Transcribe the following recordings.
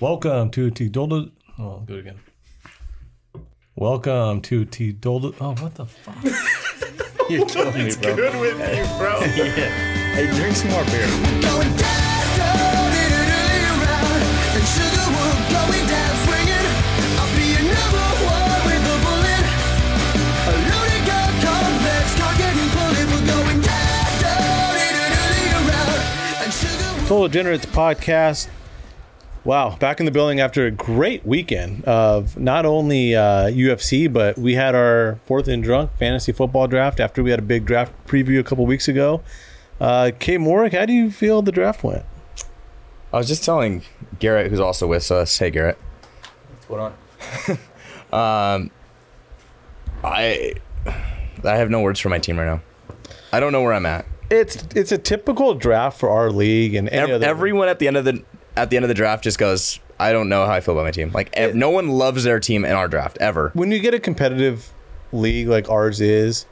Welcome to Tidolda. Oh, I'll do it again. Welcome to Tidolda. Oh, what the fuck? You're killing me, bro. Good with you, bro. Hey, drink some more beer. Total Degenerates podcast. Wow, back in the building after a great weekend of not only uh, UFC, but we had our fourth and drunk fantasy football draft after we had a big draft preview a couple weeks ago. Uh, Kay Morick, how do you feel the draft went? I was just telling Garrett, who's also with us. Hey, Garrett. Um, What on? I I have no words for my team right now. I don't know where I'm at. It's it's a typical draft for our league and any Ev- other. everyone at the end of the at the end of the draft just goes, I don't know how I feel about my team. Like ev- no one loves their team in our draft ever. when you get a competitive league like ours is,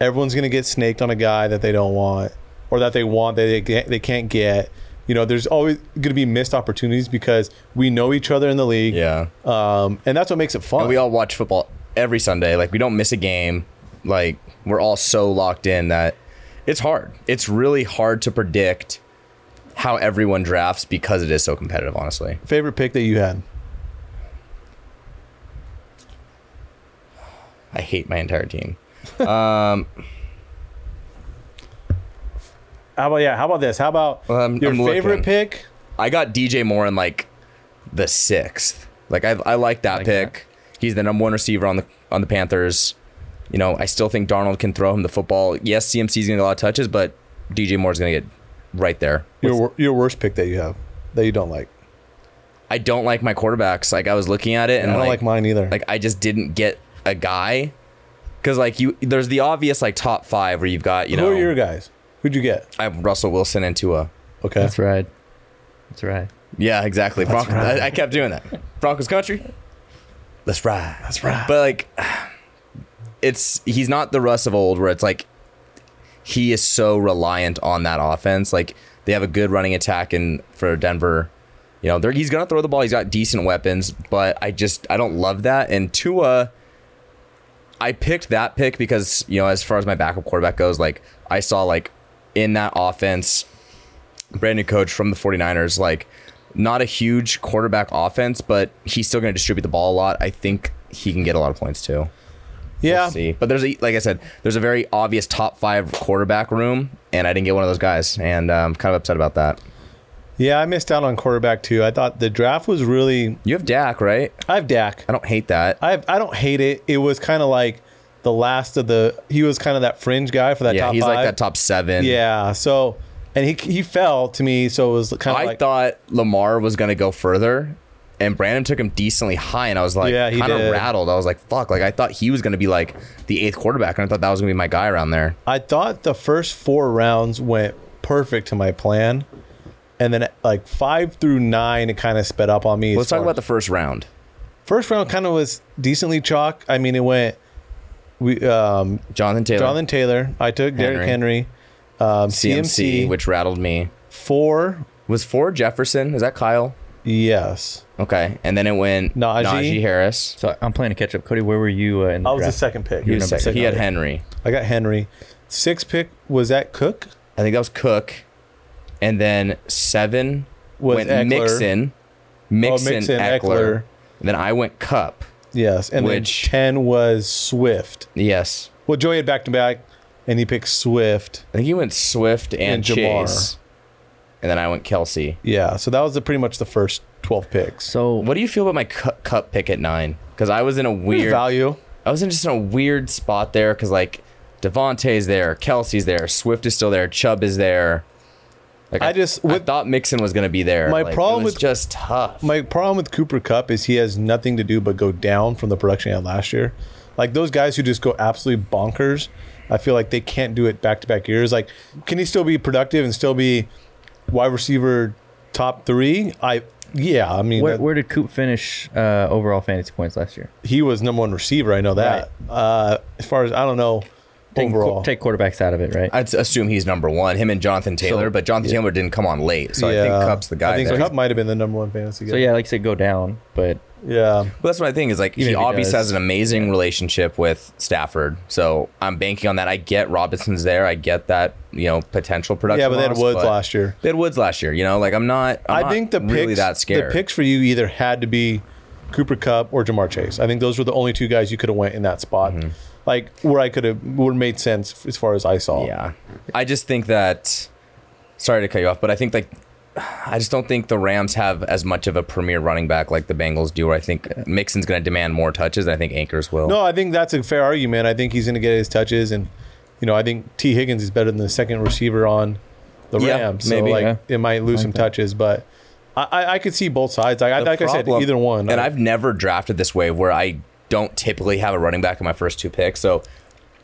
everyone's gonna get snaked on a guy that they don't want or that they want that they get, they can't get. You know, there's always gonna be missed opportunities because we know each other in the league. Yeah. Um, and that's what makes it fun. And we all watch football every Sunday. Like we don't miss a game. Like we're all so locked in that it's hard. It's really hard to predict how everyone drafts because it is so competitive, honestly. favorite pick that you had. I hate my entire team. How about yeah? How about this? How about Well, I'm- your I'm favorite looking. pick? I got DJ Moore in like the sixth. Like I, I like that pick. He's the number one receiver on the on the Panthers. You know, I still think Darnold can throw him the football. Yes, CMC's gonna get a lot of touches, but DJ Moore's gonna get right there. Your wor- your worst pick that you have that you don't like. I don't like my quarterbacks. Like I was looking at it and I don't like, like, mine either. like I just didn't get a guy. Cause like you, there's the obvious like top five where you've got you who know are your guys? Who'd you get? I have Russell Wilson and Tua. Okay, That's right. That's right. Yeah, exactly. Broncos. I, I kept doing that. Broncos country. Let's ride. That's ride. But like, it's he's not the Russ of old where it's like he is so reliant on that offense. Like they have a good running attack in for Denver. You know, they're, he's gonna throw the ball. He's got decent weapons, but I just I don't love that. And Tua, I picked that pick because you know, as far as my backup quarterback goes, like I saw like in that offense brand new coach from the 49ers like not a huge quarterback offense but he's still going to distribute the ball a lot i think he can get a lot of points too yeah. We'll see but there's a like i said there's a very obvious top five quarterback room and i didn't get one of those guys and i'm kind of upset about that Yeah, I missed out on quarterback too. I thought the draft was really. you have dak right I have Dak. i don't hate that I have, I don't hate it. It was kind of like the last of the. He was kind of that fringe guy for that yeah top he's like five. that top seven Yeah. So, and he he fell to me. So it was kind of i like thought lamar was going to go further and brandon took him decently high and i was like Yeah, he kind of did. rattled i was like fuck like i thought he was going to be like the eighth quarterback and i thought that was going to be my guy around there I thought the first four rounds went perfect to my plan, and then like five through nine, it kind of sped up on me. let's talk about the first round first round. Kind of was decently chalk. I mean, it went. We um, Jonathan Taylor, Jonathan Taylor. I took Derrick Henry. Um, CMC, CMC, which rattled me. four. Was Ford Jefferson? Is that Kyle? Yes, Okay, and then it went Najee. Najee, Harris. So I'm playing to catch up. Cody, where were you uh, in the I was the draft? second pick. He was Number second. He had pick. Henry. I got Henry. Six pick was that Cook? I think that was Cook, and then seven Was went Eckler. Mixon, Mixon, Mixon, Eckler. Eckler. And then I went Cup. Yes, and then Which- ten was Swift. Yes, Well, Joey had back to back, and he picked Swift. I think he went Swift and, And Jamar. Chase, and then I went Kelsey. Yeah, so that was the, pretty much the first twelve picks. So What do you feel about my cu- Cup pick at nine? Because I was in a weird. Value. I was in just in a weird spot there because like Devontae's there, Kelsey's there, Swift is still there, Chubb is there. Like I just- I with- thought Mixon was gonna be there. My Like, it problem was with- just tough. My problem with Cooper Cup is he has nothing to do but go down from the production he had last year. Like those guys who just go absolutely bonkers, I feel like they can't do it back to back years. Like, can he still be productive and still be wide receiver top three? I yeah, I mean where, that- where did Coop finish uh, overall fantasy points last year? he was number one receiver. I know that. Uh, as far as I don't know, Take, qu- overall. take quarterbacks out of it, right? I'd assume he's number one. Him and Jonathan Taylor, So- but Jonathan Taylor didn't come on late, so I think Cup's the guy. I think that- Cup might have been the number one fantasy guy. so yeah, like I said, go down, but yeah. Well, that's what I think is like Even he if he obviously does. has an amazing relationship with Stafford, so I'm banking on that. I get Robinson's there. I get that you know potential production. Yeah, but they had loss, Woods but- last year. They had Woods last year. You know, like I'm not. I'm i not think the really picks that scared. the picks for you either had to be Cooper Cup or Jamar Chase. I think those were the only two guys you could have went in that spot, Mm-hmm. like where I could have would made sense as far as I saw. Yeah, I just think that. Sorry to cut you off, but I think like. I just don't think the Rams have as much of a premier running back like the Bengals do. Where I think Mixon's going to demand more touches, and I think Anchors will. No, I think that's a fair argument. I think he's going to get his touches, and you know, I think T Higgins is better than the second receiver on the Yeah, Rams. So maybe, like yeah. it might lose Like some that. touches, but I, I, I could see both sides. Like, I, The like I said, problem- either one. And I- I've never drafted this way where I don't typically have a running back in my first two picks. So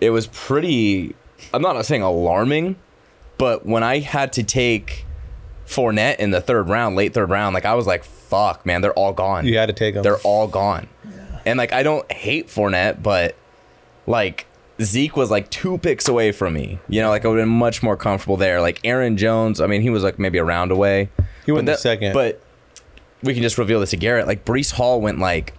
it was pretty, I'm not saying alarming, but when I had to take Fournette in the third round, late third round, like I was like, fuck, man, they're all gone. you had to take him. They're all gone. And like, I don't hate Fournette, but like, Zeke was like two picks away from me. You know, like I would have been much more comfortable there. Like Aaron Jones, I mean, he was like maybe a round away. He went But in the second. But we can just reveal this to Garrett. Like Brees Hall went like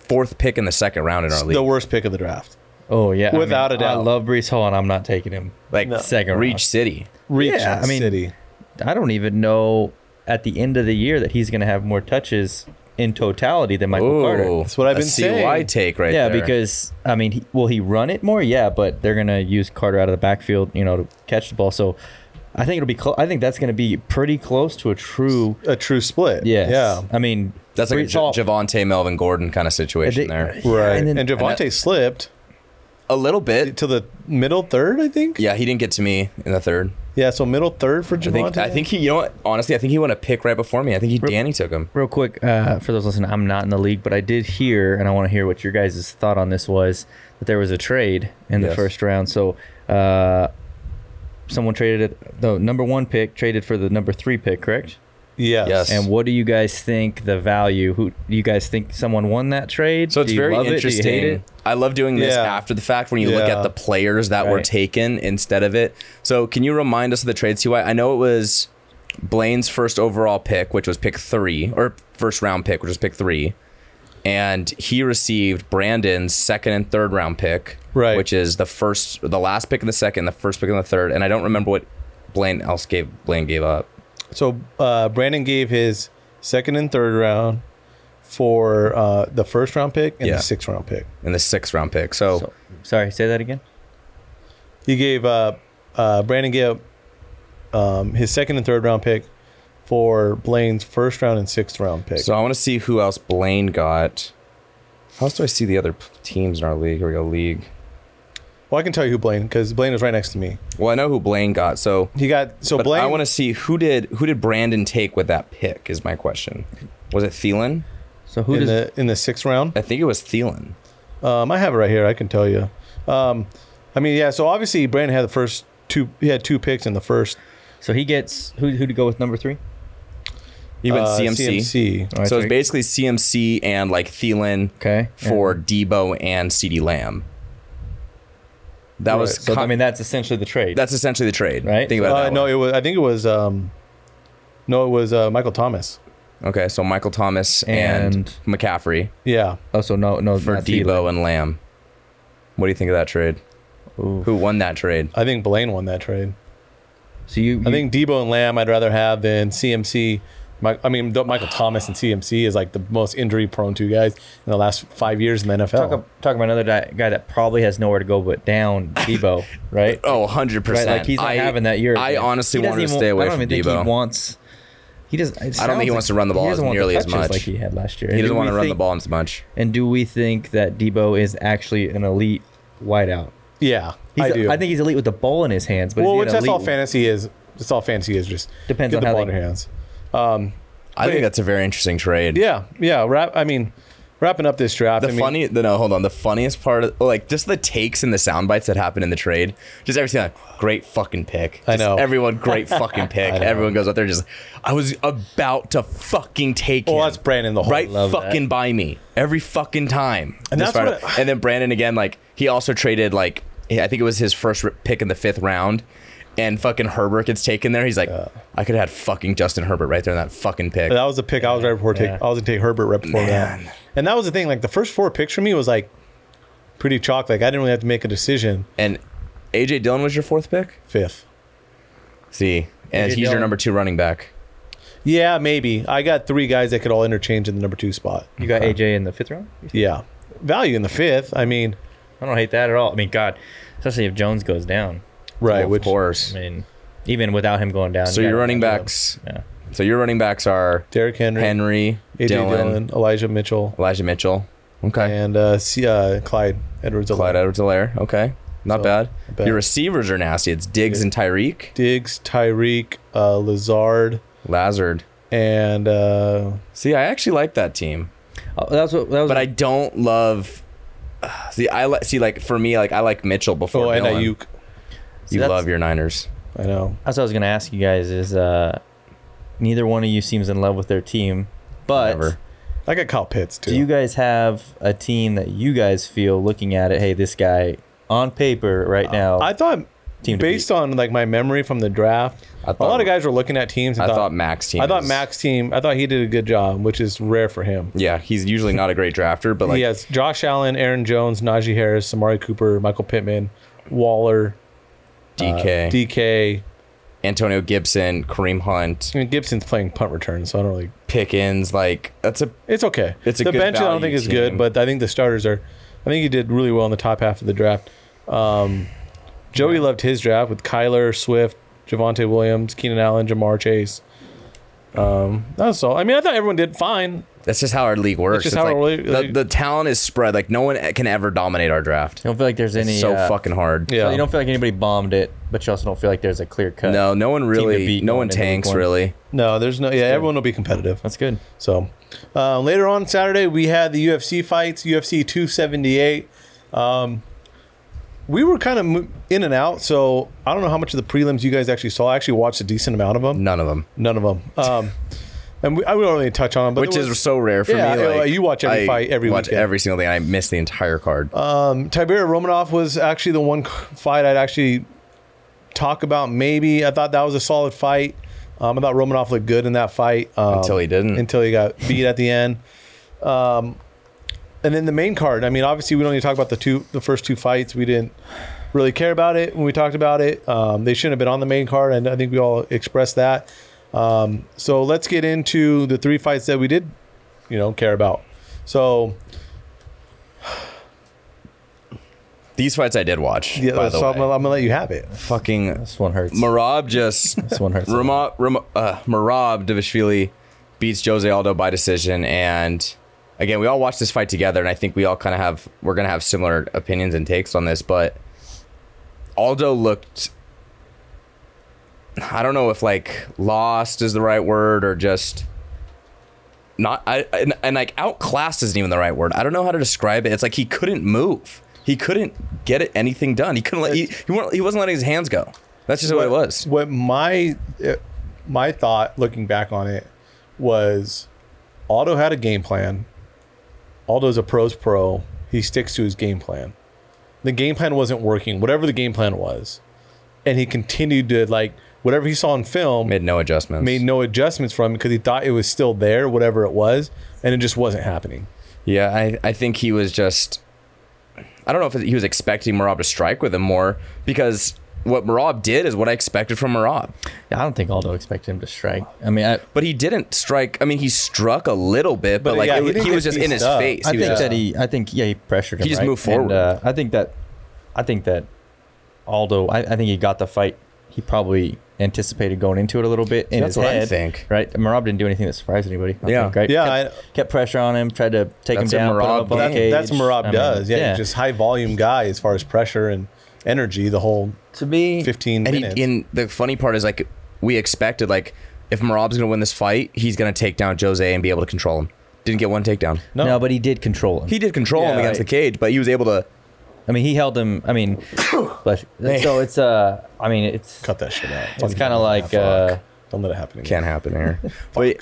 fourth pick in the second round in our league. the worst pick of the draft. oh yeah, I mean, Without a I doubt. love Brees Hall, and I'm not taking him. like No. Second round. Reach City. Reach Yeah, I mean- City. I don't even know at the end of the year that he's going to have more touches in totality than Michael Ooh, Carter. That's what I've a been CY saying. take right yeah, there. because I mean, he, will he run it more? Yeah, but they're going to use Carter out of the backfield, you know, to catch the ball. So I think it'll be. Clo- I think that's going to be pretty close to a true. A true split. Yes. Yeah. I mean, that's like a Brees J- Hall- Javante Melvin Gordon kind of situation They- there. Right. and And, uh, then- Javante slipped A little bit. to the middle third, I think. Yeah, he didn't get to me in the third. Yeah, so middle third for I Javante. think, I think he, you know what? Honestly, I think he went a pick right before me. I think he, Danny took him. real quick uh, for those listening i'm not in the league but i did hear and i want to hear what your guys' thought on this was that there was a trade in the Yes. first round so uh, someone traded it the number one pick traded for the number three pick correct Yes. Yes. and what do you guys think the value who do you guys think someone won that trade So it's Do you very love it? Do you hate interesting. it? I love doing this Yeah. after the fact when you look Yeah. at the players that were Right. taken instead of it. So can you remind us of the trades? CY? I know it was Blaine's first overall pick, which was pick three, or first round pick, which was pick three. And he received Brandon's second and third round pick, Right. which is the first, the last pick in the second, the first pick in the third. And I don't remember what Blaine else gave. Blaine gave up. So uh, Brandon gave his second and third round for uh, the first round pick and Yeah. the sixth round pick. In the sixth round pick. So, So- sorry say that again He gave uh, uh, Brandon gave up, um, his second and third round pick for Blaine's first round and sixth round pick. so I want to see who else Blaine got. How else do I see the other p- teams in our league? Here we go, league. well, I can tell you who Blaine because Blaine is right next to me. Well, I know who Blaine got. So, He got so but Blaine. I want to see who did who did Brandon take with that pick is my question. Was it Thielen? so who in does the in the sixth round. I think it was Thielen. Um, I have it right here. I can tell you. Um, I mean, yeah. So obviously, Brandon had the first two. He had two picks in the first. so he gets who who to go with number three He went uh, CMC. CMC. All right, So it's so- basically CMC and like Thielen okay for Debo and CD Lamb. That was so con- i mean that's essentially the trade that's essentially the trade. Right? Think about Uh, that. no, one. it was. I think it was. Um, no, it was uh, Michael Thomas. okay, so Michael Thomas and, And- McCaffrey Yeah, oh so no no for not Debo Thielen. and Lamb. What do you think of that trade? Ooh. Who won that trade? I think Blaine won that trade. so you, I you- think Debo and Lamb I'd rather have than CMC. My, I mean, the- Michael Thomas and CMC is like the most injury prone two guys in the last five years in the NFL. Oh. Talk, ab- talk about another di- guy that probably has nowhere to go but down, Debo, right? Oh, 100%. right? Like he's not I, having that year. I honestly He doesn't wanted to even- stay away I don't from even Debo. think he wants. He does. I think he wants to run the ball as nearly as much. like he had last year. He And doesn't do want we to run the think- ball as much. And do we think that Debo is actually an elite wideout? yeah, He's I a- do. I think he's elite with the ball in his hands. But well, is which he an that's all elite- fantasy is. That's all fantasy is. Just Depends get on the how ball they- in your hands. I But think it- that's a very interesting trade. Yeah, yeah. Wrap. I mean, wrapping up this draft. The I mean, funny, the, no, hold on. The funniest part, of, like just the takes and the sound bites that happen in the trade. Just every time, great fucking pick. I Just know. Everyone, great fucking pick. know. Everyone goes out there just, I was about to fucking take Well, him. that's Brandon the whole. right love that. fucking by me every fucking time. And This that's what Friday. and then Brandon again, like he also traded like I think it was his first r- pick in the fifth round, and fucking Herbert gets taken there. He's like, I could have had fucking Justin Herbert right there in that fucking pick. That was the pick I was right before take. Yeah. I was gonna take Herbert right before Man. that. And that was the thing. Like the first four picks for me was like pretty chalk. Like I didn't really have to make a decision. And AJ Dillon was your fourth pick. Fifth. See, and A.J. he's your Dillon. number two running back. Yeah, maybe. I got three guys that could all interchange in the number two spot. You got AJ in the fifth round. Yeah, value in the fifth. I mean, I don't hate that at all. I mean, God, especially if Jones goes down. right? of which course. I mean, even without him going down. So you your got- running backs. Yeah. So your running backs are Derrick Henry, Henry, AJ Dillon, Dillon, Elijah Mitchell, Elijah Mitchell. Okay. and uh, C- uh, Clyde Edwards. Clyde edwards helaire Okay. Not So, bad. not bad. Your receivers are nasty. It's Diggs Yeah. and Tyreek. Diggs, Tyreek, uh, Lazard, Lazard. and uh, See, I actually like that team, Oh, that's what. That was. but I don't love. See, I li- see like for me, like I like Mitchell before. oh, and Dillon. Ayuk. You that's- love your Niners. I know. that's what I was gonna ask you guys. Is uh, neither one of you seems in love with their team, but. Whatever. I got Kyle Pitts too. Do you guys have a team that you guys feel looking at it? Hey, this guy on paper right now. Uh, I thought Team to based on like my memory from the draft, a I lot thought- of guys were looking at teams. I And thought, Max team. I thought is- Max team. I thought he did a good job, which is rare for him. Yeah, he's usually not a great drafter, but like he has Josh Allen, Aaron Jones, Najee Harris, Samari Cooper, Michael Pittman, Waller, uh, DK, DK. Antonio Gibson, Kareem Hunt, I mean, Gibson's playing punt return, so I don't really. Pickens. Like that's a It's okay. It's a the good bench. I don't value think is team. good, but I think the starters are. I think he did really well in the top half of the draft. Um, Joey loved his draft with Kyler Swift, Javante Williams, Keenan Allen, Jamar Chase. Um, that's all. I mean, I thought everyone did fine. that's just how our league works. just It's how like, our league- the, like- the talent is spread. Like no one can ever dominate our draft. don't feel like there's any. It's so uh, fucking hard. Yeah. So you don't feel like anybody bombed it, but you also don't feel like there's a clear cut. No, no one really. beat No going one into week tanks one. really. No, there's no. Yeah, everyone will be competitive. That's good. So uh, later on Saturday, we had the UFC fights, UFC 278. Um, we were kind of mo- in and out, so I don't know how much of the prelims you guys actually saw. I actually watched a decent amount of them. None of them, None of them. Um, and we, I don't really touch on them, but which there is was, so rare for Yeah, me. yeah, Like, you watch every I fight every watch weekend. every single thing. I miss the entire card. um, Tiberia Romanov was actually the one fight I'd actually talk about. Maybe I thought that was a solid fight. Um, I thought Romanov looked good in that fight um, Until he didn't. Until he got beat at the end. Um, and then the main card. I mean, obviously, we don't need to talk about the two, the first two fights. We didn't really care about it when we talked about it. Um, they shouldn't have been on the main card, and I think we all expressed that. Um, so let's get into the three fights that we did, you know, care about. So These fights I did watch. yeah, by so the I'm, way. gonna- I'm gonna let you have it. fucking This one hurts. Marab just this one hurts. Rama, Rama, uh, Marab Davishvili beats Jose Aldo by decision, and again, we all watched this fight together, and I think we all kind of have we're gonna have similar opinions and takes on this, but Aldo looked. I don't know if like lost is the right word or just not I and, and like outclassed isn't even the right word. I don't know how to describe it. It's like he couldn't move. He couldn't get it, anything done. He couldn't let he, he, weren't, he wasn't letting his hands go. That's just what it was. What my uh, my thought looking back on it was, Aldo had a game plan. Aldo's a pro's pro. He sticks to his game plan. The game plan wasn't working, whatever the game plan was, and he continued to like whatever he saw in film. Made no adjustments. made no adjustments from because he thought it was still there, whatever it was, and it just wasn't happening. yeah, I, I think he was just. I don't know if he was expecting Marab to strike with him more because what Marab did is what I expected from Marab. Yeah, I don't think Aldo expected him to strike. I mean, I, But he didn't strike. I mean, he struck a little bit, but, But, like yeah, it he was- he, didn't get was just in his pieced up. face. I He was think just- that he. I think yeah, he pressured him. He just right? moved forward. And, uh, I think that. I think that Aldo. I, I think he got the fight. He probably anticipated going into it a little bit in that's his what I head. think. Right, Marab didn't do anything that surprised anybody. I Yeah. think, right? Yeah, kept, kept pressure on him. Tried to take him That's a down. put him Merab up on the game. cage. That's what I Marab mean, does. yeah, he's just high volume guy as far as pressure and energy. The whole to me. 15 and minutes. He, and the funny part is like we expected like if Marab's gonna win this fight, he's gonna take down Jose and be able to control him. Didn't get one takedown. No. No. but he did control him. He did control him Yeah, against right. the cage, but he was able to. I mean, he held him. I mean, bless you. so it's uh. I mean, it's Cut that shit out. it's kind of like Fuck. uh. don't let it happen. Again. Can't happen here. but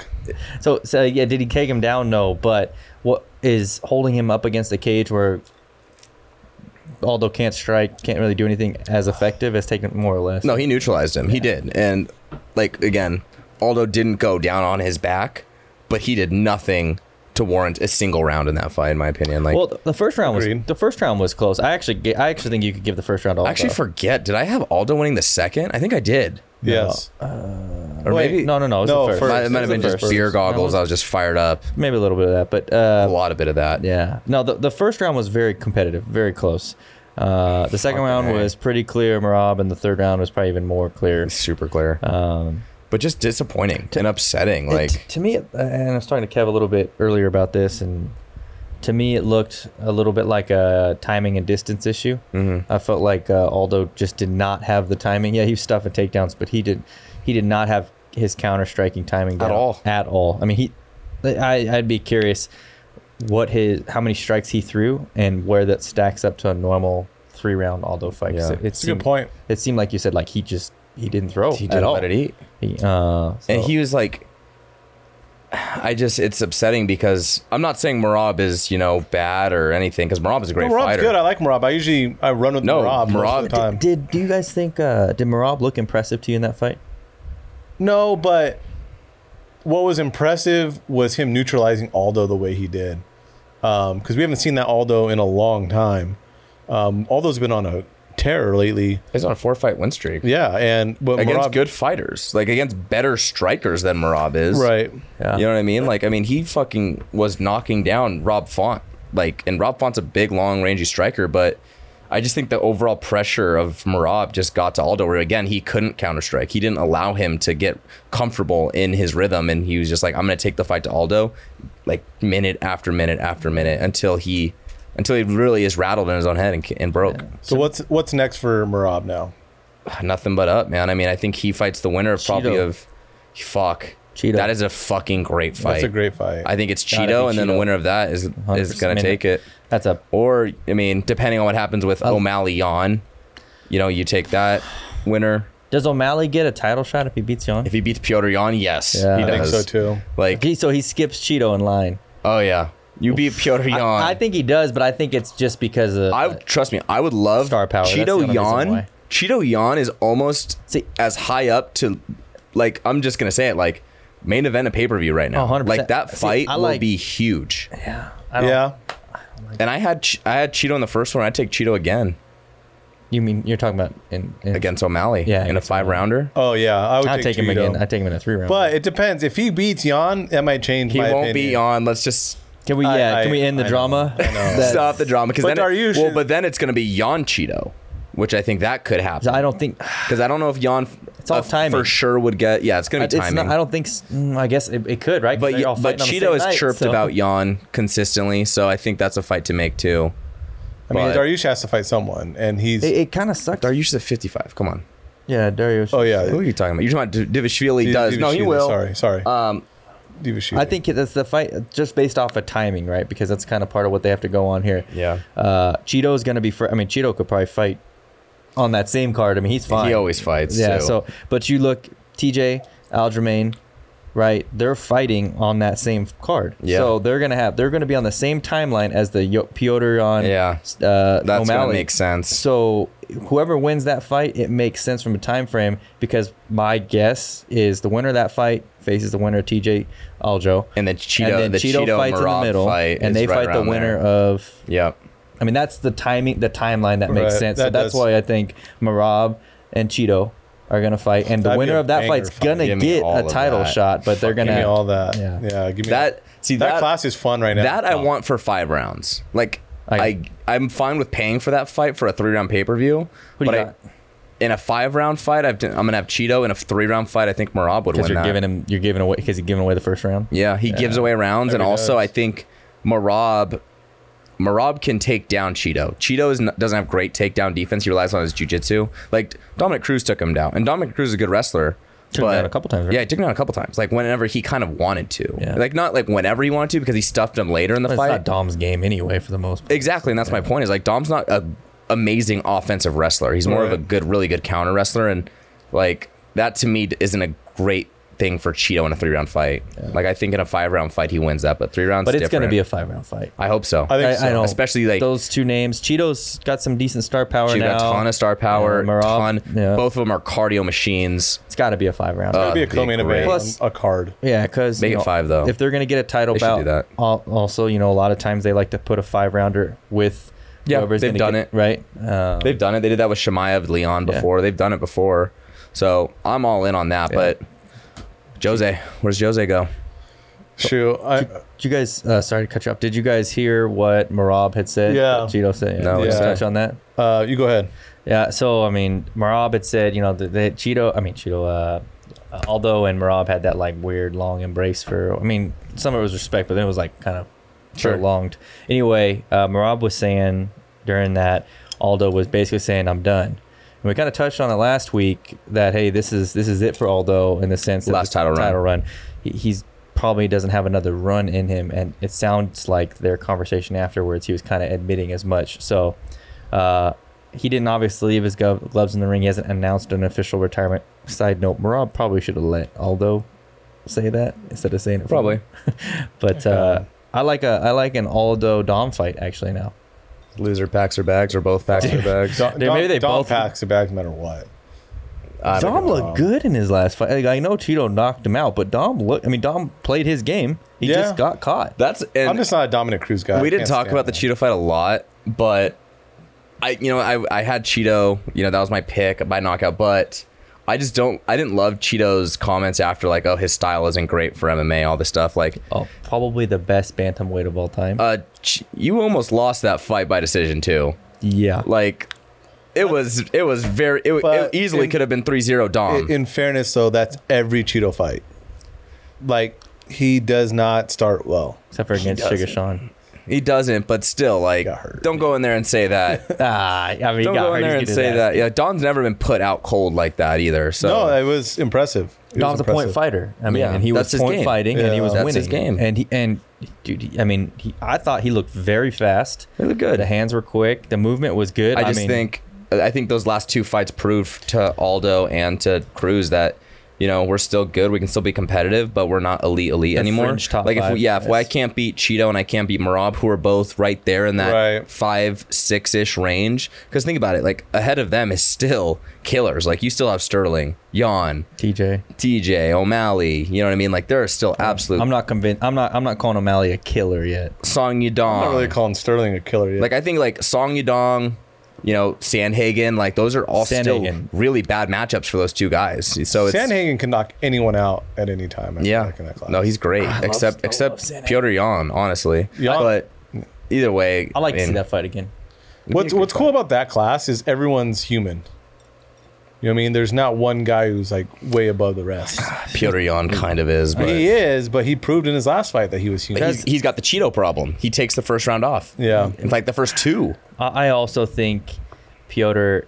So, so yeah, did he take him down? No, but what is holding him up against the cage where Aldo can't strike, can't really do anything as effective as taking more or less. No, he neutralized him. He did. And like again, Aldo didn't go down on his back, but he did nothing to warrant a single round in that fight, in my opinion. Like Well, th- the first round was Agreed. the first round was close. I actually, ga- I actually think you could give the first round to Aldo. I actually forget. Did I have Aldo winning the second? I think I did. Yes. Or Wait, maybe no, no, no. It was No, the first. first. Might- it might have been just First. beer That goggles. was- I was just fired up. Maybe a little bit of that, but A uh, lot of bit of that. Yeah. No, the, the first round was very competitive, very close. Uh, the second Fucking round A. was pretty clear, Marab, and the third round was probably even more clear. Super clear. Um, But just disappointing and upsetting. it- Like to me, it- and I was talking to Kev a little bit earlier about this, and to me, it looked a little bit like a timing and distance issue. mhm. I felt like uh, Aldo just did not have the timing. Yeah, he was stuffing takedowns, but he did he did not have his counter striking timing At down all. At all. I mean, he. I I'd be curious what his how many strikes he threw and where that stacks up to a normal three round Aldo fight. 'Cause Yeah. It, it It's a good seemed, point. it seemed like you said like he just he didn't throw he at didn't all. let it eat. He, uh, And so- he was like, I just, it's upsetting because I'm not saying Marab is, you know, bad or anything because Marab is a great No, Marab's fighter. good. I like Marab. I usually I run with No, Marab, most Marab- of the time. did do you guys think uh, did Marab look impressive to you in that fight? No, but what was impressive was him neutralizing Aldo the way he did. Because we haven't seen that Aldo in a long time. Um, Aldo's been on a terror lately. He's on a four fight win streak Yeah, and but against Marab- good fighters, like against better strikers than Marab is. right? Yeah. You know what I mean? Like, I mean, he fucking was knocking down Rob Font. Like, and Rob Font's a big, long, rangy striker, but I just think the overall pressure of Marab just got to Aldo, where again, he couldn't counter strike. He didn't allow him to get comfortable in his rhythm. And he was just like, I'm going to take the fight to Aldo, like minute after minute after minute until he, until he really is rattled in his own head and, and broke. So what's what's next for Marab now? Nothing but up, man. I mean, I think he fights the winner of probably Cheeto. of, fuck. Cheeto. That is a fucking great fight. That's a great fight. I think it's Gotta Cheeto, be and then the Cheeto. winner of that is is 100%. gonna I mean, take it. That's a Or I mean, depending on what happens with Uh, Oh. O'Malley Yan, you know, you take that winner. Does O'Malley get a title shot if he beats Yon? If he beats Piotr Yan, yes, Yeah. he I does. think so too. Like, He, so he skips Cheeto in line. oh yeah, you beat Piotr Yan. I, I think he does, but I think it's just because of. I trust me. I would love Star power, that's the Cheeto only reason Yan. why. Cheeto Yan is almost See- as high up to, like, I'm just gonna say it, like, main event of pay per view right now. Oh, 100%. Like that See, fight I will like- be huge. yeah, Yeah, And I had Ch- I had Cheeto in the first one. I would take Cheeto again You mean you're talking about in, in against O'Malley Yeah, in a against five O'Malley. rounder. Oh yeah, I would I'd take, him Cheeto. again. I'd take him in a three round. but it depends. If he beats Jan, that might change. He my won't opinion. be on. Let's just can we? I- Yeah, I- can we end the I know, drama? I know. That- stop the drama because But then it, Dariush well, is- but then it's going to be Yan Cheeto, which I think that could happen. I don't think because I don't know if Yan It's all timing. for sure would get. Yeah, it's going to be it's timing. not. I don't think. s- mm, I guess it, it could, right? 'Cause but they're all y- but fighting Cheeto on the same has night, chirped so- about Yan consistently, so I think that's a fight to make too. I mean, but- Dariush has to fight someone, and he's It, it kind of sucked. Are you just at fifty five? Come on, Yeah, Darius. oh yeah. who are you talking about? You're talking about D- Divashvili Div- does no, he Divashvili, will. Sorry, sorry. Um, Divashvili. I think that's the fight just based off of timing, right? Because that's kind of part of what they have to go on here. yeah, Uh, Cheeto is going to be. Fir- I mean, Cheeto could probably fight on that same card. I mean, he's fine. he always fights. Yeah. too. So, but you look, TJ Algermain, right? They're fighting on that same card. Yeah. So they're gonna have they're gonna be on the same timeline as the Yo- Piotr on. yeah, Uh, that's O'Malley. gonna make sense. So whoever wins that fight, it makes sense from a time frame because my guess is the winner of that fight faces the winner of TJ Aljo. And then Cheeto, the Cheeto, Marab fight is and they right fight the around winner there. of Yep. I mean, that's the timing, the timeline that makes Right, sense. so that that's does. why I think Marab and Cheeto are gonna fight, and the That'd be winner a of that banger fight's fight. gonna Give me get all a of title that. shot. But they're give me gonna all that. Yeah. Yeah, give me That see That, that, class is fun right now. that I Oh. want for five rounds. Like I, I- I am fine with paying for that fight for a three round pay per view. Who do you I- got? in a five round fight, I've done, I'm gonna have Cheeto. In a three round fight, I think Marab would because win you're that. giving him, you're giving away because he's giving away the first round. yeah, he gives away rounds, and Every also does. I think Marab. Marab can take down Cheeto. Cheeto is n doesn't have great takedown defense. He relies on his jujitsu. Like Dominic Cruz took him down, and Dominic Cruz is a good wrestler. Took him but- down a couple times, right? Yeah, he took him down a couple times. Like whenever he kind of wanted to. Yeah. Like not like whenever he wanted to because he stuffed him later in the But it's fight. not Dom's game anyway, for the most. part. Exactly, and that's my point. Is like Dom's not a amazing offensive wrestler. He's more of a Right. good, really good counter wrestler, and like that to me isn't a great thing for Cheeto in a three round fight. Like I think in a five round fight he wins that, but three rounds. but it's going to be a different. five round fight. I hope so. I think so. don't- Especially, like- those two names. Cheeto's got some decent star power She's now. got a ton of star power. Yeah, Marab, ton. yeah. Both of them are cardio machines. It's got to be a five round. Uh, That'd be a That'd be co-main great. event, Plus- on a card. yeah, because Make it five, though. If they're going to get a title They should bout, do that. al- also you know a lot of times they like to put a five rounder with Yeah, whoever's they've gonna done it. get- right. Um, They've done it. They did that with Shemaev Leon Yeah. before. They've done it before. So I'm all in on that. Yeah. But Jose, where's Jose go? Shoot, I, Did you guys, uh, sorry to cut you off. Did you guys hear what Marab had said? Yeah. What Cheeto said. No, Just yeah. touch on that. uh, you go ahead. Yeah. So I mean, Marab had said, you know, that that Cheeto. I mean, Cheeto. Uh, Aldo and Marab had that like weird long embrace for. I mean, some of it was respect, but then it was like kind of Sure. prolonged. Anyway, uh, Marab was saying during that Aldo was basically saying, "I'm done." And we kind of touched on it last week that hey, this is this is it for Aldo in the sense that Last this title run. title run. He, he's probably doesn't have another run in him, and it sounds like their conversation afterwards, he was kind of admitting as much. So. Uh, he didn't obviously leave his gov- gloves in the ring. He hasn't announced an official retirement. Side note: Marab probably should have let Aldo say that instead of saying it. for him. Probably. But uh, I like a I like an Aldo Dom fight actually now. Loser packs or bags or both packs or bags. Don, Dude, maybe they Don both- packs a bag no matter what. I don't Dom know. looked good in his last fight. Like, I know Cheeto knocked him out, but Dom looked. I mean, Dom played his game. He Yeah. just got caught. That's and I'm just not a dominant Cruz guy. we I didn't can't talk stand about the that. Cheeto fight a lot, but I you know I I had Cheeto. You know that was my pick by knockout, but. I just don't. I didn't love Cheeto's comments after like, oh, his style isn't great for MMA, all this stuff. Like, Oh, probably the best bantamweight of all time. uh, Ch- you almost lost that fight by decision too. yeah, Like it was it was very it, it But easily in- could have been 3-0 Dom. In, in fairness, though, that's every Cheeto fight. Like he does not start well. except for against Sugar Sean. he doesn't, but still like Got hurt. don't go in there and say that. Ah, I mean, he don't got go hurt. in there and He's getting say his ass that. Yeah, Dom's never been put out cold like that either. So no, uh, it was impressive. It was Dom's a point impressive. fighter. I mean, Yeah, and he that's was his point game. fighting, and he Yeah. was That's winning his game. And he and dude, he, I mean, he, I thought he looked very fast. They look good. The hands were quick. The movement was good. I just mean, think uh, I think those last two fights proved to Aldo and to Cruz that you know we're still good. We can still be competitive, but we're not elite elite anymore. fringe top like if five we, yeah, if I guys. can't beat Cheeto and I can't beat Marab, who are both right there in that Right. five six ish range. Because think about it, like ahead of them is still killers. Like you still have Sterling, Jan, TJ. TJ, O'Malley. You know what I mean? Like there are still absolute I'm not convinced. I'm not. I'm not calling O'Malley a killer yet. Song I'm Yudong. not really calling Sterling a killer yet. Um, Like Like I think like Song Yudong, you know, Sandhagen, like those are all Sandhagen. still really bad matchups for those two guys. So it's Sandhagen can knock anyone out at any time. I feel yeah. like, in that class. No, he's great. love- except I love except Sandhagen. Piotr Jan, honestly. Jan- But either way, I like mean, to see that fight again. What's good What's cool about that class is everyone's human. You know what I mean? There's not one guy who's like way above the rest. Piotr Jan kind of is, but he is, but he proved in his last fight that he was human. he's, he's got the Cheeto problem. He takes the first round off. Yeah. In fact, the first two. I, I also think Piotr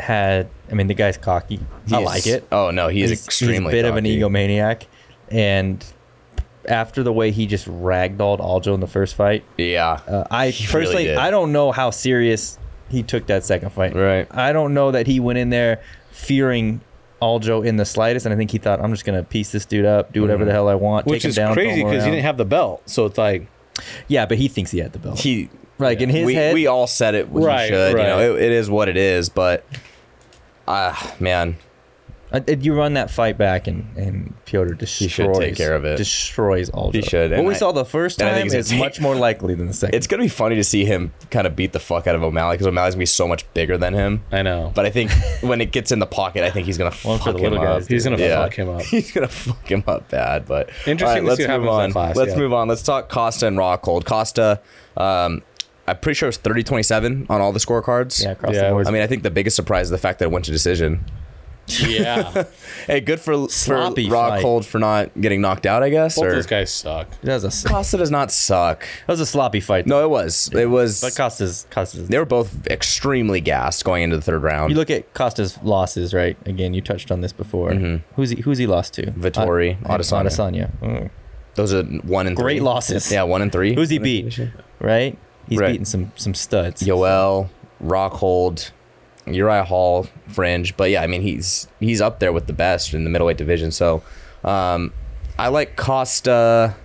had. I mean, the guy's cocky. I He's- like it. Oh no, he is he's, he's extremely a bit of an cocky. egomaniac, and after the way he just ragdolled Aljo in the first fight, Yeah. Uh, I He really personally, did. I don't know how serious he took that second fight. Right. I don't know that he went in there fearing Aljo in the slightest, and I think he thought, "I'm just gonna piece this dude up, do whatever the hell I want, which take him is down." throw crazy him because he around." didn't have the belt. So it's like, Yeah, but he thinks he had the belt. he like in his we, head, we all said it we Right, should you right. know it, it is what it is but ah man Uh, you run that fight back, and and Piotr destroys. should take care of it. Destroys Aljo. He should, What and we I- saw the first and I time think he's is gonna take- much more likely than the second. it's gonna be funny to see him kind of beat the fuck out of O'Malley because O'Malley's gonna be so much bigger than him I know. but I think when it gets in the pocket I think he's gonna Well, for fuck the him little up guys, dude. He's gonna Yeah. fuck him up. he's gonna fuck him up bad but Interesting to All see what let's move happens in on class, let's yeah. move on let's talk Costa and Rockhold Costa um I'm pretty sure it was 30-27 on all the scorecards yeah, across Yeah, the board. I mean I think the biggest surprise is the fact that it went to decision Yeah. hey good for, for Sloppy fight. Rockhold for not getting knocked out I guess Both or those guys suck. that was a that Costa does not suck. was a sloppy fight. No, it was. It was. but Costa's Costa's they were both extremely gassed going into the third round. You look at Costa's losses, right? Again, you touched on this before. Who's he? Who's he lost to? Mm-hmm. Vittori, Uh, Adesanya. Adesanya. Mm. Those are one and Great three. losses. Yeah, one and three. Who's he beat? Right. He's Right. beaten some some studs. Yoel, Rockhold, Uriah Hall, Fringe. But yeah, I mean he's he's up there with the best in the middleweight division. So Um, I like Costa.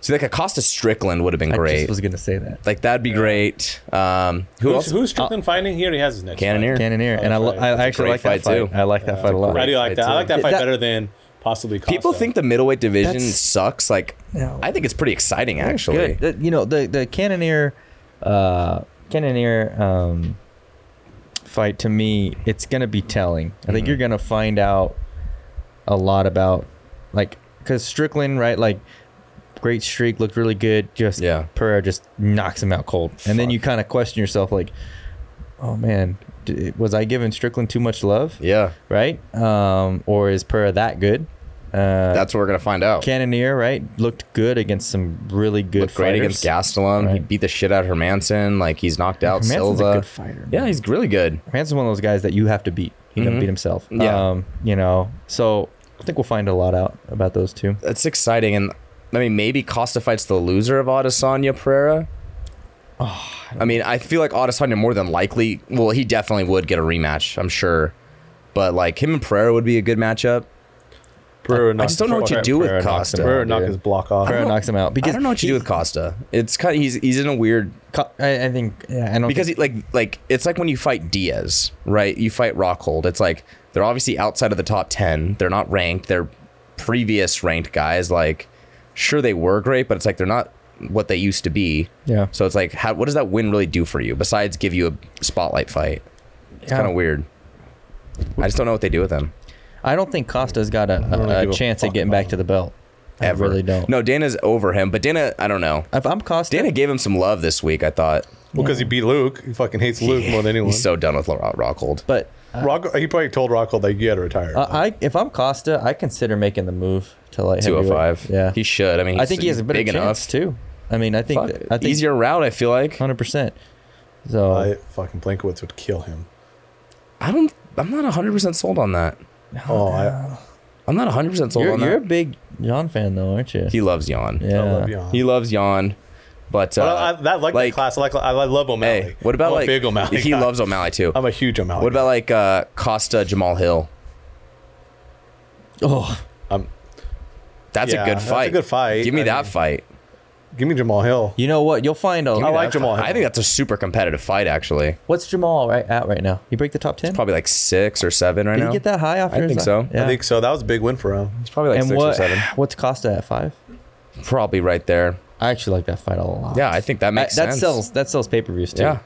See, like a Costa Strickland would have been I great. just was gonna say that. like that'd be great. Um, who Who's, else? who's Strickland fighting? He already has his next Cannoneer. Cannoneer, Oh, and I, that's lo- right. I That's a actually great like that fight, too. fight. I like that fight a lot. Fight. I do like Fight, that. I too. like that Yeah, fight better than possibly. Costa. People think the middleweight division That's- sucks. Like, No. I think it's pretty exciting actually. Good. The- you know the the Cannoneer, uh, Cannoneer um, fight to me, it's gonna be telling. I think Mhm. you're gonna find out a lot about like because Strickland, right? Like great streak, looked really good. Just Yeah. Pereira just knocks him out cold, and then Fuck. you kind of question yourself, like, oh man, d- was I giving Strickland too much love? Yeah, Right? Um, or is Pereira that good? Uh, that's what we're gonna find out. Cannoneer, right? Looked good against some really good Looked great fighters. against Gastelum. He Right. beat the shit out of Hermanson. Like he's knocked out Hermanson's Silva. a good fighter. yeah, man. he's really good. Hermanson's one of those guys that you have to beat. He Mhm. doesn't beat himself. Yeah. Um, you know, so I think we'll find a lot out about those two. That's exciting. And I mean, maybe Costa fights the loser of Adesanya Pereira. Oh, I mean, I feel like Adesanya more than likely. Well, he definitely would get a rematch. I'm sure. But like him and Pereira would be a good matchup. Pereira I just don't know what you do Pereira with knocks Costa. him out. Pereira knocked dude. his block off. Pereira knocks him out I because don't know what you do with Costa. It's kind of, he's he's in a weird Co- I, I think yeah, I don't because think, he, like like it's like when you fight Diaz, right? You fight Rockhold. It's like they're obviously outside of the top ten. They're not ranked. They're previous ranked guys. Like sure they were great, but it's like they're not what they used to be. yeah, So it's like, how, what does that win really do for you besides give you a spotlight fight? It's Yeah. kind of weird. I just don't know what they do with him. I don't think Costa's got a, don't a, give a a chance at fuck getting about back to the belt. Ever. I really don't. No, Dana's over him, but Dana, I don't know. if I'm Costa, Dana gave him some love this week. I thought Well, because he beat Luke. He fucking hates Luke more than anyone. he's so done with Rock- Rockhold. but Rock, he probably told Rockhold like you got to retire. uh, I if I'm Costa, I consider making the move to like Two hundred five. Yeah, he should. I mean, I think he has he's a better big chance too. I mean, I think Fuck, I think easier route. I feel like hundred percent. So I fucking Blankowitz would kill him. I don't. I'm not 100 percent sold on that. Oh, I, I'm not 100 percent sold you're, on you're a that. big John fan though, aren't you? He loves yawn. yeah. I love Jan. He loves yawn. But uh, But I, I, that like, like- that class. I like I love O'Malley. hey, what about I'm a like big O'Malley? He guy. loves O'Malley too. I'm a huge O'Malley. What about like uh, Costa Jamal Hill? Oh, That's Yeah, a good that's a fight. good fight. Give me I that mean, fight. Give me Jamal Hill. you know what? You'll find I out. like Jamal Hill. I think that's a super competitive fight. Actually, What's Jamal right at right now? He break the top ten. probably like six or seven right Did now. he get that high after? I his think eye? so. Yeah. I think so. That was a big win for him. It's probably like and six what? or seven. What's Costa at five? Probably right there. I actually like that fight a lot. Yeah, I think that I- makes that sense. sells. That sells pay per views too. Yeah.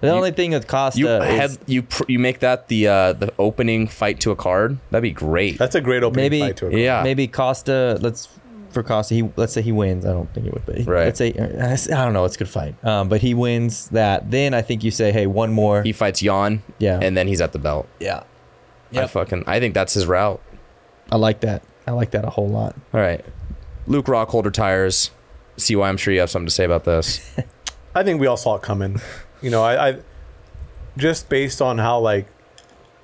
The You- only thing with Costa You is head, you pr- you make that the uh, the opening fight to a card. That'd be great. That's a great opening Maybe- fight to a yeah. maybe Costa. Let's for Costa. He let's say he wins. I don't think he would, but he- Right. let's say I don't know. It's a good fight. Um, but he wins that. Then I think you say, hey, one more. He fights Jan. Yeah. And then he's at the belt. yeah, I fucking I think that's his route. I like that. I like that a whole lot. All right. Luke Rockhold retires. See why I'm sure you have something to say about this. I think we all saw it coming. You know, I, I just based on how like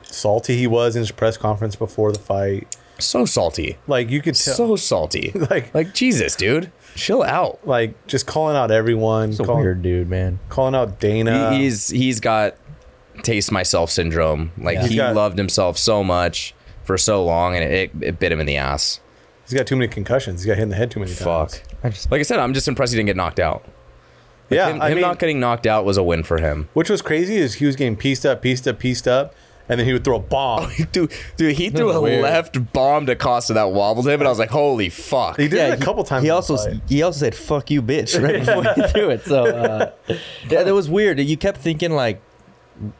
salty he was in his press conference before the fight. So salty. Like you could tell, So salty. like Like Jesus, dude. Chill out. like just calling out everyone, He's a calling, weird dude, man. calling out Dana. He- he's he's got taste myself syndrome. Like Yeah. he He's got- loved himself so much for so long and it, it, it bit him in the ass. he's got too many concussions. He's got hit in the head too many times. Fuck. I just Like I said, I'm just impressed he didn't get knocked out. Yeah, him Uh, I him mean, not getting knocked out was a win for him. which was crazy is he was getting pieced up, pieced up, pieced up, and then he would throw a bomb. Dude, dude, he threw was a weird. left bomb to Costa that wobbled him, and I was like, "Holy fuck!" He did yeah, it a couple he, times. He in the also fight. he also said "fuck you, bitch" right before he threw it. So uh, yeah, that was weird. You kept thinking like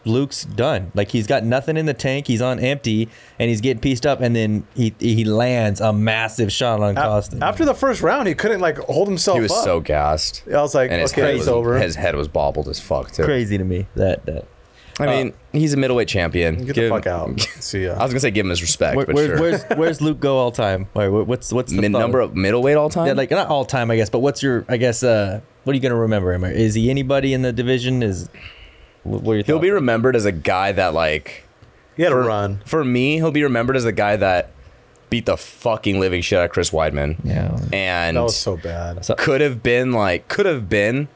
Luke's done, like he's got nothing in the tank. He's on empty, and he's getting pieced up, and then he he lands a massive shot on A- Costa. after the first round, he couldn't like hold himself. He was up. so gassed. Oh, I was like, and his okay, head it's was, over. His head was bobbled as fuck too. crazy to me that that. I mean, he's a middleweight champion. Uh, Get Give- the fuck out. See ya. I was gonna say give him his respect, Where, but where's, sure. where's where's Luke go all time? Or wh- what's what's the Mid- thought? number of middleweight all time? Yeah, like not all time, I guess. But what's your? I guess. uh What are you gonna remember him? Is he anybody in the division? Is what what are your he'll uh, thoughts? be remembered as a guy that like he had a run. for me, he'll be remembered as the guy that beat the fucking living shit out of Chris Weidman. Yeah. And That was so bad. could have been like could have been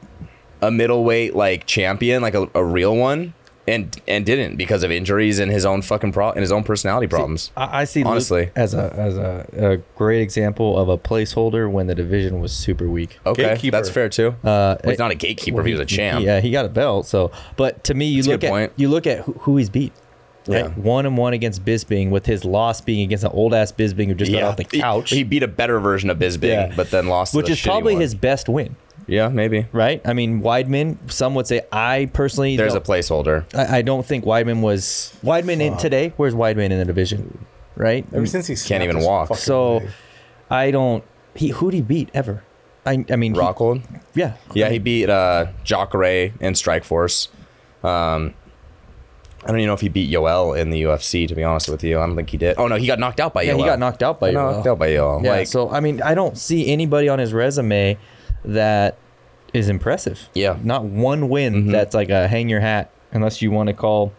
a middleweight like champion, like a, a real one. and and didn't because of injuries and his own fucking pro and his own personality problems. I, I see Luke Honestly. as a as a, a great example of a placeholder when the division was super weak. Okay, Gatekeeper. that's fair too. Well, Uh, he's not a gatekeeper. well, Oh, he was a champ. Yeah, he got a belt. So, but to me, you That's a look good at point. you look at who, who he's beat. Right? Yeah. one and one against Bisping, with his loss being against an old ass Bisping who just got off the He- couch, He, beat a better version of Bisbing, Yeah. but then lost. to which the is shitty probably one. his best win. Yeah, maybe. Right? I mean, Weidman. Some would say I personally There's a don't- placeholder. I, I don't think Weidman was Weidman in today. Where's Weidman in the division? Right? Ever since he snapped even his walk. fucking So leg. I don't. He who'd he beat ever? I I mean he- Rockhold. yeah Yeah, he beat uh, Jacare in Strikeforce. Um, I don't even know if he beat Yoel in the UFC. To be honest with you, I don't think he did. Oh no, he got knocked out by yeah Yoel. he got knocked out by knocked out by Yoel. Yeah. like, so I mean I don't see anybody on his resume that is impressive. Yeah. Not one win Mhm. that's like a hang your hat unless you want to call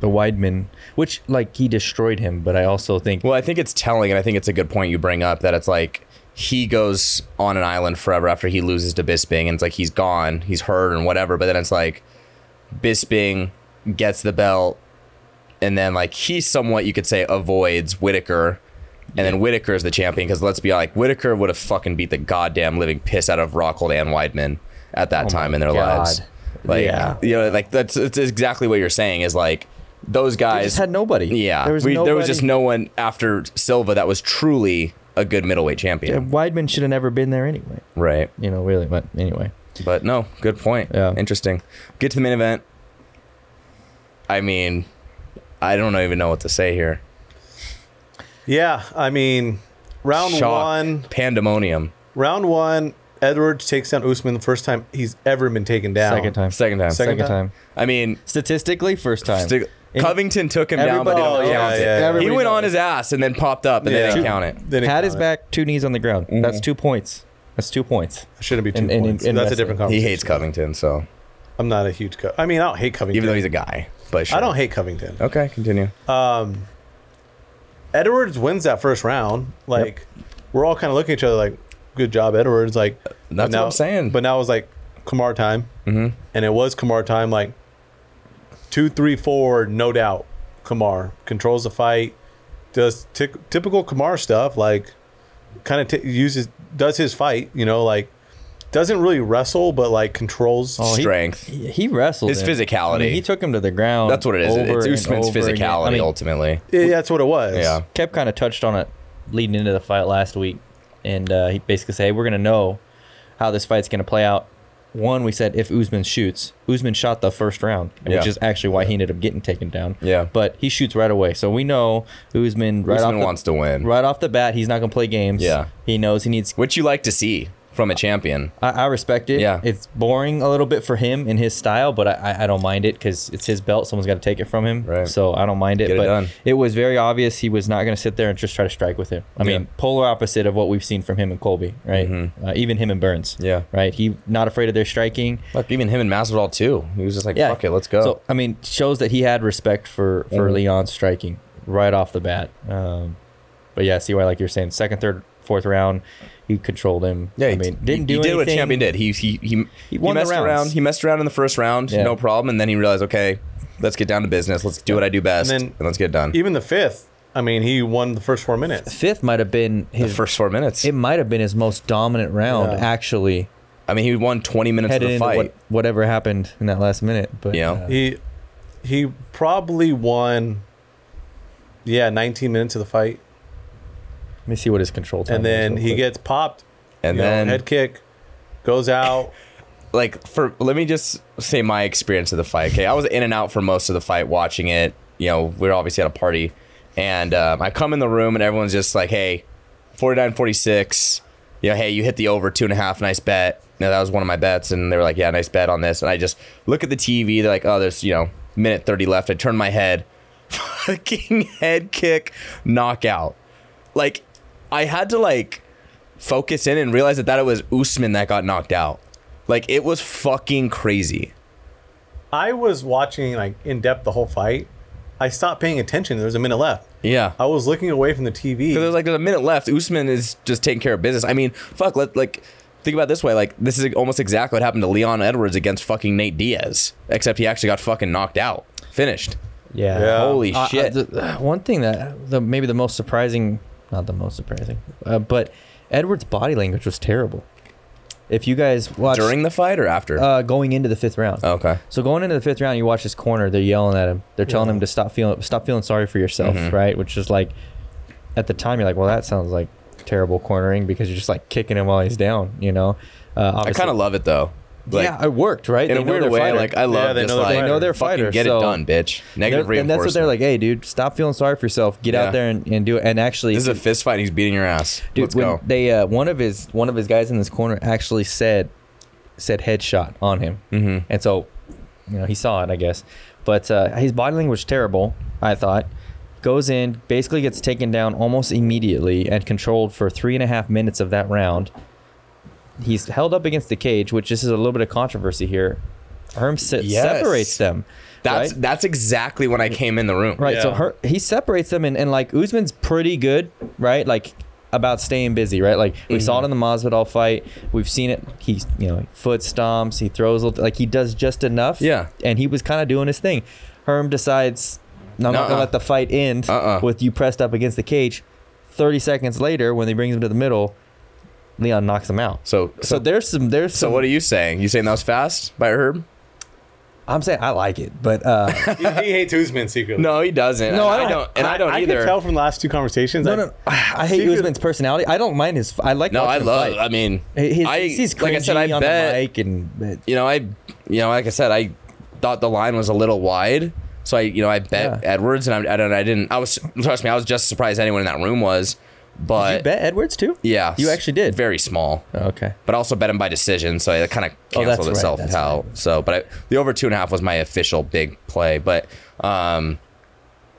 the Weidman, which like he destroyed him, but I also think Well, I think it's telling, and I think it's a good point you bring up that it's like he goes on an island forever after he loses to Bisping, and it's like he's gone, he's hurt, and whatever. But then it's like Bisping gets the belt, and then like he somewhat you could say avoids Whitaker, and then Whitaker is the champion because let's be like Whitaker would have fucking beat the goddamn living piss out of Rockhold and Weidman at that Oh time my in their God. lives. Like Yeah. you know, like that's it's exactly what you're saying is like those I guys just had nobody. yeah, There was, we, nobody. there was just no one after Silva that was truly a good middleweight Yeah, champion. Weidman should have never been there anyway. Right. You know, really. But anyway, But no, good point. Yeah. Interesting. Get to the main event. I mean, I don't even know what to say here. yeah, I mean, round Shock. one, Pandemonium. round one, Edwards takes down Usman the first time he's ever been taken down. second time, second, Second time. Second time. I mean, Statistically, first time. sti- Covington took him down, but Everybody- didn't Oh, yeah, count it. yeah, yeah. He Everybody went on knows. his ass and then popped up, and Yeah. they didn't Two- count it. Then it Had his counted. back, two knees on the ground. That's two points. That's two points. It shouldn't be two in- in- points. in That's a wrestling. different He conversation. hates Covington, so I'm not a huge. Co- I mean, I don't hate Covington. even though he's a guy, but sure. I don't hate Covington. Okay, continue. Um, Edwards wins that first round. Like, we're all kind of looking at each other like, good job, Edwards. Like, That's what now- I'm saying. But now it was like Kamar time. Mm-hmm. And it was Kamar time, like, two, three, four, no doubt. Kamar controls the fight, does ty- typical Kamar stuff, like, kind of t- uses, does his fight, you know, like, doesn't really wrestle, but like controls. Oh, Oh, he- Strength. He, he wrestled His him. physicality. I mean, he took him to the ground. That's what it is. over It's and Usman's over again. physicality I mean, ultimately. Yeah, that's what it was. Yeah. Kev kind of touched on it leading into the fight last week, and uh, he basically said, hey, "We're gonna know how this fight's gonna play out." One, we said if Usman shoots, Usman shot the first round, Yeah. which is actually why he ended up getting taken down. Yeah. but he shoots right away, so we know Usman right Usman off the, wants to win. right off the bat. He's not gonna play games. Yeah. he knows he needs. Which you like to see from a champion. I, I respect it. Yeah. it's boring a little bit for him and his style, but I, I- I don't mind it because it's his belt. Someone's got to take it from him, Right. so I don't mind it. Get it but done. was very obvious he was not going to sit there and just try to strike with him. I Yeah. Mm-hmm. mean, polar opposite of what we've seen from him and Colby, right? Uh, even him and Burns, Yeah. right. He not afraid of their striking. Like even him and Masvidal too. He was just like, "Fuck it, let's go." So I mean, shows that he had respect for for Mhm. Leon's striking right off the bat. Um, but yeah, see why, like you're saying, second, third, fourth round, he controlled him. yeah, I he- mean, he- didn't he, do did what a anything- champion did. He he he, he, won the messed rounds. around. He messed around in the first round, Yeah. no problem. And then he realized, okay, let's get down to business. Let's do what I do best, and, And then- let's get it done. Even the fifth, I mean, he won the first four minutes. Fifth might have been The his first four minutes. it might have been his most dominant round Yeah. actually I mean, he won twenty minutes of headed the into fight. what, whatever happened in that last minute but Yeah. uh, He he probably won yeah, 19 minutes of the fight let me see what his control time and was then real he quick. gets popped and you know, then head kick goes out. like for let me just say my experience of the fight. Okay, I was in and out for most of the fight, watching it. You know, we were obviously at a party, and um, I come in the room and everyone's just like, "Hey, 49 46 you know hey you hit the over two and a half nice bet no that was one of my bets and they were like yeah nice bet on this and i just look at the tv they're like oh there's you know minute 30 left i turn my head fucking head kick knockout like i had to like focus in and realize that that it was usman that got knocked out like it was fucking crazy I was watching like in depth the whole fight. I stopped paying attention. There was a minute left. yeah I was looking away from the TV. Because there's like there's a minute left. Usman is just taking care of business. I mean, fuck. Let like think about it this way: like this is almost exactly what happened to Leon Edwards against fucking Nate Diaz, except he actually got fucking knocked out, finished. Yeah. Yeah. Holy Uh, uh, shit! the- one thing that the, maybe the most surprising, not the most surprising, uh, but Edward's body language was terrible. If you guys watched During the fight or after? uh, going into the fifth round, okay. so going into the fifth round, you watch this corner. They're yelling at him. They're telling him to stop feeling stop feeling sorry for yourself, Mm-hmm. right? Which is like, at the time, you're like, well, that sounds like terrible cornering because you're just like kicking him while he's down, you know. Uh, I obviously- kind of love it though. Like, yeah, it worked, right? in a They know weird they're way, fighter. like I love. they this, know they're like, fighter. They know they're fucking fighters, Get so- it done, bitch. Negative They're- and reinforcement. that's what they're like. Hey, dude, stop feeling sorry for yourself. Get Yeah. out there and, and do it. And actually, This is a fist fight. and He's beating your ass. dude, Let's when go. they uh, one of his one of his guys in this corner actually said said headshot on him, Mm-hmm. and so you know he saw it, I guess. But uh, his body language terrible. I thought goes in, basically gets taken down almost immediately and controlled for three and a half minutes of that round. He's held up against the cage, which this is a little bit of controversy here. Herm se- Yes. separates them. That's right? that's exactly when I came in the room. Right. So Yeah. her he separates them and, and like Usman's pretty good, right? Like about staying busy, right? Like we saw it Mm-hmm. in the Masvidal fight. We've seen it. He's you know foot stomps. He throws a little- like he does just enough. Yeah. And he was kind of doing his thing. Herm decides, "No, I'm not Nuh-uh. gonna let the fight end Uh-uh. with you pressed up against the cage. Thirty seconds later, when they bring him to the middle, Leon knocks him out. So So, so there's some there's so some, what are you saying? You saying that was fast by Herb? I'm saying I like it, but uh, he, he hates Usman secretly. No, he doesn't. No, And I don't. And I don't I either. can tell from the last two conversations. no I- no I hate Secret- Usman's personality. I don't mind his. I like no, I watching him love. fight. I mean, His, I he's like I said. I on bet. the mic and uh, You know, I you know, like I said, I thought the line was a little wide. So I, you know, I bet Yeah. Edwards, and I, I don't. I didn't. I was trust me. I was just surprised anyone in that room was. But you bet Edwards too. yeah, you actually did. Oh, Very small. Okay, but I also bet him by decision, so it kind of Oh, that's canceled right, itself that's out. So, but I, the over two and a half was my official big play, but um,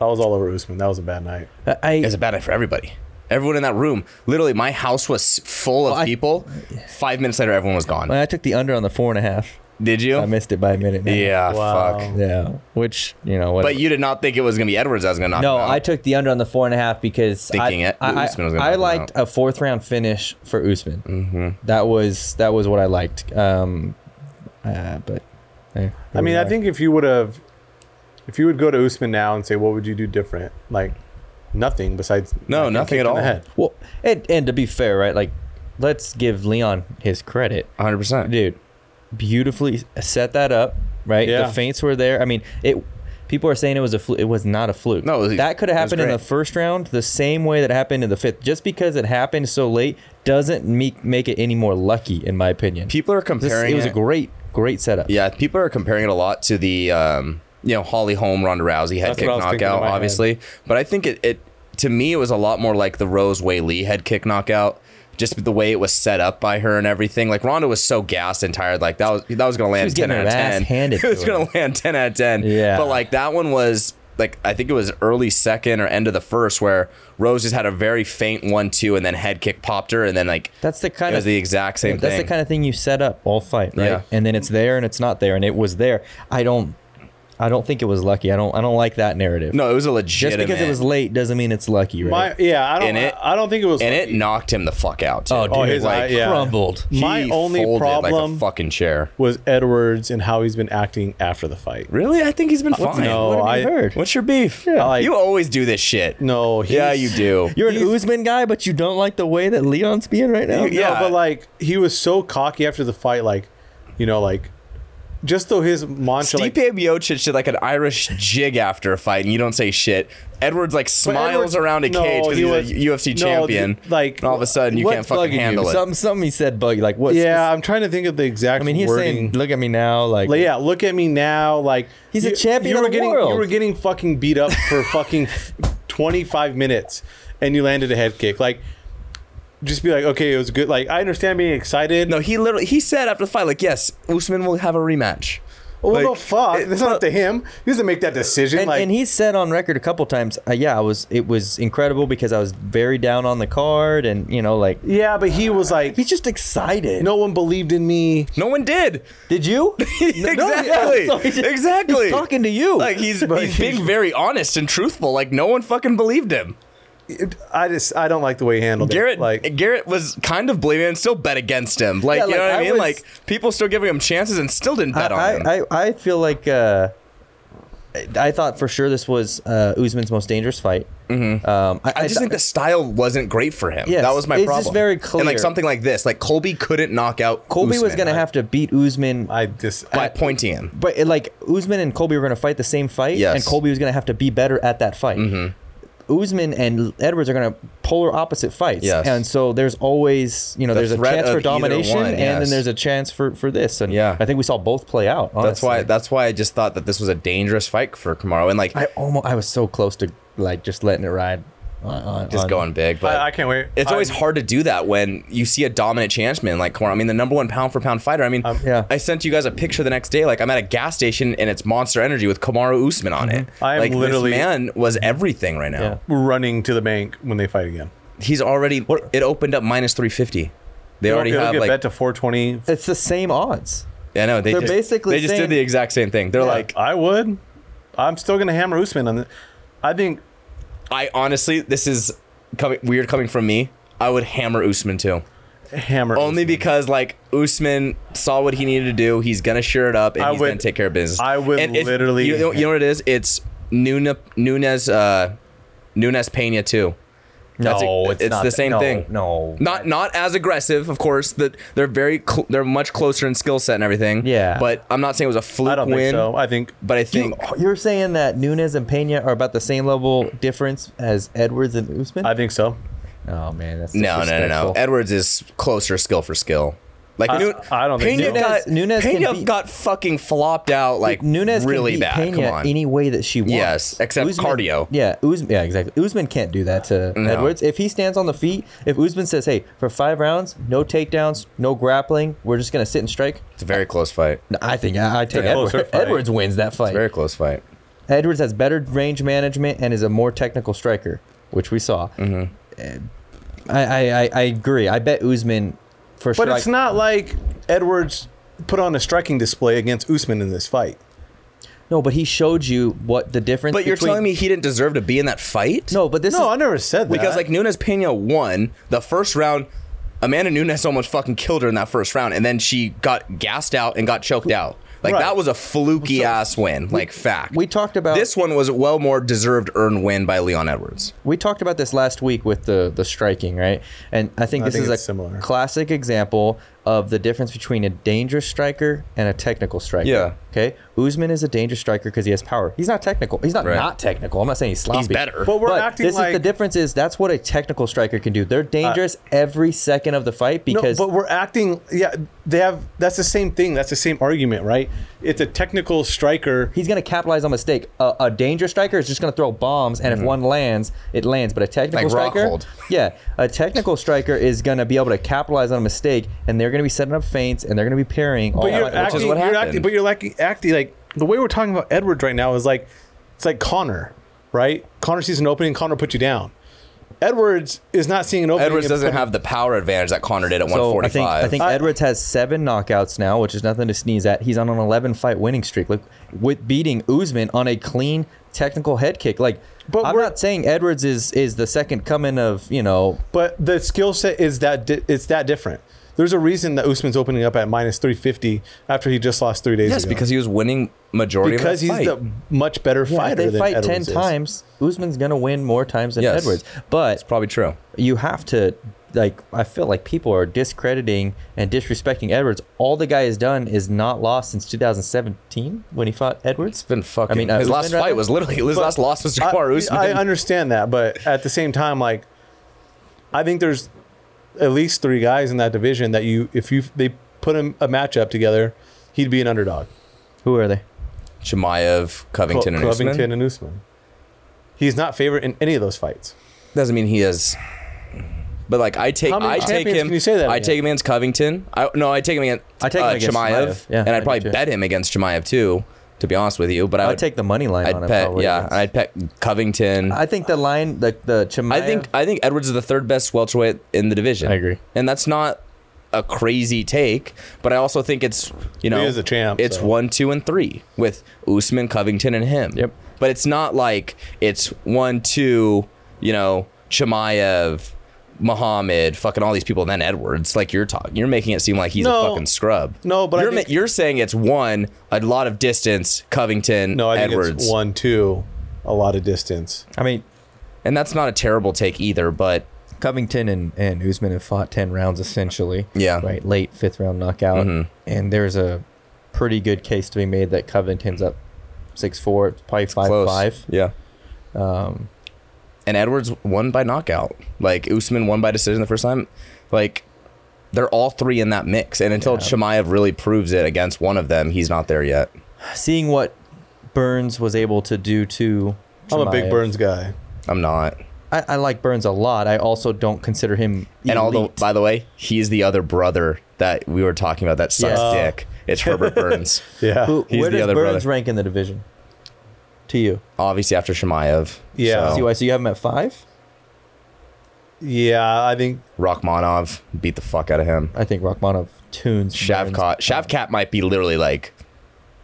I was all over Usman. That was a bad night. I, it was a bad night for everybody. Everyone in that room, literally, my house was full of Well, I- people. Five minutes later, everyone was gone. I took the under on the four and a half. Did you? I missed it by a minute. man. yeah, Wow. Ah, fuck. yeah. Which you know, But whatever. you did not think it was gonna be Edwards that was gonna knock no, him out. I took the under on the four and a half because Thinking I, it- I, Usman was gonna I, knock him liked a fourth round finish for Usman. Mm-hmm. That was that was what I liked. Um, uh, but eh, here I mean, we I are. think if you would have, if you would go to Usman now and say, what would you do different? Like, nothing besides. No, like, nothing kick at in the all. head. well, and and to be fair, right? Like, let's give Leon his credit. 100. percent dude beautifully set that up right Yeah. the feints were there i mean it people are saying it was a flu- it was not a fluke No, it was- e- that could have it was happened in great. the first round the same way that happened in the fifth just because it happened so late doesn't make make it any more lucky in my opinion People are This- comparing. it was a it- great great setup Yeah, people are comparing it a lot to the um, you know Holly Holm Ronda Rousey head That's kick what I was thinking knockout, in my head. obviously. But I think it, it to me it was a lot more like the Rose Way Lee head kick knockout, just the way it was set up by her and everything. Like Ronda was so gassed and tired, like that was that was gonna land was ten getting out her of ass ten. handed it was to gonna her. land ten out of ten. Yeah. but like that one was. Like I think it was early second or end of the first, where Rose just had a very faint one-two, and then head kick popped her, and then like that's the it kind was of the exact same that's thing. the kind of thing you set up all fight right Yeah. and then it's there and it's not there and it was there i don't i don't think it was lucky i don't i don't like that narrative no, it was a just legitimate. because it was late doesn't mean it's lucky My, right yeah, I don't, And it- I don't think it was. and it knocked him the fuck out. Too. oh dude Oh, his like eye- yeah. crumbled He My only folded like problem- a fucking chair. was Edwards and how he's been acting after the fight. Really? I think he's been fine. no, What have you I- heard? What's your beef? Yeah. Like- you always do this shit. No, Yeah, you do. You're an Usman guy, but you don't like the way that Leon's being right now. No, Yeah. but like he was so cocky after the fight, like you know, like just though his mantra, Stipe like, Miocic did like an Irish jig after a fight, and you don't say shit. Edwards like But smiles Edwards- around a no, cage because he he's was- a UFC no, champion. th- like, and all of a sudden you What's can't fucking bugging you? handle it. Something, something he said bug like what? yeah, I'm trying to think of the exact. I mean he's wording. saying, "Look at me now," like Like, yeah, look at me now. Like He's a You champion of were the getting world. you were getting fucking beat up for fucking twenty five minutes, and you landed a head kick. Like, just be like, okay, it was good. Like, I understand being excited. no, he literally he said after the fight like, yes, Usman will have a rematch. what like, the fuck? it- That's not up to him. He doesn't make that decision. And, like, and he's said on record a couple times, uh, yeah, I was. It was incredible because I was very down on the card, and you know, like yeah, but he was like, he's just excited. no one believed in me. No one did. did you? exactly. So he's just- exactly. he's talking to you. Like he's he's being very honest and truthful. Like no one fucking believed him. it- I just I don't like the way he handled Garrett it. Like Garrett was kind of blaming and still bet against him. Like, Yeah, you know like, what I, I mean? was- like people still giving him chances and still didn't bet on him. I, I, I feel like uh, I- I thought for sure this was uh, Usman's most dangerous fight. Mm-hmm. Um, I, I just th- think the style wasn't great for him. Yes, that was my it's just problem. very And like clear. something like this, like Colby couldn't knock out Colby was Usman, going like, to have to beat Usman. I just by I, pointing him. but it, like Usman and Colby were going to fight the same fight, Yes. Mm-hmm. and Colby was going to have to be better at that fight. Usman and Edwards are going to polar opposite fights, Yes. and so there's always you know The there's a threat chance of for either domination, one, and then yes. there's a chance for for this, and Yeah. I think we saw both play out. That's why. honestly. That's why I just thought that this was a dangerous fight for Kamaru and like I almost I was so close to like just letting it ride, on, on, just on- going big. But I, I can't wait. It's always I'm- hard to do that when you see a dominant chanceman like Kamaru. I mean, the number one pound for pound fighter. I mean, Um, yeah. I sent you guys a picture the next day. Like, I'm at a gas station and it's Monster Energy with Kamaru Usman on it. Mm-hmm. I am like, literally- this man was everything right now. Yeah. running to the bank when they fight again. He's already. It opened up minus 350. They already it'll have get bet like. to 420. It's the same odds. I know they they're just, basically they just saying- did the exact same thing. They're like, I would. I'm still gonna hammer Usman on. The, I think I honestly, this is coming weird coming from me. I would hammer Usman too. hammer Only Usman. because like Usman saw what he needed to do. He's gonna share it up and I he's gonna would- take care of business. I would And if- literally- You know, you know what it is? It's Nunez, Nunez, uh, Nunez Pena too. e-, That's it. It's the that- same no, thing. No, Not not as aggressive, of course. That they're very cl- they're much closer in skill set and everything. Yeah. But I'm not saying it was a fluke I don't win. think so. I think But I think You're saying that Nunes and Pena are about the same level difference as Edwards and Usman? I think so. oh man, that's no, no, no, no. disrespectful. Edwards is closer skill for skill. Like I- Nu- I don't think Pena so. got, Nunez- Nunez can Pena beat- got fucking flopped out like Nunes really can beat bad. Pena Come on. any way that she wants. Yes, except cardio. Yeah, Usman. Yeah, exactly. Usman can't do that to No. Edwards. If he stands on the feet, if Usman says, "Hey, for five rounds, no takedowns, no grappling, we're just gonna sit and strike," It's a very close fight. No, I think I, I take a closer Edwards. fight. Edwards wins that fight. Very close fight. Edwards has better range management and is a more technical striker, which we saw. Mm-hmm. Uh, I, I, I- I agree. I bet Usman for sure. But it's not like Edwards put on a striking display against Usman in this fight. No, but he showed you what the difference. But you're between- telling me he didn't deserve to be in that fight? no. But this no, I is never said that. Because like Nunes Pena won the first round. Amanda Nunes almost fucking killed her in that first round, and then she got gassed out and got choked out. Like Right. that was a fluky ass win. Like fact. we talked about- this one was a well more deserved earned win by Leon Edwards. we talked about this last week with the the striking, right? And I think I this think is a it's similar. classic example of the difference between a dangerous striker and a technical striker. Yeah. Okay. Usman is a dangerous striker because he has power. He's not technical. He's not Right. not technical. I'm not saying he's sloppy. He's better. But we're but acting this like is the difference is that's what a technical striker can do. They're dangerous every second of the fight No, because but we're acting. Yeah, they have. That's the same thing. That's the same argument, right? It's a technical striker. he's going to capitalize on mistake. A, a dangerous striker is just going to throw bombs, and if one lands, it lands. But a technical Like striker, Rockhold. yeah, a technical striker is going to be able to capitalize on a mistake, and they're going to be setting up feints, and they're going to be parrying. All But you're Oh, which that. acting. is what you're happened. acting. But you're acting. Acting like the way we're talking about Edwards right now is like it's like Connor, right? Connor sees an opening. Connor puts you down. Edwards is not seeing an opening. Edwards and doesn't putting- have the power advantage that Connor did at so I 145. think I think I- Edwards has seven knockouts now, which is nothing to sneeze at. He's on an 11 fight winning streak, like with beating Usman on a clean technical head kick. Like, But I'm we're- not saying Edwards is is the second coming of you know But the skill set is that di- it's that different. There's a reason that Usman's opening up at minus 350 after he just lost three days yes, ago. because he was winning majority because of he's that fight. the much better Yeah, fighter. if they than fight ten Edwards is. times, Usman's gonna win more times than Yes. Edwards. But probably true. you have to like I feel like people are discrediting and disrespecting Edwards. All the guy has done is not lost since 2017 when he fought Edwards. It's been fucking. I mean, uh, his Usman last rather? fight was literally his last loss was I- Jakar Usman. I understand that, but at the same time, like, I think there's at least three guys in that division that you, if you they put a, a matchup together, he'd be an underdog. Who are they? Chimaev, Covington, and Usman. Covington and Usman. He's not favored in any of those fights. Doesn't mean he is. But like I take How many I take champions him. can you say that I against? take him against Covington. I no, I take him against I take him uh, against Chimaev, Chimaev. Yeah, and I I'd do probably too. bet him against Chimaev too. To be honest with you, but I I'd would take the money line I'd on it. pet probably. yeah, and I'd pet Covington. I think the line the the Chimaev, I think I think Edwards is the third best welterweight in the division. I agree. and that's not a crazy take, but I also think it's you know is a champ, It's so. one, two, and three with Usman, Covington, and him. Yep. But it's not like it's one, two, you know, Chimaev, Muhammad, fucking all these people, and then Edwards. Like you're talking, you're making it seem like he's No. a fucking scrub. No, but I you're, ma- think- you're saying it's one a lot of distance, Covington, No, I think Edwards, it's one, two, a lot of distance. I mean, and that's not a terrible take either. But Covington and, and Usman have fought 10 rounds essentially. Yeah. Mm-hmm. Right. Late fifth round knockout. And there's a pretty good case to be made that Covington's up 6'4, probably 5'5. close, yeah. Um, and Edwards won by knockout. Like Usman won by decision the first time. Like they're all three in that mix. And until Yeah. Chimaev really proves it against one of them, he's not there yet. seeing what Burns was able to do to. I'm a big Chimaev, Burns guy. I'm not. I, I like Burns a lot. I also don't consider him. And although, elite. by the way, he's the other brother that we were talking about that sucks Yeah. dick. It's Herbert Burns, Yeah. Who, he's where the does other Burns brother. rank in the division? To you, obviously after Chimaev. Yeah. Oh. see So, why? So you have him at five? Yeah, I think Rachmanov beat the fuck out of him. I think Rachmanov tunes. Burns. Shavkat, Shavkat might be literally like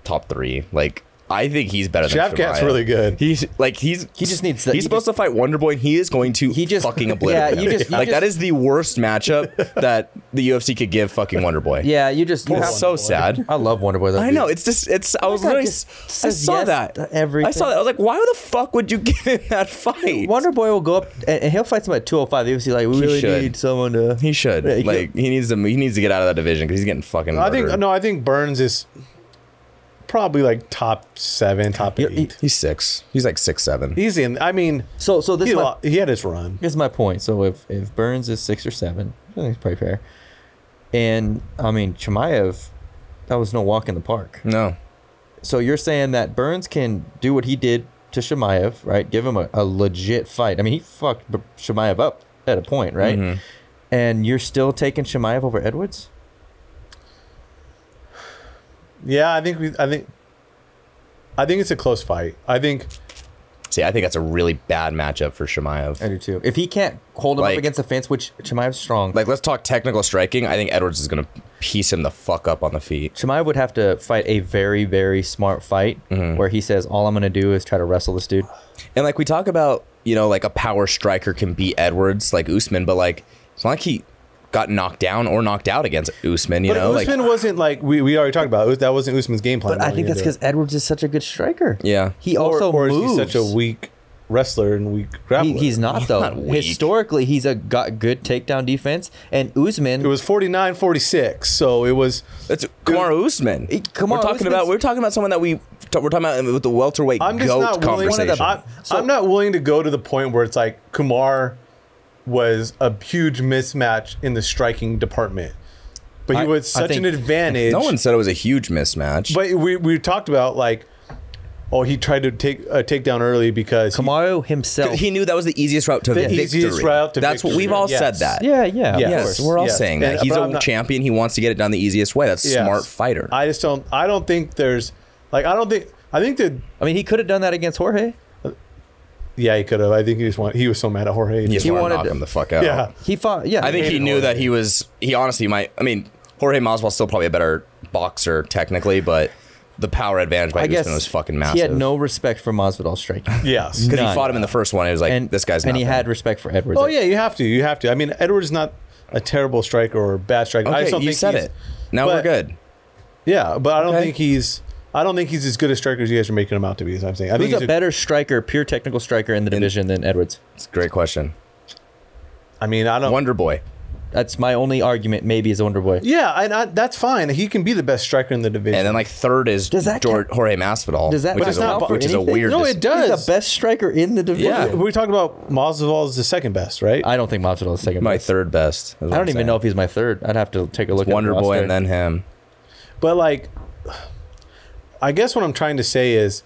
top three. Like I think he's better than Shavkat's Chimaev. really good. He's like he's He just needs to- he's he supposed to fight Wonder Boy. and He is going to He just- fucking obliterate. yeah, you him. just- you like that just- is the worst matchup that the UFC could give fucking Wonder Boy. Yeah, you just. You it's have, so sad. I love Wonderboy. though, I dude. know it's just it's. I was guy literally just I says saw yes that to everything. I saw that. I was like, why the fuck would you give him that fight? Wonder Boy will go up and, and he'll fight someone at 205. He'll be like, we He really should. need someone to. He should Yeah, he could- like he needs to he needs to get out of that division because he's getting fucking. I think murdered. no, I think Burns is probably like top seven, top Yeah, eight. he- he's six. He's like six seven. He's in. I mean, So, so this he, is my, lo- he had his run. here's my point. So if if Burns is six or seven, I think it's pretty fair. And I mean Chimaev, that was no walk in the park. No, So you're saying that Burns can do what he did to Shemaev, right? Give him a, a legit fight. I mean, he fucked B- Shemaev up at a point, right? And you're still taking Shemaev over Edwards? Yeah, I think we, I think I think it's a close fight. I think see, I think that's a really bad matchup for Shemaev. I do too. If he can't hold him Like- up against the fence, which Shemaev's strong, like like let's talk technical striking. I think Edwards is gonna piece him the fuck up on the feet. Shemaev would have to fight a very, very smart fight where he says, "All I'm going to do is try to wrestle this dude." And like we talk about, you know, like a power striker can beat Edwards like Usman, but like it's not like he got knocked down or knocked out against Usman. You but know, Usman like wasn't like we, we already talked about. it. That wasn't Usman's game plan. But I going think that's into because it. Edwards is such a good striker. Yeah. he or, also or moves. is he such a weak wrestler and weak grappler? He- he's not though. not weak. Historically, he's a got good takedown defense, and Usman. It was 49-46, so it was. it's Kamara Usman. Eh, Kamaru we're talking about Usman's- we're talking about someone that we t- we're talking about with the welterweight I'm just goat not willing. conversation. I, am not willing to go to the point where it's like Kumar was a huge mismatch in the striking department, but he I- was I such an think- advantage. no one said it was a huge mismatch. But we we talked about like, oh, he tried to take a takedown early because he- Kamaru himself. he knew that was the easiest route to The victory. easiest route to That's what victory, we've all yes. said that. yeah, yeah, of Yes. course. Yes, we're all Yes. saying And- that. He's but a I'm not- champion. He wants to get it done the easiest way. That's a Yes. smart fighter. I just don't. I don't think there's like I don't think. I think that I mean, he could have done that against Jorge. yeah, he could have. I think he just want. He was so mad at Jorge. He just He wanted to wanted knock to- him the fuck out. yeah. He fought. Yeah, I think he hated knew Jorge. that he was. He honestly might. I mean, Jorge Masvidal's still probably a better boxer technically, but the power advantage by I Usman guess was fucking massive. He had no respect for Masvidal striking. Yes. because he none. fought him in the first one. It was like and this guy's. and nothing. he had respect for Edwards. Oh yeah, you have to. You have to. I mean, Edwards is not a terrible striker or a bad striker. I Okay, just don't you think said he's- it. Now we're but- good. Yeah, but I don't Okay. think he's. I don't think he's as good a striker as you guys are making him out to be. Is what I'm saying. I Who's think he's a better striker, pure technical striker in the division than Edwards? It's a great question. I mean, I don't. Wonder Boy. That's my only argument. Maybe is Wonderboy. yeah, and I, that's fine. He can be the best striker in the division. And then like third is Does that Jor- Jorge Masvidal. Does that which count is a, not for which is a anything? weird. No, dis- it does. He's the best striker in the division. Yeah. We're talking about Masvidal is the second best, right? I don't think Masvidal is second. My place. third best. I don't even know if he's my third. I'd have to take a look. Wonder at the Boy roster. and then him. But like, I guess what I'm trying to say is,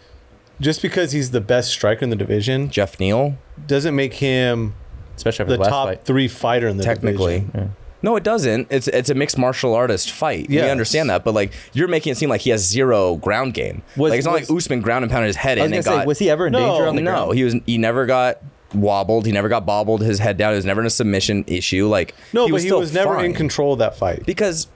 just because he's the best striker in the division Jeff Neal. doesn't make him especially after the the, last top fight. three fighter in the technically. division. No, it doesn't. It's it's a mixed martial artist fight. Yes. We understand that, but like you're making it seem like he has zero ground game. Was- like it's not was- like Usman ground and pounded his head I was in gonna and say, got. was he ever in No, danger on the no, ground? he was. He never got wobbled. He never got bobbled. His head down. He was never in a submission issue. Like No, but he still was never fine. in control of that fight. because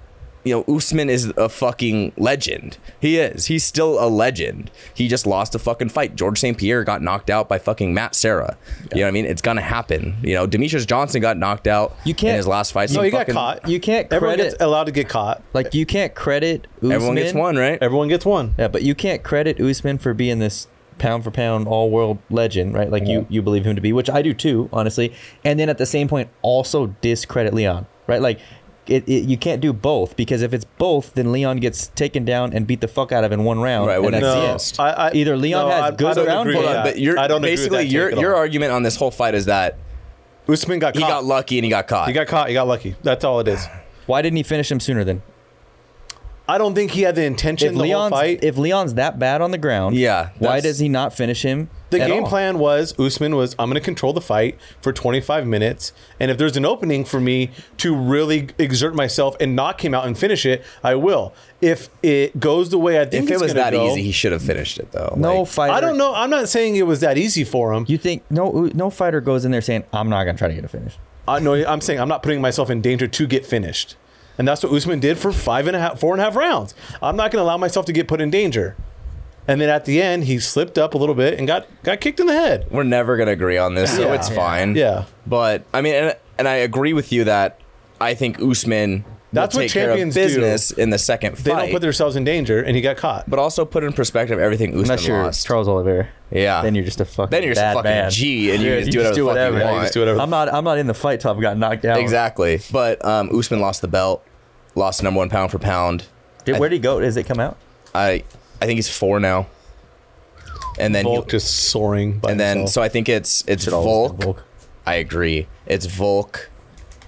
you know, Usman is a fucking legend. He is. He's still a legend. He just lost a fucking fight. George St. Pierre got knocked out by fucking Matt Sarah. You know what I mean? It's gonna happen. You know, Demetrius Johnson got knocked out You can't- in his last fight. No, Some he got fucking- caught. you can't Everyone credit- gets allowed to get caught. Like you can't credit Usman. Everyone gets one, right? Everyone gets one. Yeah, but you can't credit Usman for being this pound for pound all world legend, right? Like Mm-hmm. you you believe him to be, which I do too, honestly. And then at the same point, also discredit Leon, right? Like it, it you can't do both because if it's both, then Leon gets taken down and beat the fuck out of in one round. Right, and wouldn't that's it? the No. end. I, I, Either Leon no, has I- I good don't rounds agree or with Hold that. on, but you're I don't agree with basically that your take at your all. argument on this whole fight is that Usman got he caught. got lucky and he got caught. He got caught. He got lucky. That's all it is. Why didn't he finish him sooner then? I don't think he had the intention If the whole Leon's fight. if Leon's that bad on the ground, Yeah, why that's- does he not finish him? the at game all? plan was Usman was I'm going to control the fight for 25 minutes, and if there's an opening for me to really exert myself and knock him out and finish it, I will. If it goes the way I think if it it's was gonna that go- easy, he should have finished it though. No Like, fighter. I don't know. I'm not saying it was that easy for him. You think no uh, no fighter goes in there saying I'm not gonna try to get a finish. I no, I'm saying I'm not putting myself in danger to get finished, and that's what Usman did for five and a half, four and a half rounds. I'm not going to allow myself to get put in danger. And then at the end, he slipped up a little bit and got got kicked in the head. we're never gonna agree on this, so Yeah. it's fine. Yeah. But I mean, and, and I agree with you that I think Usman. That's will what take care of champions do. business in the second They fight. don't put themselves in danger, and he got caught. but also put in perspective everything Usman Unless you're lost. Charles Oliveira. Yeah. Then you're just a fucking Then you're just a bad fucking man. G and you Yeah, just do whatever the fuck you want. Yeah, you just do whatever. I'm not I'm not in the fight till I've got knocked out. exactly. But um, Usman lost the belt, lost number one pound for pound. Did, where did he go? Does it come out? I I think he's four now. And then he- Volk just soaring. By and then himself. so I think it's it's Should always Volk. be Volk. I agree. It's Volk,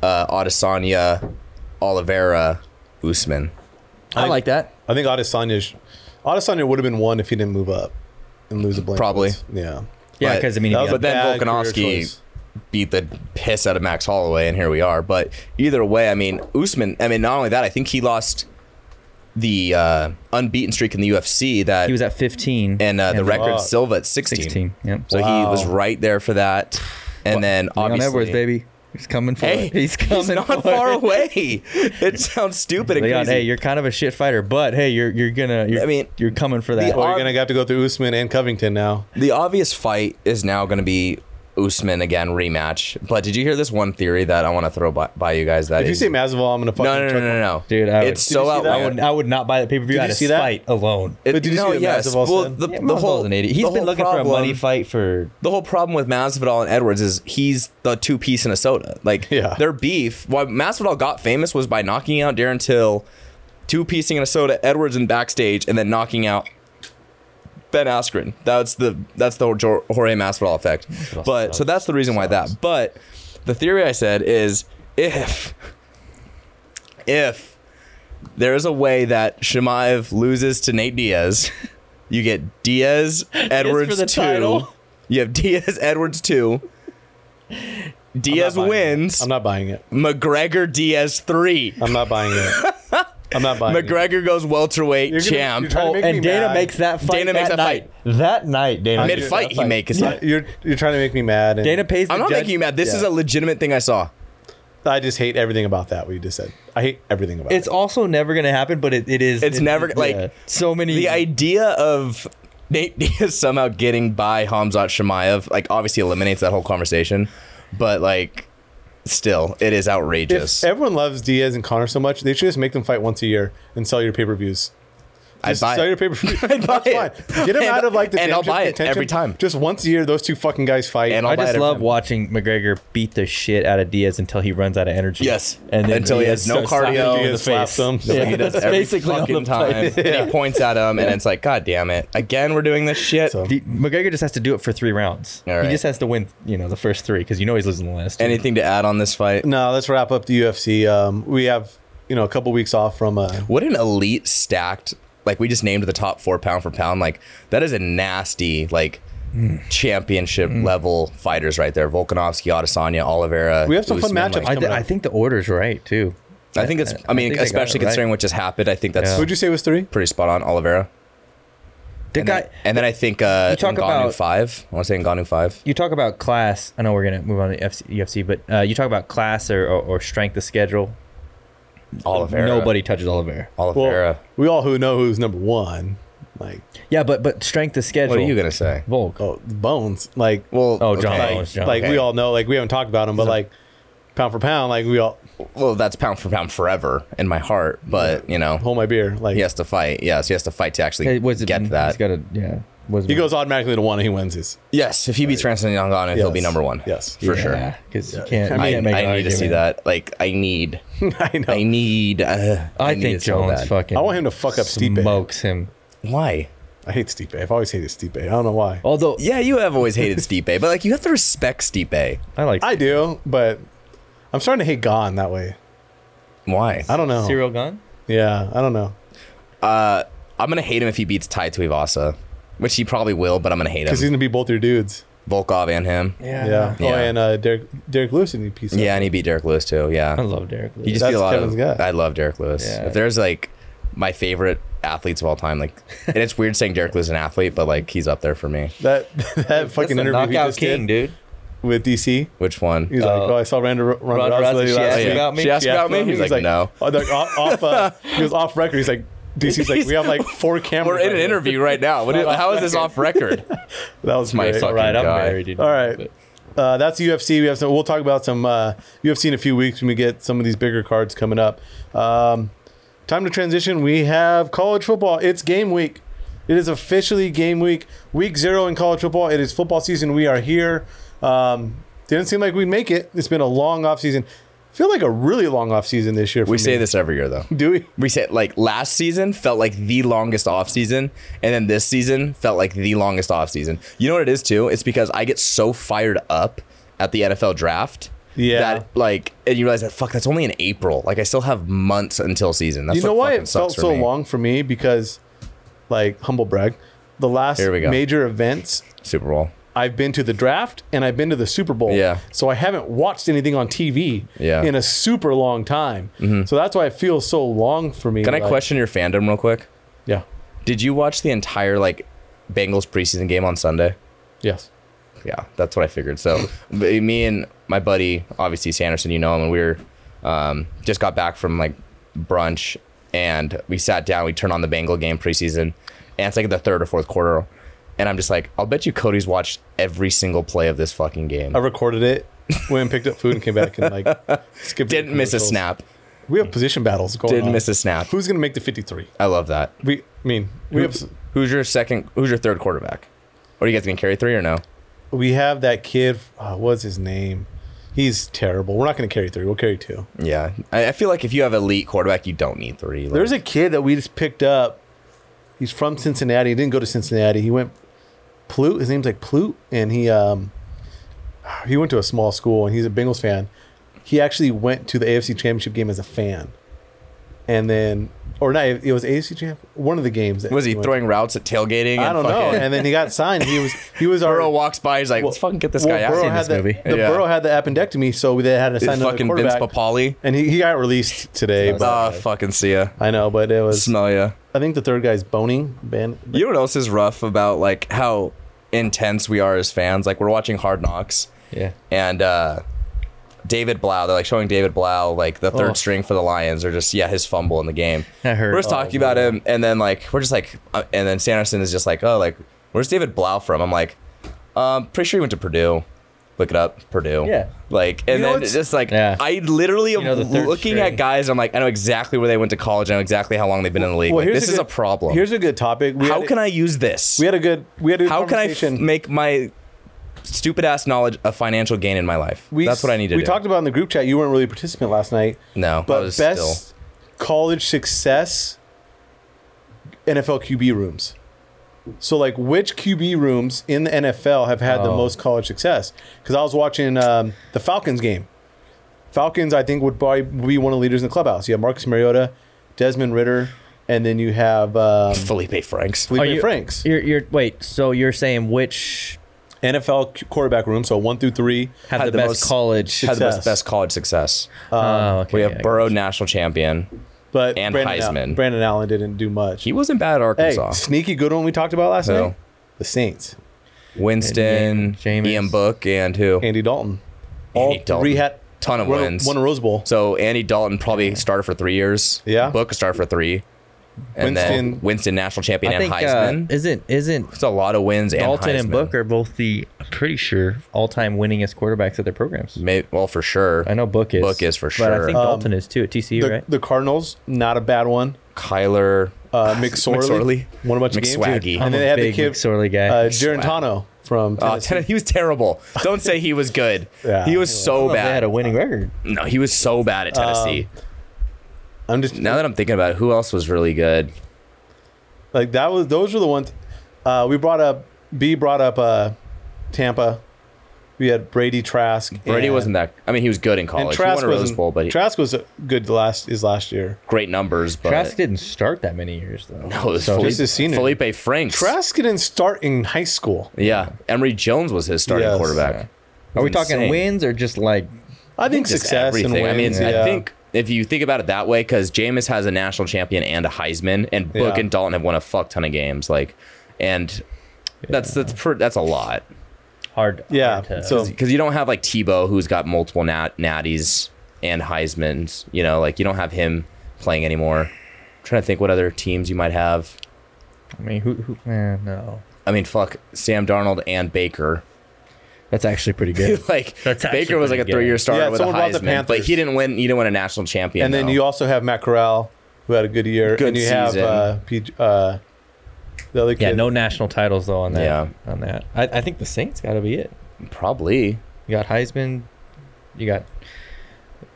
uh, Adesanya, Oliveira, Usman. I like that. I think Adesanya, sh- Adesanya would have been one if he didn't move up and lose a blank. Probably. Yeah. Yeah, But- because I mean, That he was got- a But then bad career Volkanovski choice. beat the piss out of Max Holloway, and here we are. But either way, I mean, Usman. I mean, not only that, I think he lost the uh, unbeaten streak in the UFC that he was at 15 and uh, the then record Fuck. Silva at 16. 16. Yep. So he Wow. was right there for that. And then Leon obviously, Edwards, baby, he's coming for Hey, it. He's coming. not for far it. away. It sounds stupid and Leon, crazy. hey, you're kind of a shit fighter, but hey, you're you're gonna. You're, I mean, you're coming for that. the- Well, you're going to have to go through Usman and Covington now. the obvious fight is now going to be Usman again rematch. But did you hear this one theory that I want to throw by, by you guys? That If you is- say Masvidal, I'm going to fucking no, no, no, no, chuck- no, no. Dude, I would- it's Did so you see out. that? I would I would not buy that pay per view Did out you of see that? spite alone. It, But did you no, see what yes. Masvidal Well, said? the, Yeah, the whole Masvidal's an idiot. He's the been whole looking for a money problem- fight for The whole problem with Masvidal and Edwards is he's the two piece in a soda. Like Yeah. their beef. Why Masvidal got famous was by knocking out Darren Till, two piecing in a soda, Edwards in backstage, and then knocking out Ben Askren. That's the that's the Jor- Jorge Masvidal effect. But so that's the reason why that. But the theory I said is if if there is a way that Shemaev loses to Nate Diaz, you get Diaz Edwards the two. title. You have Diaz Edwards two. I'm not Diaz buying it. wins. I'm not buying it. McGregor Diaz three. I'm not buying it. I'm not buying it. McGregor goes welterweight You're gonna- champ. you're trying to make me and Dana mad. makes that fight. Dana makes that that night. That night, Dana. Mid makes fight, that he makes Uh, it. You're you're trying to make me mad. And Dana pays. The I'm not judge. making you mad. This is a legitimate thing I saw. I just hate everything about that. What you just said. I hate everything about It's it. also never gonna happen, but it, it is. It's it- never- yeah. like, so many. Mm. The idea of Nate Diaz somehow getting by Hamzat Shemaev, like obviously eliminates that whole conversation, but like still, it is outrageous. If everyone loves Diaz and Connor so much, they should just make them fight once a year and sell your pay per views. I Just buy sell your it. pay per views. That's buy fine. it. Get them And- out of like the and I'll championship buy it contention. every time. Just once a year, those two fucking guys fight. And I'll I buy just it every love time. watching McGregor beat the shit out of Diaz until he runs out of energy. Yes. and then Until he Diaz has no starts slapping cardio him in and the slaps face. him. That's Yeah, what he that's every basically all fucking the fight. time. And he points at him, and it's like, God damn it! Again, we're doing this shit. So- The- McGregor just has to do it for three rounds. All right. He just has to win, you know, the first three because you know he's losing the last. two. Anything to add on this fight? no, let's wrap up the UFC. Um, we have you know a couple weeks off from uh, What an elite stacked. Like we just named the top four pound for pound. Like that is a nasty like championship level fighters right there. Volkanovski, Adesanya, Oliveira. We have some fun Usman, matchups like- I, coming up. I think the order's right too. I think it's. I mean, think they got especially it right. considering what just happened, I think that's Yeah. who'd you say was three? pretty spot on. Oliveira. The And, guy. then, and then I think uh, You talk Ngannou about- five. I want to say Ngannou five. you talk about class. I know we're gonna move on to FC, UFC, but uh, you talk about class or, or, or strength of schedule. Oliveira. Nobody touches Oliveira. Oliveira. we all who know who's number one, like Yeah, but but strength of schedule. what are you gonna say? Volk? oh bones, like Well, Oh, John okay. Bones. like okay. we all know, like we haven't talked about him, but like pound for pound, like we all Well, that's pound for pound forever in my heart, but you know, hold my beer, like he has to fight. Yes, he has to fight to actually Hey, what's it- get He's that. got a yeah. Was he goes automatically to one and he wins his. yes, if he beats Francis Ngannou, he'll be Yes. number one. Yes. for sure. Because you can't. I you I, can't make an I need to see argument. that. Like, I need, I know. I need. Uh, I, need think it so Jones bad. fucking. I want him to fuck up Stipe. Smokes him. Why? I hate Stipe. I've always hated Stipe. I don't know why. Although Yeah, you have always hated Stipe, but like you have to respect Stipe. I like I do, but I'm starting to hate Gon that way. Why? I don't know. serial gun. Yeah, I don't know. I'm gonna hate him if he beats Tai Tuivasa, which he probably will. But I'm gonna hate Because he's him. gonna be both your dudes. Volkov and him. Yeah. Oh, Yeah. and uh, Derek Derek Lewis and piece. up. Yeah, and he beat Derek Lewis too. I Yeah, love Derek. Lewis. he just That's beat a lot Kevin's of. guy. I love Derek Lewis. Yeah. If there's like my favorite athletes of all time, like, and it's weird saying Derek Lewis is an athlete, but like he's up there for me. That that fucking That's the interview he knockout just king, did dude. with DC. Which one? Oh, He's like, Oh. oh, I saw Ronda Ronda Ronda Rousey Rousey, she last asked week. you about me? She asked She asked about me. He's, like, no. oh, they're off, off uh, he was off record. He's like, DC's like, we have like four cameras. We're in right an here." interview right now. What is, how is this off record? That was my my fucking- Right, I'm guy. married. Dude. All right. But- Uh, that's UFC. We have some. We'll talk about some uh, UFC in a few weeks when we get some of these bigger cards coming up. Um, time to transition. We have college football. It's game week. It is officially game week. Week zero in college football. It is football season. We are here. Um, didn't seem like we'd make it. It's been a long off season. Feel like a really long off season this year. For We me. say this every year though. Do we? We said like last season felt like the longest off season, and then this season felt like the longest off season. You know what it is too? It's because I get so fired up at the NFL draft. Yeah. That like, and you realize that fuck, that's only in April. Like, I still have months until season. That's you know what why fucking it felt sucks for so me. long for me? Because, like, humble brag, the last Here we go. major events Super Bowl. I've been to the draft and I've been to the Super Bowl. Yeah. So I haven't watched anything on TV Yeah. Mm-hmm. in a super long time. So that's why it feels so long for me. Can I like- question your fandom real quick? Yeah. Did you watch the entire like Bengals preseason game on Sunday? Yes. yeah, that's what I figured. So b- me and my buddy, obviously Sanderson, you know him, and we were um, just got back from like brunch, and we sat down. We turned on the Bengal game preseason, and it's like the third or fourth quarter, and I'm just like, I'll bet you Cody's watched every single play of this fucking game. I recorded it, went and picked up food and came back and like skipped. the Didn't miss a commercials. snap. We have position battles going Didn't on. miss a snap. Who's going to make the 53? I love that. We, I mean, we have, Who's your second? Who's your third quarterback? Are you guys gonna carry three or no? we have that kid. Uh, what's his name? He's terrible. We're not going to carry three. We'll carry two. Yeah, I, I feel like if you have elite quarterback, you don't need three. Like, There's a kid that we just picked up. He's from Cincinnati. He didn't go to Cincinnati. He went Plute. His name's like Plute, and he um he went to a small school, and he's a Bengals fan. He actually went to the AFC Championship game as a fan, and then or not, it was AFC champ one of the games. That was he went- throwing routes at tailgating? I and don't know. fucking- And then he got signed. He was he was our Burrow walks by. He's like, well, let's fucking get this well, guy out. Burrow Seen had this the, movie. The Yeah. Burrow had the appendectomy, so they had to sign another fucking Vince quarterback. Papali. and he, he got released today. Sounds But, Ah, fucking see ya. I know, but it was. Smell ya. I think the third guy's boning. Ban- You know what else is rough about like how intense we are as fans? Like we're watching Hard Knocks Yeah. and uh David Blau, they're like showing David Blau like the third Oh. string for the Lions or just yeah, his fumble in the game. I heard. We're just talking about him and then like we're just like uh, and then Sanderson is just like, "Oh, like where's David Blau from?" I'm like, "Um, pretty sure he went to Purdue." Look it up, Purdue. Yeah. Like, and You know, then it's- it's just like, Yeah. I literally am know, the third looking at string. guys. I'm like, I know exactly where they went to college. I know exactly how long they've been in the league. Like, here's this is good- a problem. Here's a good topic. We how had, can I use this? We had a good. We had a good How can I f- conversation. make my stupid ass knowledge a financial gain in my life? we, That's what I need to We do. talked about in the group chat. You weren't really a participant last night, no, I but was best still college success NFL QB rooms. So like, which QB rooms in the NFL have had the Oh. most college success? Because I was watching um, the Falcons game. Falcons, I think, would probably be one of the leaders in the clubhouse. You have Marcus Mariota, Desmond Ritter, and then you have um, Felipe Franks. Felipe Are you- Franks. You're, you're wait. So you're saying which NFL q- quarterback room, so one through three. had, Had the, the best most- college? Uh, Had the success. Uh, best, best college success. oh, okay, we have yeah, Burrow national champion. But And Brandon Heisman. Allen, Brandon Allen didn't do much. He wasn't bad at hey, Arkansas. sneaky good one we talked about last Who? night. The Saints, Winston, Jameis. Ian Book, and who? Andy Dalton. Andy All three Dalton. had ton of Won- wins. Won a Rose Bowl. So Andy Dalton probably started for three years. Yeah. Book started for three. And Winston- then Winston national champion I and think uh, Heisman. isn't isn't it's a lot of wins and Dalton Heisman. and Book are both the I'm pretty sure all time winningest quarterbacks at their programs. May- well, for sure. I know Book is Book is for but sure. I think Um, Dalton is too at TCU, The, right? the Cardinals, not a bad one. Kyler. Uh, McSorley, McSorley. won a bunch of games. McSwaggy. And then they a had the big kid, McSorley guy. uh, Gerentano from Uh, Tennessee. ten- he was terrible. Don't say he was good. Yeah. he was so They had bad. a winning record. no, he was so bad at Tennessee. Um, I'm just now that I'm thinking about it, who else was really good? like that was those were the ones uh, we brought up. B brought up uh, Tampa. We had Brady Trask. Brady and- wasn't that. I mean, he was good in college. And he Trask won a Rose wasn't- Bowl, but he, Trask was good last his last year. great numbers. But Trask didn't start that many years though. no, it was So- Felipe, his senior. Felipe Franks. Trask didn't start in high school. Yeah, Emery Jones was his starting Yes. quarterback. are we It was talking insane. wins or just like I think Just success everything. and wins. I mean, yeah. I think if you think about it that way, because Jameis has a national champion and a Heisman, and Book Yeah. and Dalton have won a fuck ton of games. Like, and that's that's per, that's a lot hard? Yeah, hard to- so- because you don't have like Tebow who's got multiple nat- natties and Heisman's. You know, like you don't have him playing anymore. I'm trying to think what other teams you might have. I mean, who? who eh, no, I mean, fuck Sam Darnold and Baker. that's actually pretty good. like That's actually Baker was like a pretty good. three-year starter Yeah, with a someone brought the Heisman, but Panthers. he didn't win. He didn't win a national champion. and then though. you also have Matt Corral, who had a good year. Good and you have season. uh, P, uh, the other yeah, kid. no national titles though on that. Yeah. on that. I, I think the Saints got to be it. probably You got Heisman, you got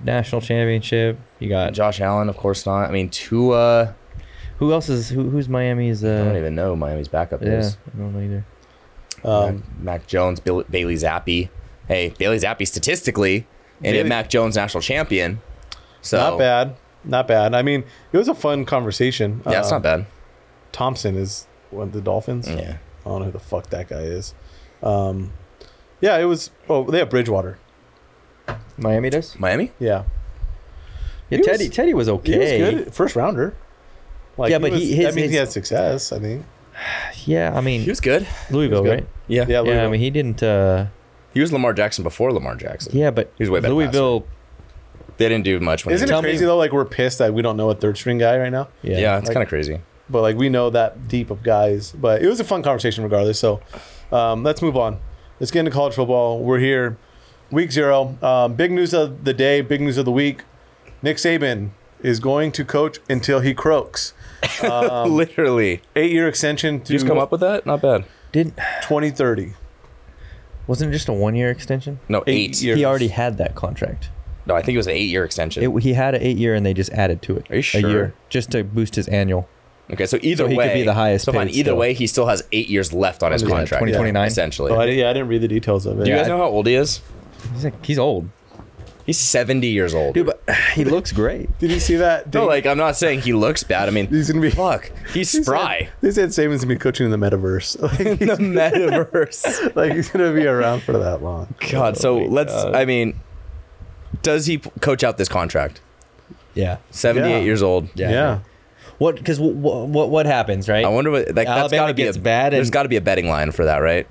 national championship, you got Josh Allen, of course not. I mean, Tua. who else is who? Who's Miami's? I don't Uh, even know Miami's backup yeah, is. I don't know either. Um, Mac, Mac Jones, Bill, Bailey Zappi. Hey, Bailey Zappi statistically ended Bailey- up Mac Jones national champion. So not bad, not bad. I mean, it was a fun conversation. Yeah, it's Um, not bad. Thompson is one of the Dolphins. Yeah, I don't know who the fuck that guy is. Um, yeah, it was. Oh, they have Bridgewater. Miami does. Miami. Yeah, Yeah, He Teddy. was- Teddy was he okay. was good first rounder. Like, Yeah, but was- he- his- that means he his- had success. I think. Yeah, I mean He was good. Louisville, good. right? Yeah, Yeah, I Louisville. mean he didn't. uh He was Lamar Jackson before Lamar Jackson. Yeah, but He was way better Louisville. They didn't do much. When he Isn't was- it crazy though? Like we're pissed that we don't know a third string guy right now. Yeah. yeah, it's like- kind of crazy. but like we know that deep of guys. But it was a fun conversation regardless. So um, let's move on. Let's get into college football. We're here, week zero. Um, big news of the day, big news of the week. Nick Saban is going to coach until he croaks. Literally, Eight year extension to you just come up with that. Not bad. Didn't 2030. wasn't it just a one year extension? No, Eight eight. years. He already had that contract. No, I think it was an eight-year extension. It, he had an eight year, and they just added to it. Are you A sure? year just to boost his annual. Okay, so either So he way, could be the highest So fine, paid either still. way, he still has eight years left on his Yeah, contract. 2029? essentially. Oh, I, yeah, I didn't read the details of it. Do you guys know how old he is? He's like, he's old, He's seventy years old. dude, but he looks great. Did you see that? no, like I'm not saying he looks bad. I mean, he's gonna be fuck, he's They said- spry. They said Saban's gonna be coaching in the metaverse. Like, In the metaverse. like he's gonna be around for that long. God, so my let's. God. I mean, does he p- coach out this contract? Yeah. Seventy-eight Yeah. years old. Yeah. What? Because w- what? What happens? Right. I wonder what like that's Alabama gotta be gets a, bad There's and- got to be a betting line for that, right?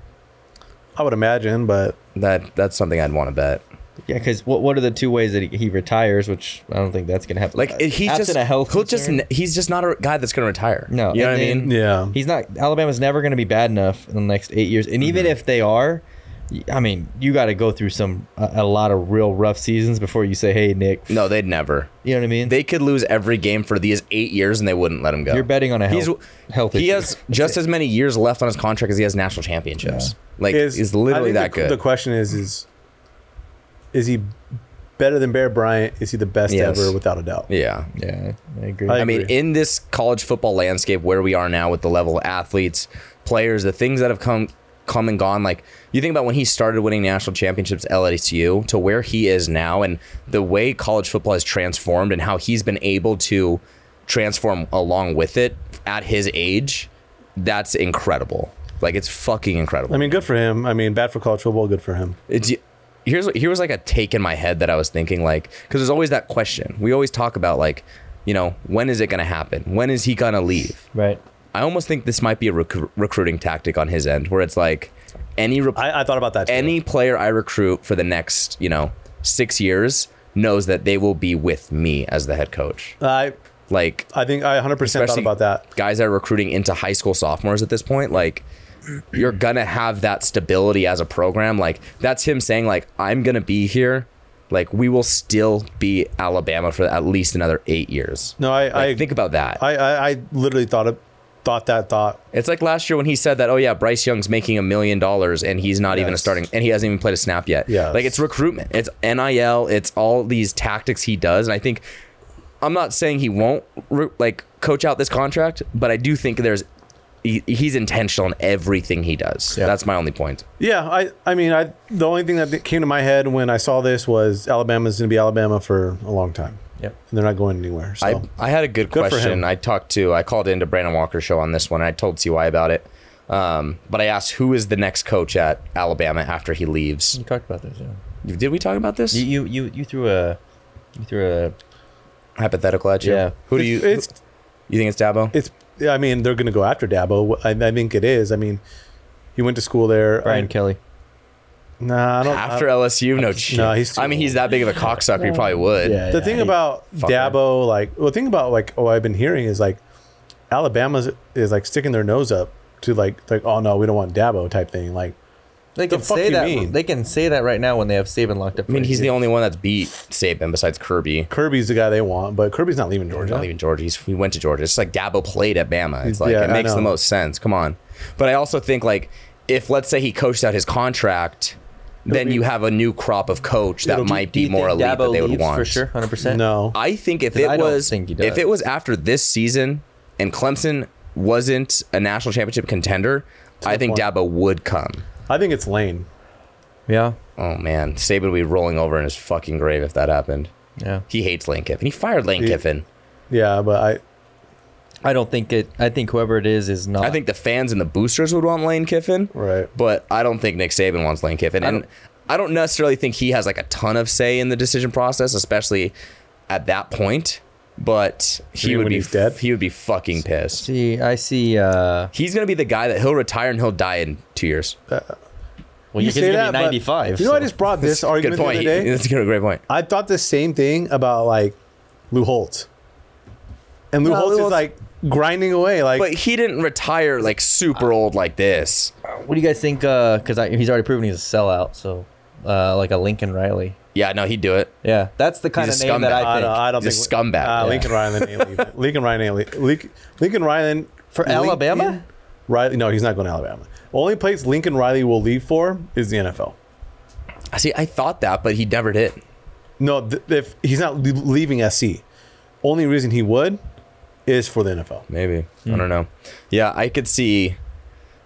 I would imagine, but That that's something I'd want to bet. Yeah, because what, what are the two ways that he, he retires? Which I don't think Uh, that's gonna happen. Like he's Absent just a health he'll just concern. n- he's just not a guy that's gonna retire. No, you know what and I then- mean. yeah, he's not. Alabama's never gonna be bad enough in the next eight years, and Mm-hmm. even if they are, y- I mean, you got to go through some a, a lot of real rough seasons before you say, "Hey, Nick," No, they'd never. you know what I mean? They could lose every game for these eight years, and they wouldn't let him go. You're betting on a health, He's- health he issue. has just as many years left on his contract as he has national championships. Like he's literally I think that the, good. The question is, is is he better than Bear Bryant? Is he the best Yes. ever, without a doubt? yeah. Yeah, I agree. I- I mean, agree. in this college football landscape where we are now with the level of athletes, players, the things that have come come and gone, like you think about when he started winning national championships at LSU to where he is now and the way college football has transformed and how he's been able to transform along with it at his age, that's incredible. Like it's fucking incredible. I mean, good for him. I mean, bad for college football, good for him. it's here's here was like a take in my head that I was thinking like because there's always that question we always talk about like you know when is it gonna happen when is he gonna leave right. I almost think this might be a recru- recruiting tactic on his end where it's like any rep- I, I thought about that. too. any player I recruit for the next you know six years knows that they will be with me as the head coach. I Like I think I 100 percent thought Especially- about that. guys that are recruiting into high school sophomores at this point, like you're gonna have that stability as a program. Like that's him saying, like, I'm gonna be here. Like we will still be Alabama for at least another eight years. No, I Like, I think about that. I, I I literally thought of, thought that thought. it's like last year when he said that, oh yeah, Bryce Young's making a million dollars and he's not even a Yes. starting and he hasn't even played a snap yet. Yes. Like it's recruitment. It's NIL, it's all these tactics he does. And I think I'm not saying he won't re- like coach out this contract, but I do think there's he, he's intentional in everything he does. Yeah. That's my only point. Yeah, I I mean I the only thing that came to my head when I saw this was Alabama's going to be Alabama for a long time. Yep. and they're not going anywhere. So I, I had a good, Good for question. him. I talked to, I called into Brandon Walker's show on this one. And I told CY about it. Um, but I asked who is the next coach at Alabama after he leaves. You talked about this, yeah. Did we talk about this? You you you, you threw a you threw a Hypothetical at you. Yeah. Who do you? It's you think it's Dabo? it's. I mean, they're going to go after Dabo. I, I think it is. I mean, he went to school there. Brian I, Kelly. Nah, I don't. After I, LSU, no shit. he's too I mean, he's that big of a cocksucker. He probably would. Yeah. the thing he- about fucker. Dabo, like, well, the thing about like, oh, I've been hearing is like, Alabama's is like sticking their nose up to like, like, oh no, we don't want Dabo type thing. Like, They The can fuck say you that. mean? They can say that right now when they have Saban locked up. I mean, he's the only one that's beat Saban besides Kirby. Kirby's the guy they want, but Kirby's not leaving Georgia. Not even Georgia. He's, he went to Georgia. It's like Dabo played at Bama. It's like Yeah, it I makes the know. most sense. Come on. But I also think like if let's say he coached out his contract, then be- you have a new crop of coach that It'll be- might be more elite that they would want. for sure, hundred percent. No, I think if Then it I don't was think he if does. it was after this season and Clemson wasn't a national championship contender, I think point. Dabo would come. I think it's Lane. Yeah, Oh man, Saban would be rolling over in his fucking grave if that happened. yeah. He hates Lane Kiffin. He fired Lane He- Kiffin. Yeah, but I. I don't think it. I think whoever it is is Oh. not. I think the fans and the boosters would want Lane Kiffin, Right. but I don't think Nick Saban wants Lane Kiffin, and I don't necessarily think he has like a ton of say in the decision process, especially at that point. But he mean would when be he's dead? he would be fucking pissed. See, I see. Uh, He's gonna be the guy that he'll retire and he'll die in two years. well, you say going that, be but- ninety five. You know, I just brought this Good argument the point. other day. That's a good- great point. I thought the same thing about like Lou Holtz. And Lou No, Holtz Lou is Holtz- like grinding away. Like But he didn't retire like super old like this. what do you guys think? Because I he's already proven he's a sellout. So, uh, like a Lincoln Riley. Yeah, no, he'd do it. Yeah, that's the kind of He's a name that scumbag. I I think. don't, I don't He's a think scumbag. Uh, Yeah. Lincoln Riley ain't leaving. Lincoln Riley ain't leaving. Lincoln, Lincoln Riley For Alabama? Riley, no, he's not going to Alabama. Only place Lincoln Riley will leave for is the NFL. See, I thought that, but he never did. No, th- if he's not le- leaving SC, only reason he would is for the NFL. Maybe. I don't know. Yeah, I could see.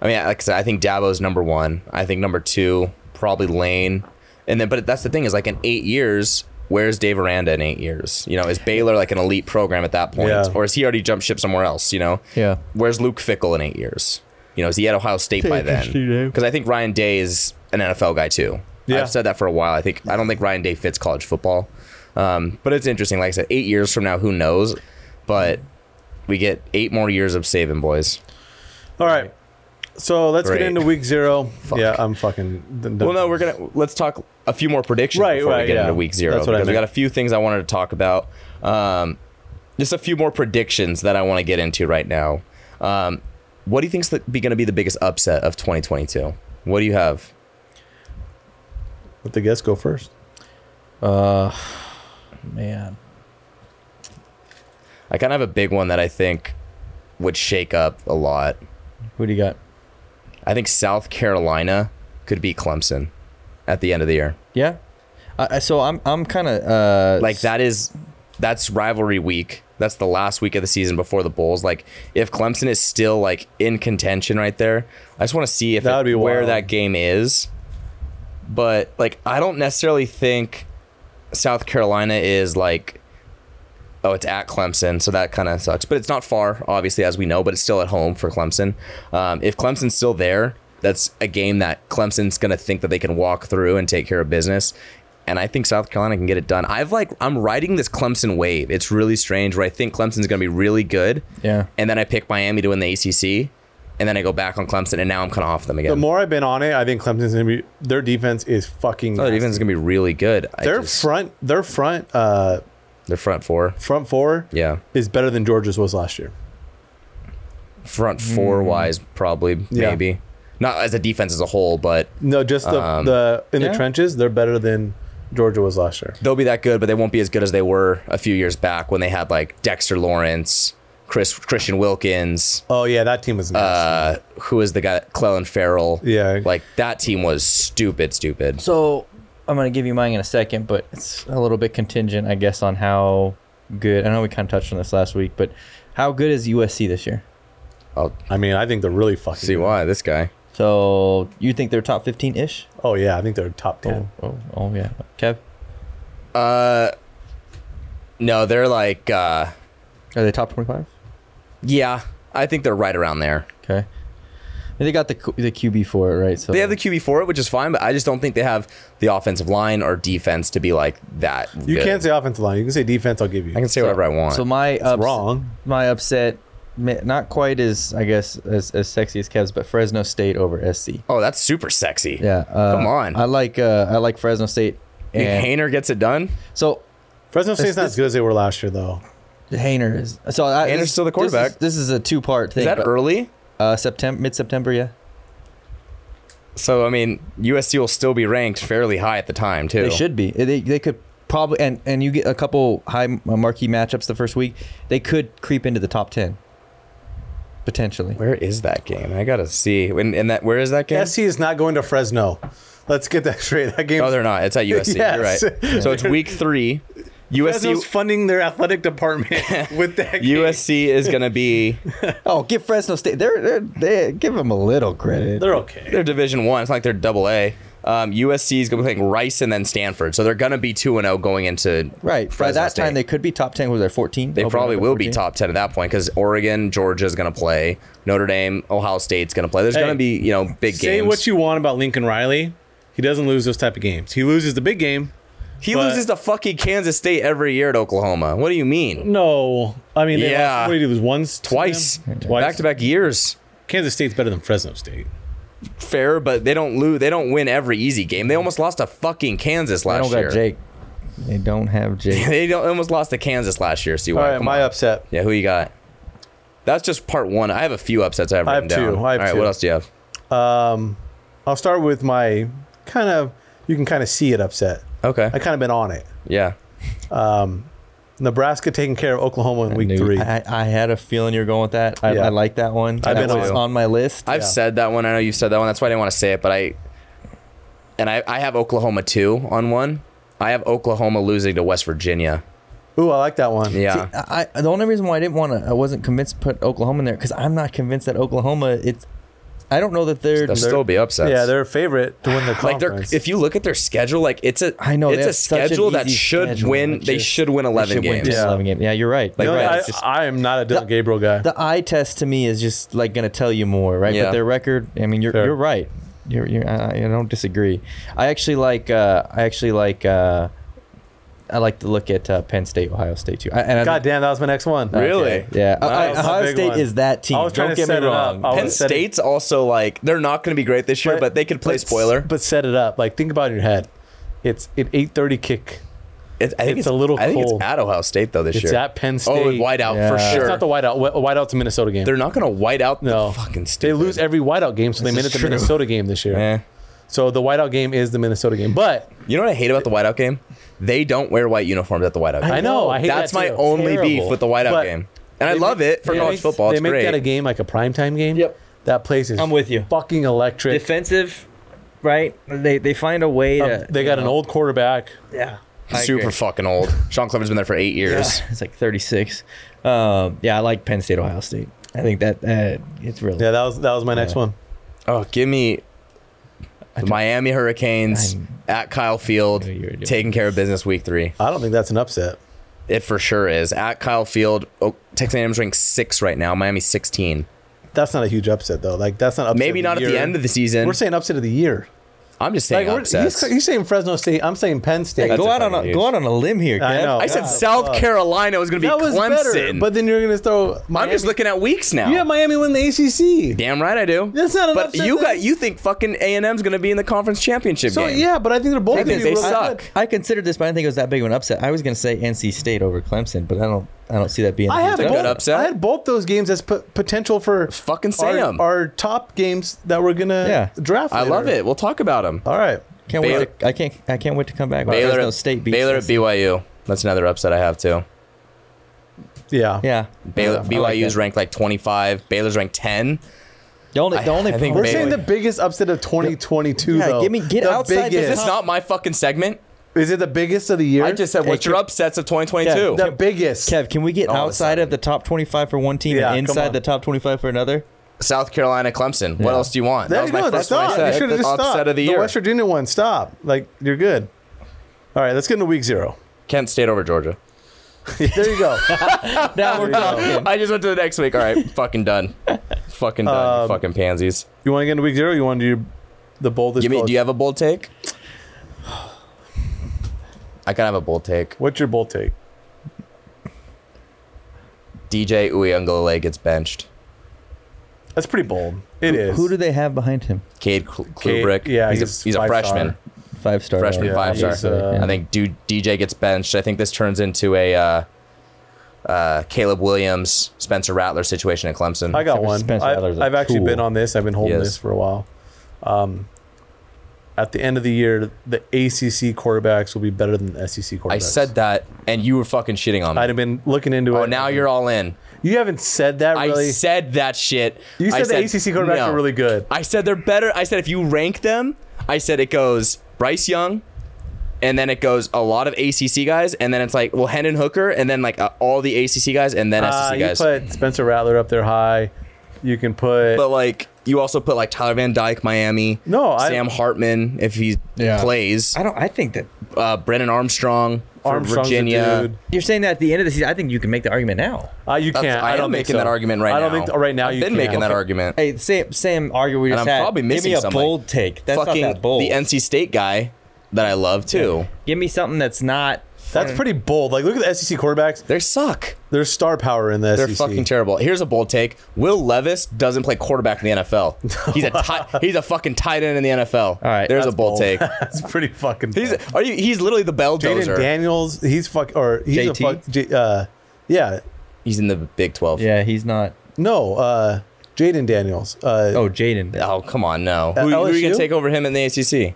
I mean, like I said, I think Dabo's number one. I think number two, probably Lane. And then, but that's the thing is like in eight years, where's Dave Aranda in eight years? You know, is Baylor like an elite program at that point? Yeah. Or is he already jumped ship somewhere else? You know? Yeah. Where's Luke Fickle in eight years? You know, is he at Ohio State by then? Because I think Ryan Day is an NFL guy too. Yeah. I've said that for a while. I think I don't think Ryan Day fits college football. Um, but it's interesting. Like I said, eight years from now, who knows? But we get eight more years of saving boys. All right. So let's Great. get into week zero. Yeah, I'm fucking. d- d- Well, no, we're gonna let's talk a few more predictions Right, before we right, get yeah. into week zero That's what I because we got a meant. few things I wanted to talk about. Um, just a few more predictions that I want to get into right now. Um, what do you think's the, be going to be the biggest upset of 2022? What do you have? Let the guests go first. Uh, Man, I kind of have a big one that I think would shake up a lot. who do you got? I think South Carolina could beat Clemson at the end of the year. Yeah. I, I- so I'm I'm kind of uh Like that is that's rivalry week. That's the last week of the season before the Bulls. Like if Clemson is still like in contention right there, I just want to see if That would it- be where wild. that game is. But like I don't necessarily think South Carolina is like oh it's at Clemson, so that kind of sucks. But it's not far, obviously, as we know. But it's still at home for Clemson. Um, if Clemson's still there, that's a game that Clemson's gonna think that they can walk through and take care of business. And I think South Carolina can get it done. I've like I'm riding this Clemson wave. It's really strange where I think Clemson's gonna be really good, yeah. and then I pick Miami to win the ACC, and then I go back on Clemson, and now I'm kind of off them again. The more I've been on it, I think Clemson's gonna be their defense is fucking. oh, the nasty. defense is gonna be really good. I Their just- front, their front, uh, their front four, front four yeah, is better than Georgia's was last year. front four wise, probably Yeah. maybe not as a defense as a whole, but No, just the, Um, the in yeah. the trenches, they're better than Georgia was last year. they'll be that good, but they won't be as good as they were a few years back when they had like Dexter Lawrence, Chris Christian Wilkins, Oh yeah, that team was. uh, who is the guy Clellan Farrell. Yeah. Like that team was stupid, stupid. So I'm going to give you mine in a second, but it's a little bit contingent, I guess, on how good. I know we kind of touched on this last week, but how good is USC this year? I'll I mean, I think they're really fucking. see why this guy. So you think they're top 15 ish? Oh yeah, I think they're top ten. Oh, oh, yeah. Kev? Uh, no, they're like, uh, Are they top 25? yeah, I think they're right around there. Okay. And they got the Q- the QB for it, right? So They have the QB for it, which is fine, but I just don't think they have the offensive line or defense to be like that. You good. can't say offensive line. You can say defense. I'll give you. I can say So- whatever I want. So my it's ups- wrong. my upset, ma- not quite as I guess as, as sexy as Kev's, but Fresno State over SC. oh, that's super sexy. Yeah, uh, Come on. I like uh, I like Fresno State, You think and Hayner gets it done. so Fresno State's not this- as good as they were last year though. Hayner is so I, Hayner's this- still the quarterback. This is, this is a two part thing. Is that but, early? Uh, September, mid September, yeah. So I mean, USC will still be ranked fairly high at the time too. They should be. They, they could probably and and you get a couple high uh, marquee matchups the first week. They could creep into the top ten, potentially. Where is that game? I gotta see. And, and that where is that game? SC is not going to Fresno. Let's get that straight. That game. Oh, they're not. It's at USC. You're Yes. right. So it's week three. Fresno's USC funding their athletic department with that. Game. USC is gonna be Oh, give Fresno State. They're, they're they give them a little credit. They're okay. They're Division One. It's not like they're Double A. Um, USC is going to be playing Rice and then Stanford, so they're going to be two and zero going into Right. Fresno By that time, State. they could be top 10. Was there 14? They Open probably up at will be 14? top ten at that point because Oregon, Georgia is going to play, Notre Dame, Ohio State's going to play. There's going to be you know big Say games. what you want about Lincoln Riley. He doesn't lose those type of games. He loses the big game. he but- loses to fucking Kansas State every year at Oklahoma. What do you mean? No, I mean, they Yeah. Lost, what do you do? Once, to Twice, them? twice. back to back years. Kansas State's better than Fresno State. Fair, but they don't lose. They don't win every easy game. They almost lost to fucking Kansas They last don't got year. Jake. They don't have Jake. They don't, almost lost to Kansas last year. See why? Come on. upset. Yeah, who you got? That's just part one. I have a few upsets I have I written have down. two. I have All right, two. what else do you have? Um, I'll start with my kind of. You can kind of see it upset. Okay. I kind of been on it. yeah. Nebraska taking care of Oklahoma in week Dude, three. I, I had a feeling you're going with that. I, Yeah. I like that one. I've that been was on- on my list. I've Yeah. said that one. I know you've said that one. That's why I didn't want to say it, but I and I, I have Oklahoma two on one. I have Oklahoma losing to West Virginia. Ooh, I like that one. Yeah. I, I- the only reason why I didn't want to, I wasn't convinced to put Oklahoma in there because I'm not convinced that Oklahoma. It's, I don't know that they're. They'll still be upsets. yeah, they're a favorite to win the like conference. they're if you look at their schedule, like it's a I know they it's a have such an schedule that easy should schedule. win. It they just- should win eleven should win games. Yeah. 11 games. Yeah, you're right. Like You know, right, I, it's just- I am not a Dylan Gabriel guy. the eye test to me is just like going to tell you more, right? Yeah. But their record, I mean, you're Fair. you're right. You're, you're I, I don't disagree. I actually like uh, I actually like uh, I like to look at uh, Penn State, Ohio State too. I, and I- God damn, that was my next one. Really? yeah. Wow. I- I- That's a Ohio big State one. is that team. I was trying don't to get me set it up. wrong. I was Penn setting- State's also like they're not going to be great this year, but, they could play but- spoiler. But set it up. Like think about it in your head. It's an eight thirty kick. It's, I think It's a little I think cold. it's at Ohio State though this It's year. at Penn oh, State. whiteout Yeah. for It's It's sure. not the whiteout. Whi- Whiteout's a Minnesota game. They're not gonna white out No. the fucking state. they lose every whiteout game, so they made it the Minnesota game this year. So the whiteout game is the Minnesota game. But You know what I hate about the whiteout game? They don't wear white uniforms at the whiteout. I game. know. I hate That's that my too. only beef Terrible. with the whiteout But game, and I they love make- it for they college make- football. They It's make great. that a game like a primetime game. Yep. That place is I'm with you. fucking electric. Defensive, right? They they find a way Um, to. they got an old quarterback. Yeah. Super fucking old. Sean Clever's been there for eight years. It's like 36. Um, yeah, I like Penn State, Ohio State. I think that uh, it's really. Yeah, that was that was my next one. Oh, give me the Miami Hurricanes I'm- at Kyle Field, I knew you were doing taking care of business week three. I don't think that's an upset. It for sure is at Kyle Field. Oh, Texas A&M's ranked six right now. Miami sixteen. That's not a huge upset though. Like that's not upset Maybe of the not at the year. end of the season. We're saying upset of the year. I'm just Like, saying we're- upsets. he's, he's saying Fresno State. I'm saying Penn State. go out on fucking a, huge. go out on a limb here. I Kev. know. I said Yeah, South fuck. Carolina was going to be that was Clemson. better. But then you're gonna throw. Miami. I'm just looking at weeks now. You have Miami win the ACC. Damn right I do. That's not an But upset you then. got you think fucking A and M's going to be in the conference championship So game? yeah, but I think they're both. They- gonna be they really suck. good. I considered this, but I didn't think it was that big of an upset. I was going to say NC State over Clemson, but I don't. I don't see that being. a I huge had upset. both. good upset. I had both those games as p- potential for Fucking say our, 'em. our top games that we're gonna Yeah. draft. I later. love it. We'll talk about them. All right. Can't Baylor- wait. To, I can't. I can't wait to come back. when Baylor, Fresno at, State beats Baylor at Cincinnati. BYU. That's another upset I have too. Yeah. Yeah. Baylor, I like BYU's that. ranked like 25. Baylor's ranked 10. The only. The I- only I think We're Baylor- saying the biggest upset of 2022. Yeah, though. give me- get the outside the Biggest. It's not my fucking segment. Is it the biggest of the year? I just said what's your Kev- upsets of 2022? the biggest. Kev, can we get All of a outside sudden. of the top twenty-five for one team Yeah, and come inside on. the top twenty-five for another? South Carolina, Clemson. What Yeah. else do you want? There that was you my go. first stop. one I You said. should have just upset stopped. of the The year. West Virginia one. Stop. Like you're good. All right, let's get into week zero. Kent State over Georgia. There you go. Now we're talking. I just went to the next week. All right, fucking done. Fucking done. you Um, fucking pansies. you want to get into week zero? Or you want to do your, the boldest? Give me. college- Do you have a bold take? I can have a bold take. What's your bold take? DJ Uyunglele gets benched. That's pretty bold. It is. Who do they have behind him? Cade Kl- Klubrick. yeah, he's, he's a, he's a five freshman. star. Five Oh, star. Freshman uh, five obviously. star. Yeah. I think dude, DJ gets benched. I think this turns into a uh, uh, Caleb Williams, Spencer Rattler situation at Clemson. I got Except for one. Spencer Rattler's a I, I've actually tool. been on this. I've been holding Yes. this for a while. Um, at the end of the year, the ACC quarterbacks will be better than the SEC quarterbacks. I said that, and you were fucking shitting on me. I'd have been looking into it. Oh, now you're all in. You haven't said that really. I said that shit. you I said the ACC quarterbacks no. are really good. I said they're better. I said if you rank them, I said it goes Bryce Young, and then it goes a lot of ACC guys, and then it's like well Hendon Hooker, and then like uh, all the ACC guys, and then Uh, SEC you guys. put Spencer Rattler up there high. You can put. but like you also put like Tyler Van Dyke, Miami. No, I- Sam Hartman if he Yeah. plays. I don't. I think that Uh, Brennan Armstrong for Armstrong's Virginia. A dude. you're saying that at the end of the season. I think you can make the argument now. Uh, you That's- can't. I, I, don't am think making so. that argument right now. I don't think. Right now, I've you been can't. making that Okay. argument. Hey, same same argument we just I'm had. probably missing Give me a somebody. bold take. That's Fucking not that bold. the NC State guy that I love too. Give me something that's not. That's pretty bold. Like, look at the SEC quarterbacks. They suck. There's star power in the E They're SEC. fucking terrible. Here's a bold take: Will Levis doesn't play quarterback in the NFL. He's a ti- he's a fucking tight end in the NFL. All right, there's a that's bold, bold. take. That's pretty fucking. He's bold. are you? He's literally the Jaden belldozer. Daniels. He's fuck or he's a JT? fuck. J, uh, yeah, he's in the Big Twelve. Yeah, he's not. no. Uh, Jaden Daniels. Uh, Oh, Jaden. Oh come on, no. At Who, who are you gonna LSU? take over him in the ACC?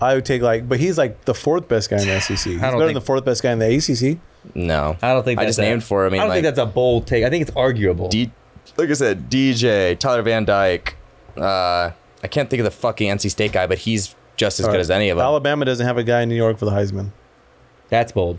I would take like, but he's like the fourth best guy in the SEC. He's don't better than think- the fourth best guy in the ACC. No, I don't think. I That's just a- named for. him. I mean, I don't like, think that's a bold take. I think it's arguable. D- like I said, DJ Tyler Van Dyke. Uh, I can't think of the fucking NC State guy, but he's just as good as any of them. Alabama doesn't have a guy in New York for the Heisman. that's bold.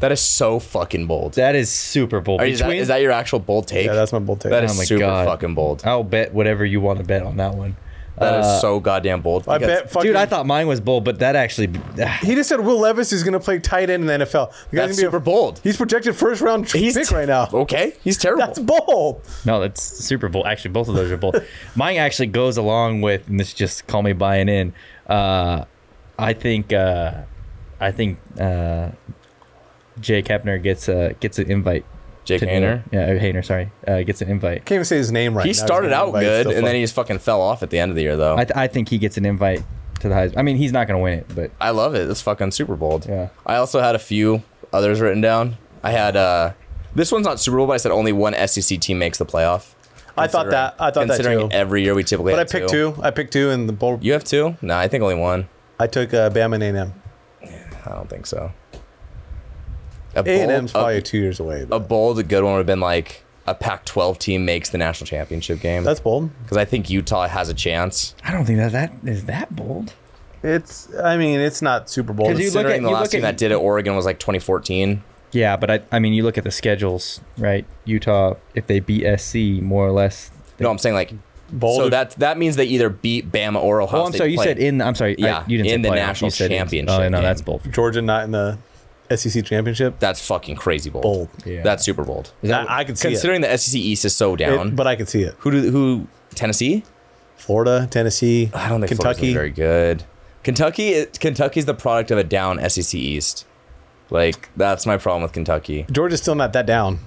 That is so fucking bold. That is super bold. Are you- is, that, Between- is that your actual bold take? Yeah, that's my bold take. That is Oh my super God. fucking bold. I'll bet whatever you want to bet on that one. That is Uh, so goddamn bold. I because bet. Fucking, Dude, I thought mine was bold, but that actually. ah. he just said Will Levis is going to play tight end in the NFL. The guy's that's gonna be super a- bold. He's projected first round tr- He's pick right now. Okay, he's terrible. That's bold. No, that's Super Bowl. Actually, both of those are bold. Mine actually goes along with, and this just call me buying in. Uh, I think, uh, I think uh, Jake Hepner gets a gets an invite. Jake to New York. Hayner. yeah, uh, Hayner, sorry, uh, gets an invite. Can't even say his name right. He now. started He's out nobody. It's good, still and fun. then he just fucking fell off at the end of the year, though. I, I, th- I think he gets an invite to the Heisman. I mean, he's not going to win it, but love it. It's fucking super bold. Yeah. I also had a few others written down. I had uh, this one's not super bold, but I said only one SEC team makes the playoff. I thought that. I thought that considering too. every year we typically. But I have picked two. I picked two, and the bold. You have two? No, I think only one. I took uh, Bama and A&M. I don't think so. A bold, A&M's probably a, two years away. a But bold, a good one would have been like a Pac-12 team makes the national championship game that's bold. because I think Utah has a chance. I don't think that that is that bold. It's. I mean, it's not Super Bowl. 'Cause you- look Considering at- the you last look team at- that did it, Oregon was like 2014. Yeah, but I, I mean, you look at the schedules, right? Utah, if they beat SC, more or less. They, No, I'm saying like. Bold. So that that means they either beat Bama or Ohio oh, I'm State. sorry. You play. said in. I'm sorry. I- Yeah, you didn't in say the playoff, national you said in- championship Oh no, game. that's bold. Georgia not in the SEC championship. that's fucking crazy bold. Bold. Yeah. That's super bold. I, I could see it. Considering the SEC E East is so It- down, But I could see it. who do who Tennessee? Florida, Tennessee, I don't think Kentucky Kentucky. very good. Kentucky, is- Kentucky's the product of a down SEC East. Like that's my problem with Kentucky. Georgia's still not that down.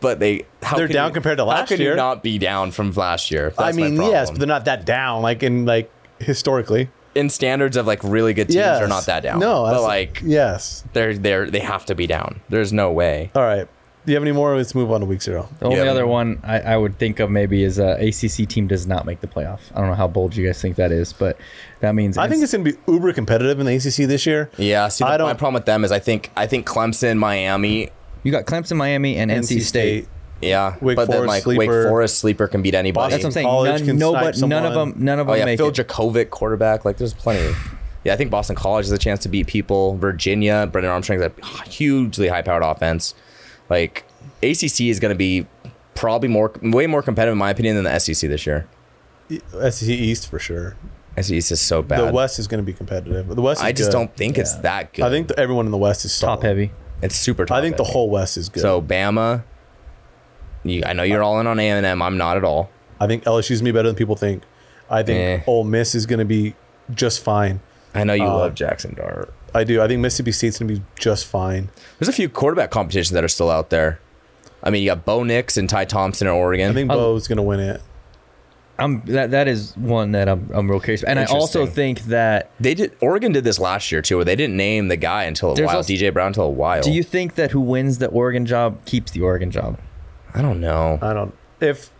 But they how They're can down you- compared to last how can year. You not be down from last year. That's I my mean, yes, problem. but they're not that down. Like in like historically, in standards of like really good teams, yes. they're not that down. No, but that's- like yes. they're they're they have to be down. There's no way. All right. Do you have any more? Let's move on to week zero. The only Yeah. other one I, I would think of maybe is uh, ACC team does not make the playoff. I don't know how bold you guys think that is, but that means I think it's going to be uber competitive in the ACC this year. Yeah, see, I the- my don't- problem with them is I think I think Clemson, Miami, you got Clemson, Miami, and NC, State. yeah, Wake but then Forest like Wake sleeper. Forest sleeper can beat anybody. That's what I'm saying. College None, can no, snipe but none of someone. them, none of Oh them yeah, make Phil it. Dracovic, quarterback. Like, there's plenty. Yeah, I think Boston College has a chance to beat people. Virginia, Brendan Armstrong's a hugely high-powered offense. Like, ACC is going to be probably more, way more competitive in my opinion than the SEC this year. SEC E East for sure. SEC is so bad. The West is going to be competitive. The West. Is I just good. don't think it's that good. I think the, everyone in the West is solid. top heavy. it's super top. I think the heavy. whole West is good. Uh, So Bama, you, I know you're all in on A and M. I'm not at all. I think LSU's gonna be better than people think. I think Eh. Ole Miss is going to be just fine. I know you uh, love Jackson Dart. I do. I think Mississippi State's going to be just fine. There's a few quarterback competitions that are still out there. I mean, you got Bo Nix and Ty Thompson at Oregon. I think I'll- Bo's going to win it. I'm that that is one that I'm I'm real curious. about. And I also Interesting. think that They did. Oregon did this last year too, where they didn't name the guy until a There's while. also- DJ Brown until a while. do you think that who wins the Oregon job keeps the Oregon job? I don't know. I don't. If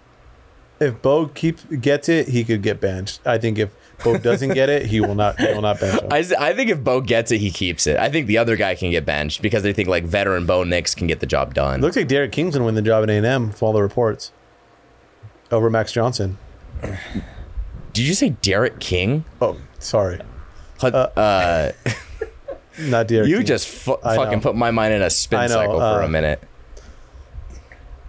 if Bo keeps gets it, he could get benched. I think if Bo doesn't get it, he will not. He will not bench him. I, s- I think if Bo gets it, he keeps it. I think the other guy can get benched because they think like veteran Bo Nix can get the job done. Looks like Derek King's going to win the job at A and M. From all the reports, over Max Johnson. Did you say Derek King? Oh, sorry, Huh, uh, not Derek. you King. just fu- I fucking know. put my mind in a spin I know, cycle for uh, a minute.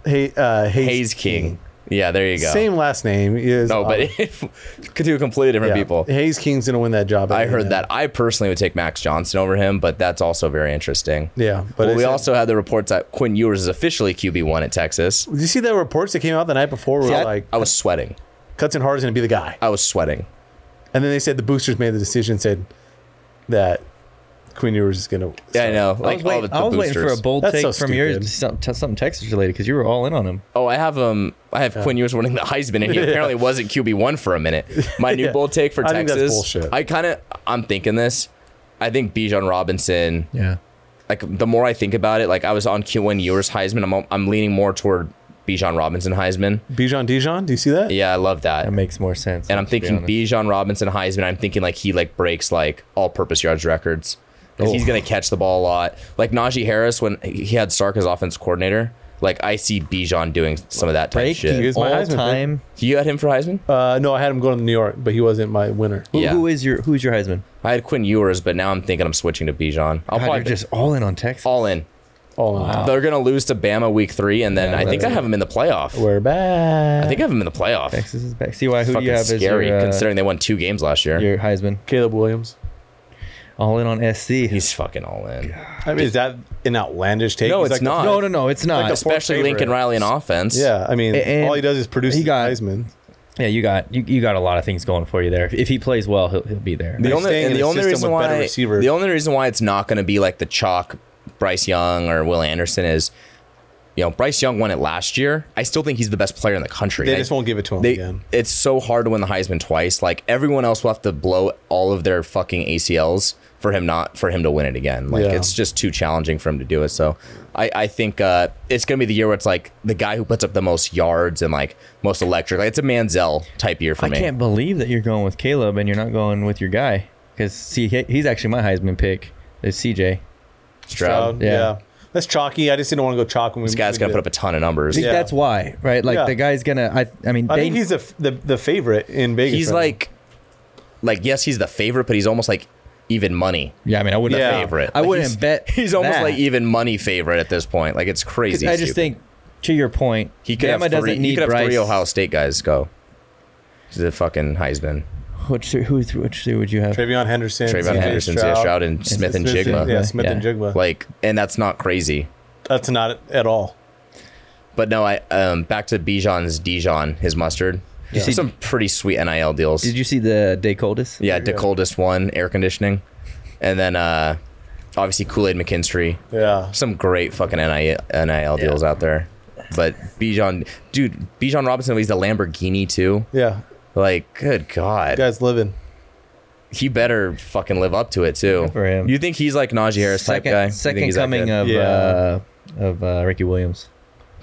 hey uh, Hayes, Hayes King. Yeah, there you go. Same uh, last name. Is, No, but if, could do completely different people. Hayes King's going to win that job. at I heard A&M. that. I personally would take Max Johnson over him, but that's also very interesting. Yeah, but well, we it's- also had the reports that Quinn Ewers is officially QB one at Texas. Did you see the reports that came out the night before? Where I, like I was sweating. Cutson Hart is going to be the guy, I was sweating. and then they said the boosters made the decision, said that Queen Ewers is going to. Yeah, I know. Like I all was, waiting, of I the was waiting for a boosters. bold That's take so from yours, stupid. some- t- something Texas related, because you were all in on him. Oh, I have um, I have Quinn Ewers winning the Heisman, and he apparently wasn't QB one for a minute. My new Yeah. bold take for I think that's Texas. bullshit. I kind of I'm thinking this. I think Bijan Robinson. Yeah. Like the more I think about it, like I was on Quinn Ewers Heisman. I'm I'm leaning more toward Bijan Robinson Heisman. Bijan Dijon. Do you see that? Yeah, I love that. That makes more sense. and I'm to be thinking honest. Bijan Robinson Heisman. I'm thinking like he like breaks like all-purpose yards records because he's Oh. gonna catch the ball a lot. Like Najee Harris when he had Sark as offense coordinator. Like I see Bijan doing some of that type of breaking shit. Here's my all Heisman pick. time. You had him for Heisman. Uh, no, I had him going to New York, but he wasn't my winner. Who, Yeah. who is your who's your Heisman? I had Quinn Ewers, but now I'm thinking I'm switching to Bijan. I'll God, probably you're just all in on Texas. all in. All in all. They're gonna lose to Bama week three, and then Yeah, I think that's I have him in the playoff. We're back. I think I have him in the playoff. Texas is back. See why who do Fucking you have scary, as your, uh, considering they won two games last year. your Heisman? Caleb Williams. All in on SC. He's fucking all in. I mean, is that an outlandish take? No, He's it's like the- not. no, no, no. It's not. Especially favorite. Lincoln Riley in offense. yeah, I mean, And all he does is produce he the got- Heisman. Yeah, you got you, you got a lot of things going for you there. If, if he plays well, he'll, he'll be there. The They're only staying and in the a only system reason with why better receivers. the only reason why it's not going to be like the chalk Bryce Young or Will Anderson is, you know, Bryce Young won it last year. I still think he's the best player in the country. They I- just won't give it to him they- again. It's so hard to win the Heisman twice. Like everyone else will have to blow all of their fucking ACLs for him not for him to win it again. Like Yeah. it's just too challenging for him to do it. So I, I think uh, it's gonna be the year where it's like the guy who puts up the most yards and like most electric. Like it's a Manziel type year for I me. can't believe that you're going with Caleb and you're not going with your guy because see he, he's actually my Heisman pick. Is CJ? Stroud. Stroud, yeah. yeah. That's chalky. I just didn't want to go chalk when This we guy's gonna put up a ton of numbers. I think Yeah. that's why, right? Like Yeah. the guy's gonna. I I mean, I they- think he's the, the the favorite in Vegas. he's right now. like, like yes, he's the favorite, but he's almost like even money. yeah. I mean, I wouldn't Yeah. favorite. I Like, wouldn't he's- bet. He's almost that. like even money favorite at this point. Like it's crazy. I just stupid. think to your point, he could Bama have three. doesn't need He could have Bryce. three Ohio State guys go. He's a fucking Heisman. Which three- who which three would you have? Travion Henderson, Trayvon C.J. Henderson, Stroud, Stroud and Smith and Jigma. Yeah, Smith Yeah. and Jigba. Like, and that's not crazy. That's not at all. But no, I um back to Bijan's Dijon, his mustard. you see- some pretty sweet NIL deals. Did you see the day coldest? yeah, the coldest one, air conditioning, and then uh, obviously Kool Aid McKinstry. Yeah. Some great fucking NIL, NIL deals out there. But Bijan, dude, Bijan Robinson leads the Lamborghini too. Yeah. Like, good God. Guys living. He better fucking live up to it too. for him. You think he's like Najee Harris type second, guy? You think Second he's that coming good? of Yeah. uh, of uh, Ricky Williams.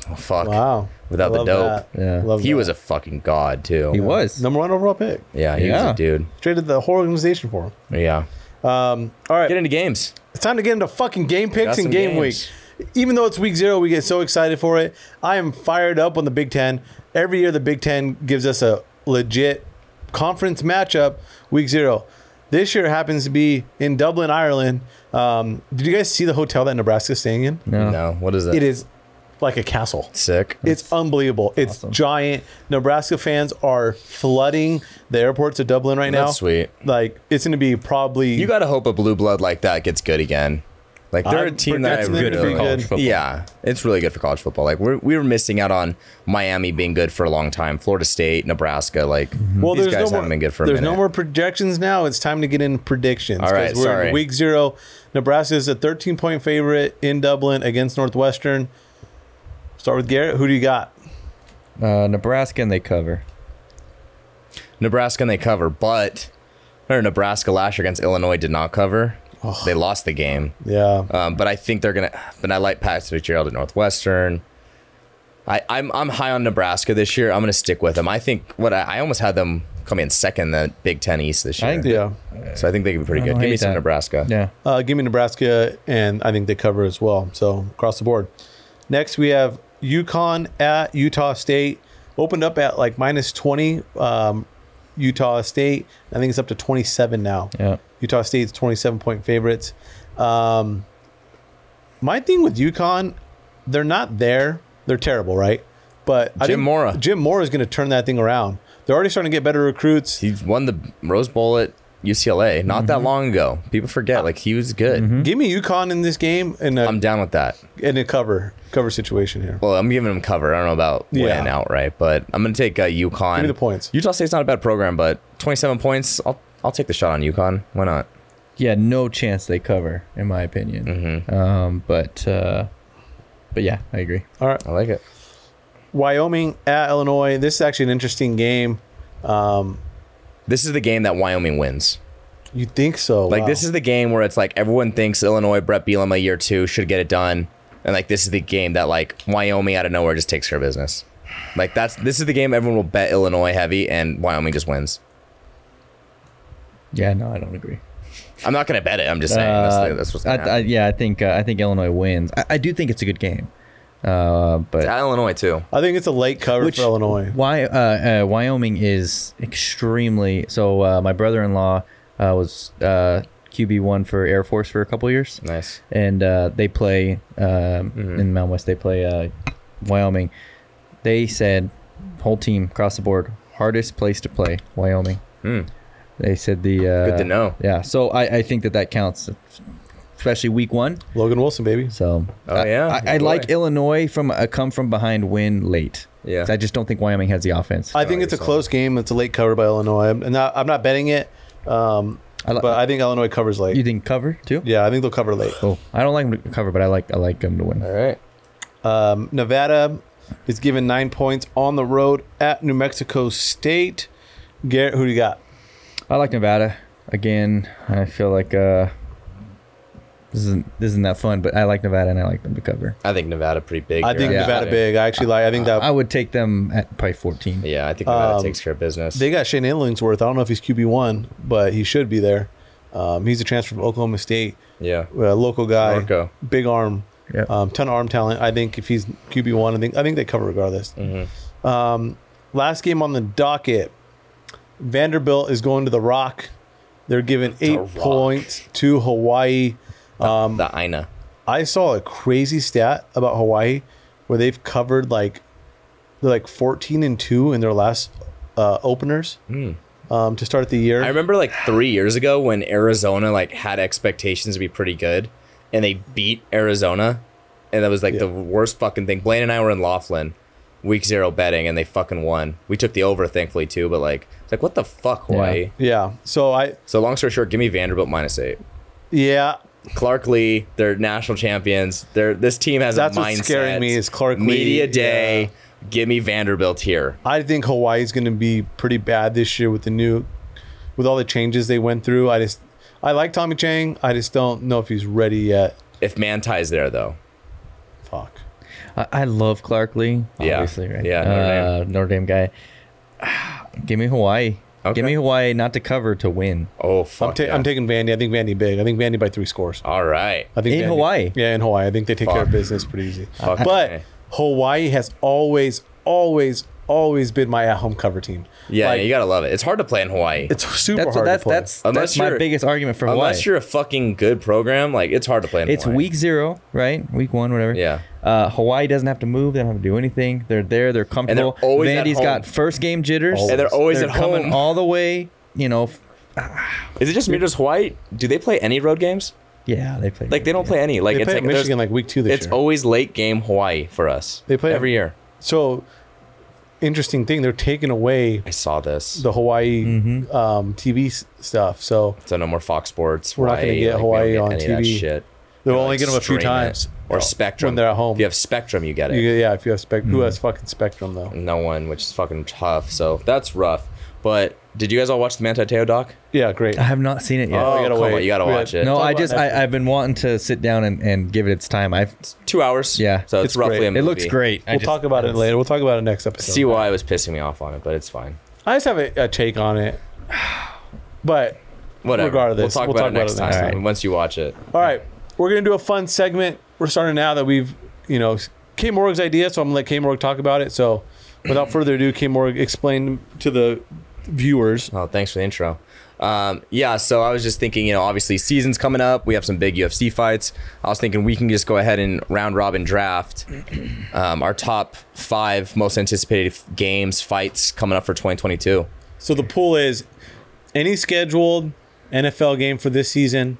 Oh, fuck. Wow. Without the Love dope. that. Yeah. Love He that. was a fucking god too. He was. number one overall pick. Yeah, he was Yeah. a dude. Traded the whole organization for him. Yeah. Um, all right. Get into games. It's time to get into fucking game picks Got and some game games. week. Even though it's week zero, we get so excited for it. I am fired up on the Big Ten. Every year, the Big Ten gives us a legit conference matchup week zero. This year happens to be in Dublin, Ireland. Um, did you guys see the hotel that Nebraska's staying in? No. No. What is that? It is like a castle. sick. It's unbelievable. It's awesome. giant. Nebraska fans are flooding the airports of Dublin right now. That's sweet. Like it's going to be probably You gotta hope a blue blood like that gets good again. Like they're a I'm team that I predicting them to be really good. like. College football. Yeah, it's really good for college football. Like we're, we were missing out on Miami being good for a long time. Florida State, Nebraska, like Mhm. Well, these there's guys no haven't more, been good for a There's minute. no more projections now. It's time to get in predictions. 'cause right, we're sorry. in week zero. Nebraska is a 13 point favorite in Dublin against Northwestern. Start with Garrett. Who do you got? Uh, Nebraska and they cover. Nebraska and they cover, but or Nebraska last year against Illinois did not cover. They lost the game, Yeah, um, but I think they're gonna. But I like Pat Fitzgerald at Northwestern. I, I'm I'm high on Nebraska this year. I'm gonna stick with them. I think what I, I almost had them come in second in the Big Ten East this year. I think yeah. so I think they could be pretty I good. don't Give me hate some that. Nebraska. Yeah. Uh, give me Nebraska, and I think they cover as well. So across the board. Next we have UConn at Utah State. Opened up at like minus 20. Um, Utah State. I think it's up to 27 now. Yeah. Utah State's 27 point favorites. Um, my thing with UConn, they're not there. They're terrible, right? But I Jim think Mora. Jim Mora is going to turn that thing around. They're already starting to get better recruits. He won the Rose Bowl at UCLA not Mm-hmm. that long ago. People forget like he was good. Give me UConn in this game and a, I'm down with that. in a cover cover situation here. Well, I'm giving him cover. I don't know about Yeah. winning outright, but I'm going to take uh, UConn. Give me the points. Utah State's not a bad program, but 27 points. I'll I'll take the shot on UConn. Why not? Yeah. No chance they cover, in my opinion. Mm-hmm. Um, but uh, but yeah, I agree. All right, I like it. Wyoming at Illinois. This is actually an interesting game. Um, This is the game that Wyoming wins. you think so? Like Wow. this is the game where it's like everyone thinks Illinois Brett Bielema year two should get it done, and like this is the game that like Wyoming out of nowhere just takes care of business. Like that's this is the game everyone will bet Illinois heavy, and Wyoming just wins. Yeah. No, I don't agree. I'm not gonna bet it. I'm just saying that's, Uh, the- that's what's I, gonna I, happen. yeah, I think uh, I think Illinois wins. I, I do think it's a good game, uh, but At Illinois too. I think it's a late cover for Illinois. Why? Uh, uh, Wyoming is extremely. So uh, my brother-in-law uh, was uh, QB one for Air Force for a couple years, Nice. and uh, they play um, Mm-hmm. in Mount West. They play uh, Wyoming. They said whole team across the board hardest place to play Wyoming. Hmm. They said the uh, Good to know. Yeah, so I, I think that that counts, especially week one. Logan Wilson, baby. So Oh, I- yeah, I, I good like boy. Illinois from a come from behind win late. Yeah. I just don't think Wyoming has the offense. I think I it's a guess so. close game. It's a late cover by Illinois. I'm I'm not, I'm not betting it, um, I Uh, li- but I think Illinois covers late. you think cover too? yeah, I think they'll cover late. Cool. I don't like him to cover, but I like I like them to win. All right. Um, Nevada is given nine points on the road at New Mexico State. Garrett, who do you got? I like Nevada again. I feel like uh, this isn't this isn't that fun, but I like Nevada and I like them to cover. I think Nevada pretty big. I here. think Yeah. Nevada big. I actually like. I think that I would take them at probably fourteen. Yeah, I think Nevada Um, takes care of business. they got Shane Inlingsworth. I don't know if he's QB one, but he should be there. Um, he's a transfer from Oklahoma State, yeah. uh, local guy, Norco. big arm, Yeah. Uh, um, ton of arm talent. I think if he's QB one, I think I think they cover regardless. Mm-hmm. Um, last game on the docket, Vanderbilt is going to the Rock. They're given eight Rock. points to Hawaii. the Ina. I saw a crazy stat about Hawaii where they've covered like they're like 14 and 2 in their last uh, openers um, to start the year. Hmm. I remember like three years ago when Arizona like had expectations to be pretty good, and they beat Arizona, and that was like the worst fucking thing. Blaine and I were in Laughlin, week zero betting and they fucking won. We took the over, thankfully too, but like it's like what the fuck, Hawaii. Yeah. Yeah. So I So long story short, give me Vanderbilt minus eight. yeah, Clark Lee, they're national champions. They're this team has That's a mindset. what's scaring me is Clark Lee, Media day. Give me Vanderbilt here. I think Hawaii's going to be pretty bad this year with the new with all the changes they went through. I just I like Tommy Chang. I just don't know if he's ready yet. If Manti's there though, Fuck. I, I love Clark Lee, Yeah. obviously, right? Yeah, Notre Notre Dame, uh, Notre Dame guy. Give me Hawaii. Okay. Give me Hawaii not to cover to win. oh fuck. I'm, ta- yeah. I'm taking Uh, Vandy. I think Vandy big. I think Vandy by three scores. All right. I think In Vandy- Hawaii? Yeah, in Hawaii. I think they take care of Fuck. business pretty easy. Fuck. But Okay. Hawaii has always, always, always been my at-home cover team. Yeah, Like, you gotta love it. It's hard to play in Hawaii. it's super That's hard. to that's play. that's, Unless that's my you're- biggest argument for Hawaii. Unless you're a fucking good program, like it's hard to play in it's Hawaii. week zero, right? Week one, whatever. Yeah. Uh, Hawaii doesn't have to move. They don't have to do anything. They're there. They're comfortable. always at Vandy's home. got first game jitters. And they're always they're at coming home. all the way. You know, f- Is it just me or does Hawaii? Do they play any road games? yeah, they play. Like they don't play any. Like they it's play like there's- Michigan like week two this it's year. always late game Hawaii for us. They play- every year. so interesting thing. They're taking away I saw this. the Hawaii um, TV s- stuff. So So no more Fox Sports. We're not gonna get we don't Hawaii on any of that TV. shit. They'll They, only get 'em a few stream it. times. Or Oh, Spectrum when they're at home. If you have Spectrum, Mm-hmm. you get it. you, yeah, if you have spec, who has fucking Spectrum though? no one, which is fucking tough. So that's rough. But did you guys all watch the Manti Te'o doc? Yeah, great. I have not seen it yet. Oh, we gotta come on, wait. you gotta We watch gotta- it. no, talk I about just that. I, I've been wanting to sit down and, and give it its time. I've Two hours. Yeah. So it's, It's roughly. great. A it movie. looks great. I We'll just- talk about it later. We'll talk about it next episode. See why it was pissing me off on it, but it's fine. I just have a, a take on it, but Whatever. Regardless, we'll talk we'll about talk it next about it next time time. Alright. once you watch it. All right, we're gonna do a fun segment. We're starting now that we've, you know, K Morg's idea, so I'm gonna let K Morg talk about it. So, without further ado, K Morg explain to the viewers. Oh, thanks for the intro. Um, yeah, so I was just thinking, you know, obviously season's coming up. We have some big UFC fights. I was thinking we can just go ahead and round robin draft um, our top five most anticipated f- games, fights coming up for 2022. So the pool is any scheduled NFL game for this season,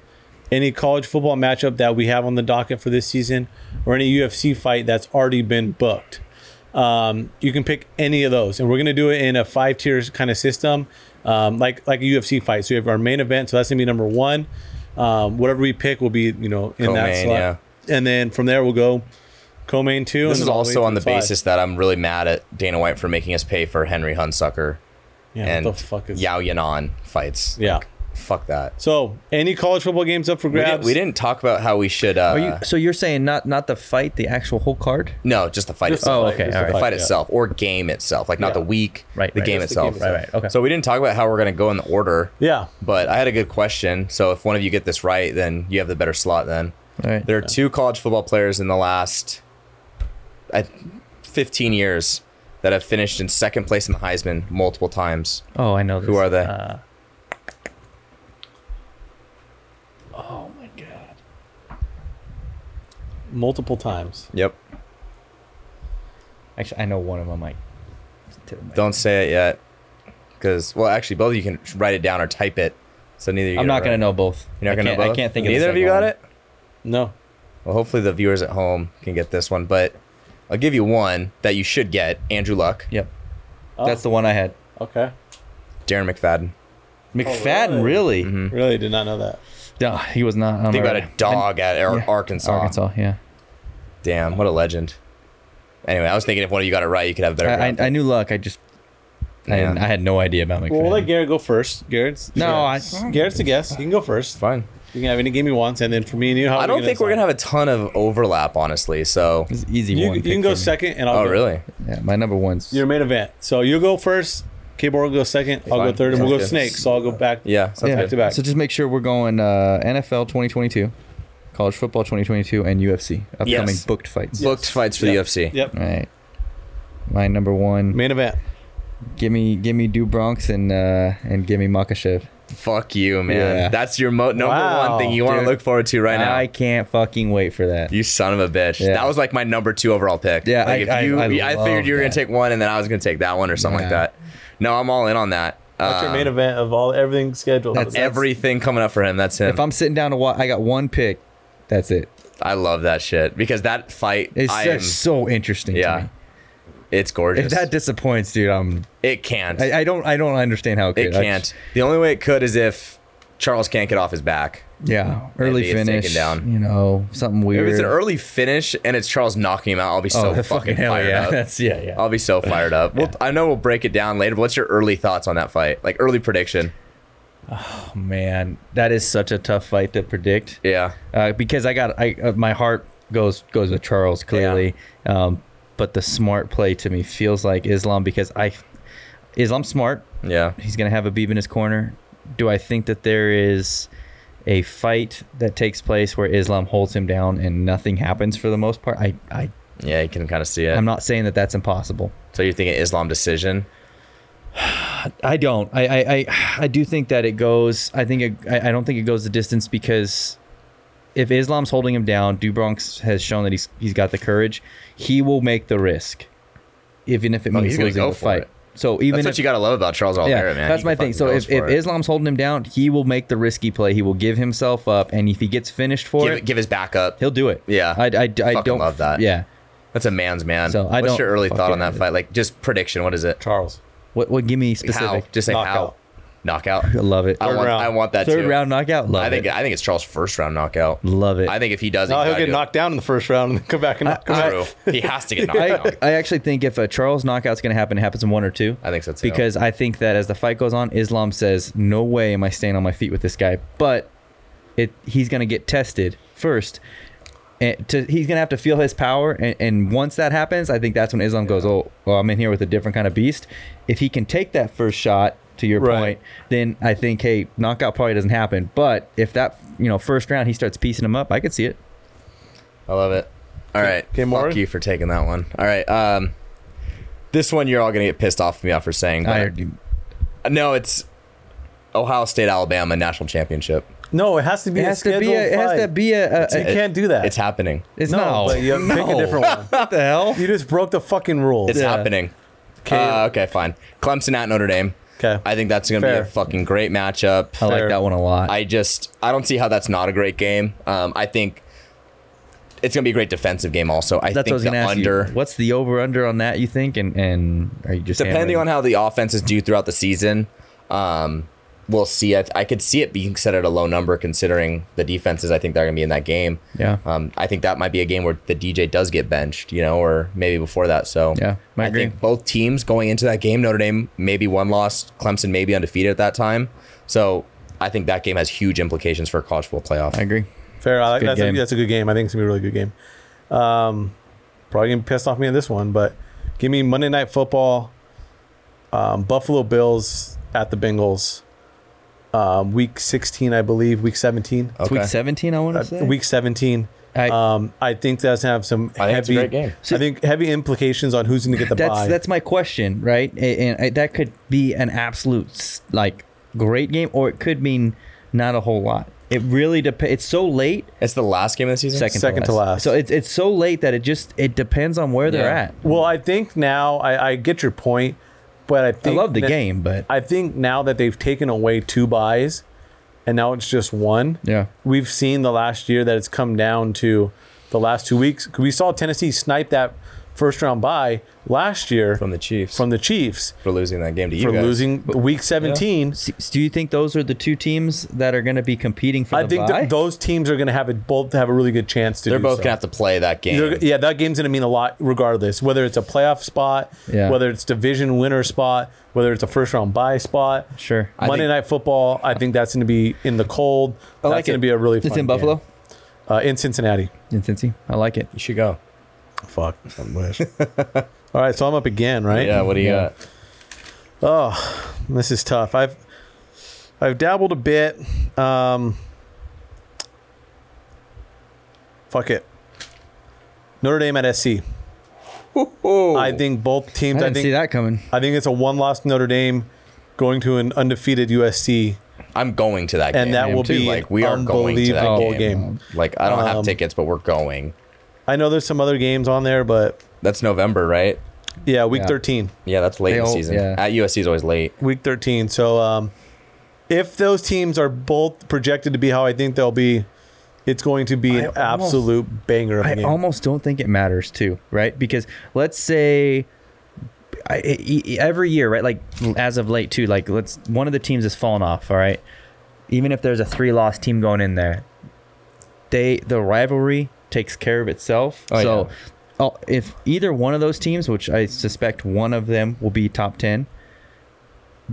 any college football matchup that we have on the docket for this season, or any UFC fight that's already been booked. Um, you can pick any of those, and we're gonna do it in a five tiers kind of system, um, like like a UFC fight. So you have our main event, so that's gonna be number one. Um, whatever we pick will be you know in that Co-main, slot, yeah. and then from there we'll go co-main two. This and is all way also on through the five. basis that I'm really mad at Dana White for making us pay for Henry Hunsucker Yeah, and what the fuck is Yao Yanan fights. yeah. Fuck that. So any college football games up for We grabs? didn't, we didn't talk about how we should. Uh, Are you, so you're saying not not the fight, the actual whole card? no, just the fight Just the itself. Oh, fight, okay, just all the right. fight, yeah. itself or game itself, like not Yeah. the week, Right, the right. game Just the game itself. itself. Right, right, okay. So we didn't talk about how we're gonna go in the order. Yeah. But I had a good question. So if one of you get this right, then you have the better slot. Then All right. there are two college football players in the last, I, fifteen years that have finished in second place in the Heisman multiple times. Oh, I know. This. Who are they? Uh, oh my god. multiple times. Yep. Actually, I know one of them. Like, Don't say it yet, because well, actually, both of you can write it down or type it. So neither. Of you get I'm it not gonna right. know both. You're not I gonna can't, know. I both? can't think. Neither of of the you second got one. it. No. Well, hopefully the viewers at home can get this one, but I'll give you one that you should get: Andrew Luck, Yep. Oh, That's the one I had. okay. Darren McFadden. McFadden, really? Oh, Really did not know that. No, he was not. on Mm-hmm. Think my about a radar. dog at Ar- Yeah. Arkansas. Arkansas, yeah. Damn, what a legend. Anyway, I was thinking if one of you got it right, you could have a better. I, I, graphic. I knew luck. I just, I, didn't, Yeah. I had no idea about McFadden. Well, we'll let Garrett go first. Garrett's no, I, Garrett's a guess. You can go first. Fine. You can have any game you want, and then for me and you, how I are don't we think we're gonna decide? have a ton of overlap, honestly. So, it's an easy You, one. you pick can go for me. second, and I'll. oh go. really? Yeah, my number one's. Your main event. So you go first. K-Bor will go second. I'll Fine. go third, and we'll go Sounds good. snake. So I'll go back. Yeah. Sounds yeah. good. to back. So just make sure we're going uh, NFL 2022, college football 2022, and UFC upcoming Yes. booked fights. Booked fights for Yep. the UFC. Yep. All right. My number one. Main event. Give me, give me Du Bronx and uh, and give me Makachev. Fuck you, man. Yeah. That's your mo- number Wow, one thing you want to dude. look forward to right now. I can't fucking wait for that. you son of a bitch. Yeah. That was like my number two overall pick. Yeah, Like I- if I- you, I I, figured love you were that. gonna take one, and then I was gonna take that one or something like Yeah. that. No, I'm all in on that. That's your Um, main event of all everything scheduled. That's- Everything coming up for him. That's him. If I'm sitting down to watch, I got one pick. That's it. I love that shit because that fight. It's I just am- so interesting. Yeah. To me. It's gorgeous. If that disappoints, dude, I'm. it can't. I, I don't. I don't understand how it could. it I can't. just- the only way it could is if Charles can't get off his back. yeah, early it's taken finish. down. You know, something weird. If it's an early finish and it's Charles knocking him out, I'll be so oh, fucking, fucking hell fired yeah! up. That's yeah, yeah. I'll be so fired up. Well, I know we'll break it down later. But what's your early thoughts on that fight? Like early prediction? Oh, man, that is such a tough fight to predict. Yeah. uh, because I got I uh, my heart goes goes with Charles clearly, um, but the smart play to me feels like Islam because I Islam's smart. Yeah. He's gonna have a beeb in his corner. Do I think that there is a fight that takes place where Islam holds him down and nothing happens for the most part? I, I Yeah, you can kind of see it. I'm not saying that that's impossible. so you're thinking Islam decision? I don't. I, I, I, I do think that it goes. I think it, I, I don't think it goes the distance because if Islam's holding him down, Dubronx has shown that he's he's got the courage. He will make the risk, even if it No, Oh, means he's gonna losing go the for fight. it. So even That's if what you got to love about Charles Oliveira, man. that's He my fucking thing. So goes if, if for it. Islam's holding him down, he will make the risky play. He will give himself up, and if he gets finished for give, it, give his back up, he'll do it. Yeah. I, I, I Fucking don't love that. Yeah. that's a man's man. So, I what's don't your early thought on that fucking- fight? Like just prediction. What is it? Charles. What what? Give me specific. How? Just say Knockout. how. Knockout. I love it. I want. round. I want that Third too. round knockout. Love I think. it. I think it's Charles' first round knockout. love it. I think if he does, No, he's Oh, he'll gotta get do it. knocked down in the first round and then come back and knock him out. Uh, True. He has to get knocked I, down. I actually think if a Charles knockout's going to happen, it happens in one or two. I think so too. Because I think that as the fight goes on, Islam says, "No way am I staying on my feet with this guy." But it he's going to get tested first. And to, he's going to have to feel his power, and, and once that happens, I think that's when Islam goes, "Oh, well, I'm in here with a different kind of beast." If he can take that first shot, to your Right. point, then I think, hey, knockout probably doesn't happen. But if that you know first round he starts piecing him up, I could see it. I love it. All right. okay, Maury? Fuck you for taking that one. All right. Um, this one you're all gonna get pissed off at me off for saying. I, But no, it's Ohio State Alabama national championship. No, it has to be it a has to be. A, scheduled it has to fight. be a. a, You a can't do that. It's happening. it's no, not. but you pick a different one. What the hell? You just broke the fucking rule. It's Yeah. happening. Okay. Uh, okay, fine. Clemson at Notre Dame. Okay. I think that's going to be Fair. a fucking great matchup. I like Fair. that one a lot. I just I don't see how that's not a great game. Um, I think it's going to be a great defensive game. Also, I think That's what I was the gonna ask under. you. What's the over under on that? You think and and are you just depending on hammering- how the offenses do throughout the season, um, we'll see. I, I could see it being set at a low number considering the defenses I think they're going to be in that game. Yeah. Um, I think that might be a game where the DJ does get benched, you know, or maybe before that. So Yeah, I I, agree. think both teams going into that game, Notre Dame maybe one loss, Clemson maybe undefeated at that time. So I think that game has huge implications for a college football playoff. I agree. Fair. I like, good that's, a, game. that's a good game. I think it's gonna be a really good game. Um, probably gonna piss off me on this one, but give me Monday Night Football, um, Buffalo Bills at the Bengals, um, Week 16, I believe, Week 17, Oh, It's week seventeen. I want to Uh, say Week 17. I- um, I think that's gonna have some I think heavy. it's a great game. I think heavy implications on who's gonna get the that's bye. that's my question, right? A- And, I, that could be an absolute s- like great game, or it could mean not a whole lot. It really depends. It's so late, It's the last game of the season. second, Second to to, last. last. So it's it's so late that it just it depends on where they're Yeah. at. well, I think now I, I get your point, but I I think love the that- game, but I think now that they've taken away two buys, and now it's just one. yeah, we've seen the last year that it's come down to the last two weeks. We saw Tennessee snipe that first round bye last year from the Chiefs from the Chiefs for losing that game to you for guys. losing week 17. S- do you think those are the two teams that are going to be competing for I the think bye? that those teams are going to have it both have a really good chance to They're do both so. going to have to play that game. They're- yeah, that game's going to mean a lot regardless, whether it's a playoff spot, Yeah. whether it's division winner spot, whether it's a first round bye spot. Sure. I Monday think- Night Football, I think that's going to be in the cold. I that's like going it. to be a really fun It's game. in Buffalo, Uh, in Cincinnati. in Cincy. I like it. You should go. Fuck. I wish. All right, so I'm up again, right? Yeah, what do you Yeah. got? Oh, this is tough. I've I've dabbled a bit. Um, fuck it. Notre Dame at SC. I think both I teams. I, didn't see think that coming. I think it's a one-loss Notre Dame going to an undefeated USC, I'm going to that game. and that will too. be like we are going to that unbelievable game. game. Like I don't Um, have tickets, but we're going. I know there's some other games on there, but That's November, right? yeah, week Yeah. 13. Yeah, that's late They in the all- season. yeah. At USC is always late. week 13. So um, if those teams are both projected to be how I think they'll be, it's going to be an I almost- absolute banger of a I game. almost don't think it matters too, right? Because let's say I, e- e- every year, right? Like as of late too. Like let's one of the teams has fallen off. All right, even if there's a three loss team going in there, they the rivalry takes care of itself. Oh, so, yeah. oh, if either one of those teams, which I suspect one of them will be top ten,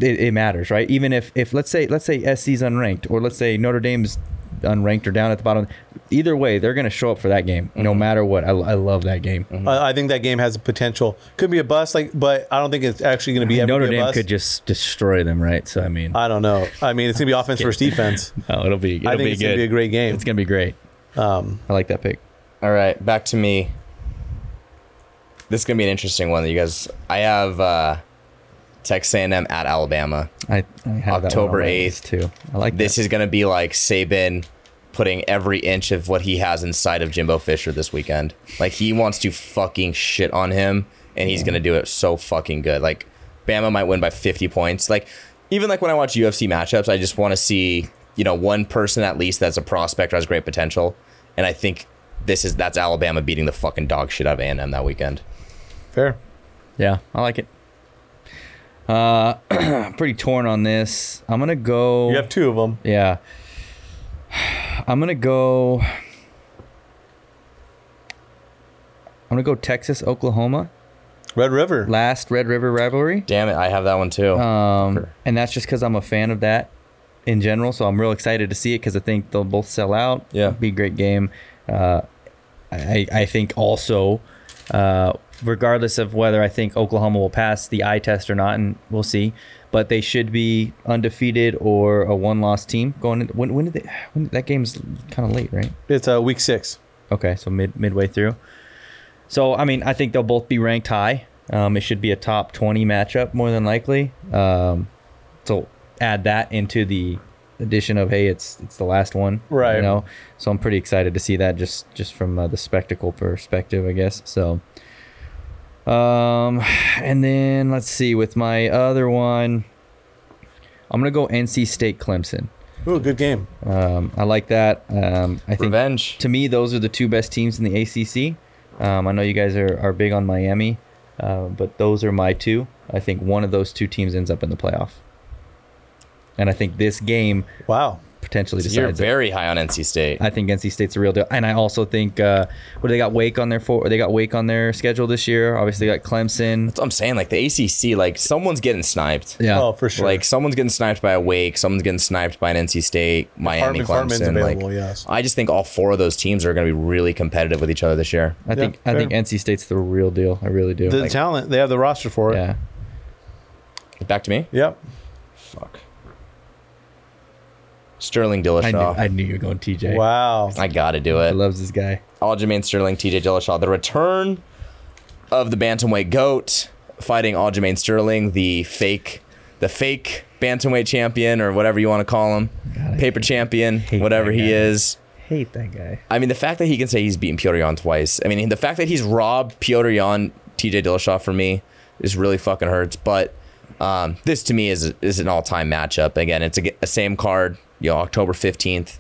it, it matters, right? Even if if let's say let's say SC's unranked, or let's say Notre Dame's unranked or down at the bottom. Either way, they're going to show up for that game, no Mm-hmm. matter what. I, I love that game. I, I think that game has the potential. Could be a bust, like, but I don't think it's actually going to be. ever Notre be a Dame bust. could just destroy them, right? So I mean, I don't know. I mean, it's gonna be offense versus defense. oh, it'll be it'll I think be it's good. gonna be a great game. it's gonna be great. um, I like that pick. All right, back to me. This is gonna be an interesting one that you guys. I have uh, Texas A&M at Alabama. I, I have that one on October my 8th. list, too. I like This is gonna be like Saban putting every inch of what he has inside of Jimbo Fisher this weekend. Like he wants to fucking shit on him, and he's gonna do it so fucking good. Like Bama might win by 50 points. Like even like when I watch UFC matchups, I just want to see you know one person at least that's a prospect or has great potential, and I think. This is that's Alabama beating the fucking dog shit out of A&M that weekend. fair. Yeah, I like it. Uh, I'm pretty torn on this. I'm gonna go. You have two of them. Yeah. I'm gonna go. I'm gonna go Texas Oklahoma Red River. last Red River rivalry. Damn it, I have that one too. Um, Sure. and that's just because I'm a fan of that in general. So I'm real excited to see it because I think they'll both sell out. Yeah. It'll be a great game. Uh, I I think also, uh, regardless of whether I think Oklahoma will pass the eye test or not, and we'll see, but they should be undefeated or a one loss team going. In, when when did they? When, that game's kind of late, right? It's uh, week six. Okay, so mid midway through. So I mean, I think they'll both be ranked high. Um, it should be a top twenty matchup more than likely. Um, so add that into the addition of hey, it's it's the last one, Right. You know, so I'm pretty excited to see that just just from uh, the spectacle perspective, I guess. So, um, and then let's see with my other one, I'm gonna go NC State Clemson. Ooh, good game. Um, I like that. Um, I think Revenge. to me, those are the two best teams in the ACC. Um, I know you guys are, are big on Miami, uh, but those are my two. I think one of those two teams ends up in the playoff. And I think this game Wow. potentially You're decides it. very high on NC State. I think NC State's a real deal, and I also think uh, what do they got Wake on their for they got Wake on their schedule this year. Obviously, they got Clemson. That's what I'm saying. Like the ACC, like someone's getting sniped. Yeah, Oh, for sure. Like someone's getting sniped by a Wake, someone's getting sniped by an NC State, Miami, Hartman- Hartman's Clemson. available. Like, yes. I just think all four of those teams are going to be really competitive with each other this year. I think I fair. think NC State's the real deal. I really do. The Like, talent. They have the roster for it. yeah, Back to me. Yep. Fuck. Sterling I knew, Dillashaw. I, I knew you were going TJ. Wow. got to do I it. loves this guy. Aljamain Sterling, TJ Dillashaw. The return of the bantamweight goat fighting Aljamain Sterling, the fake, the fake bantamweight champion or whatever you want to call him, God, I paper champion, hate whatever that he guy. is. Hate that guy. I mean, the fact that he can say he's beaten Piotr Jan twice. I mean, the fact that he's robbed Piotr Jan, TJ Dillashaw for me is really fucking hurts. But um, this to me is is an all time matchup. Again, it's a, a same card. You know, October fifteenth,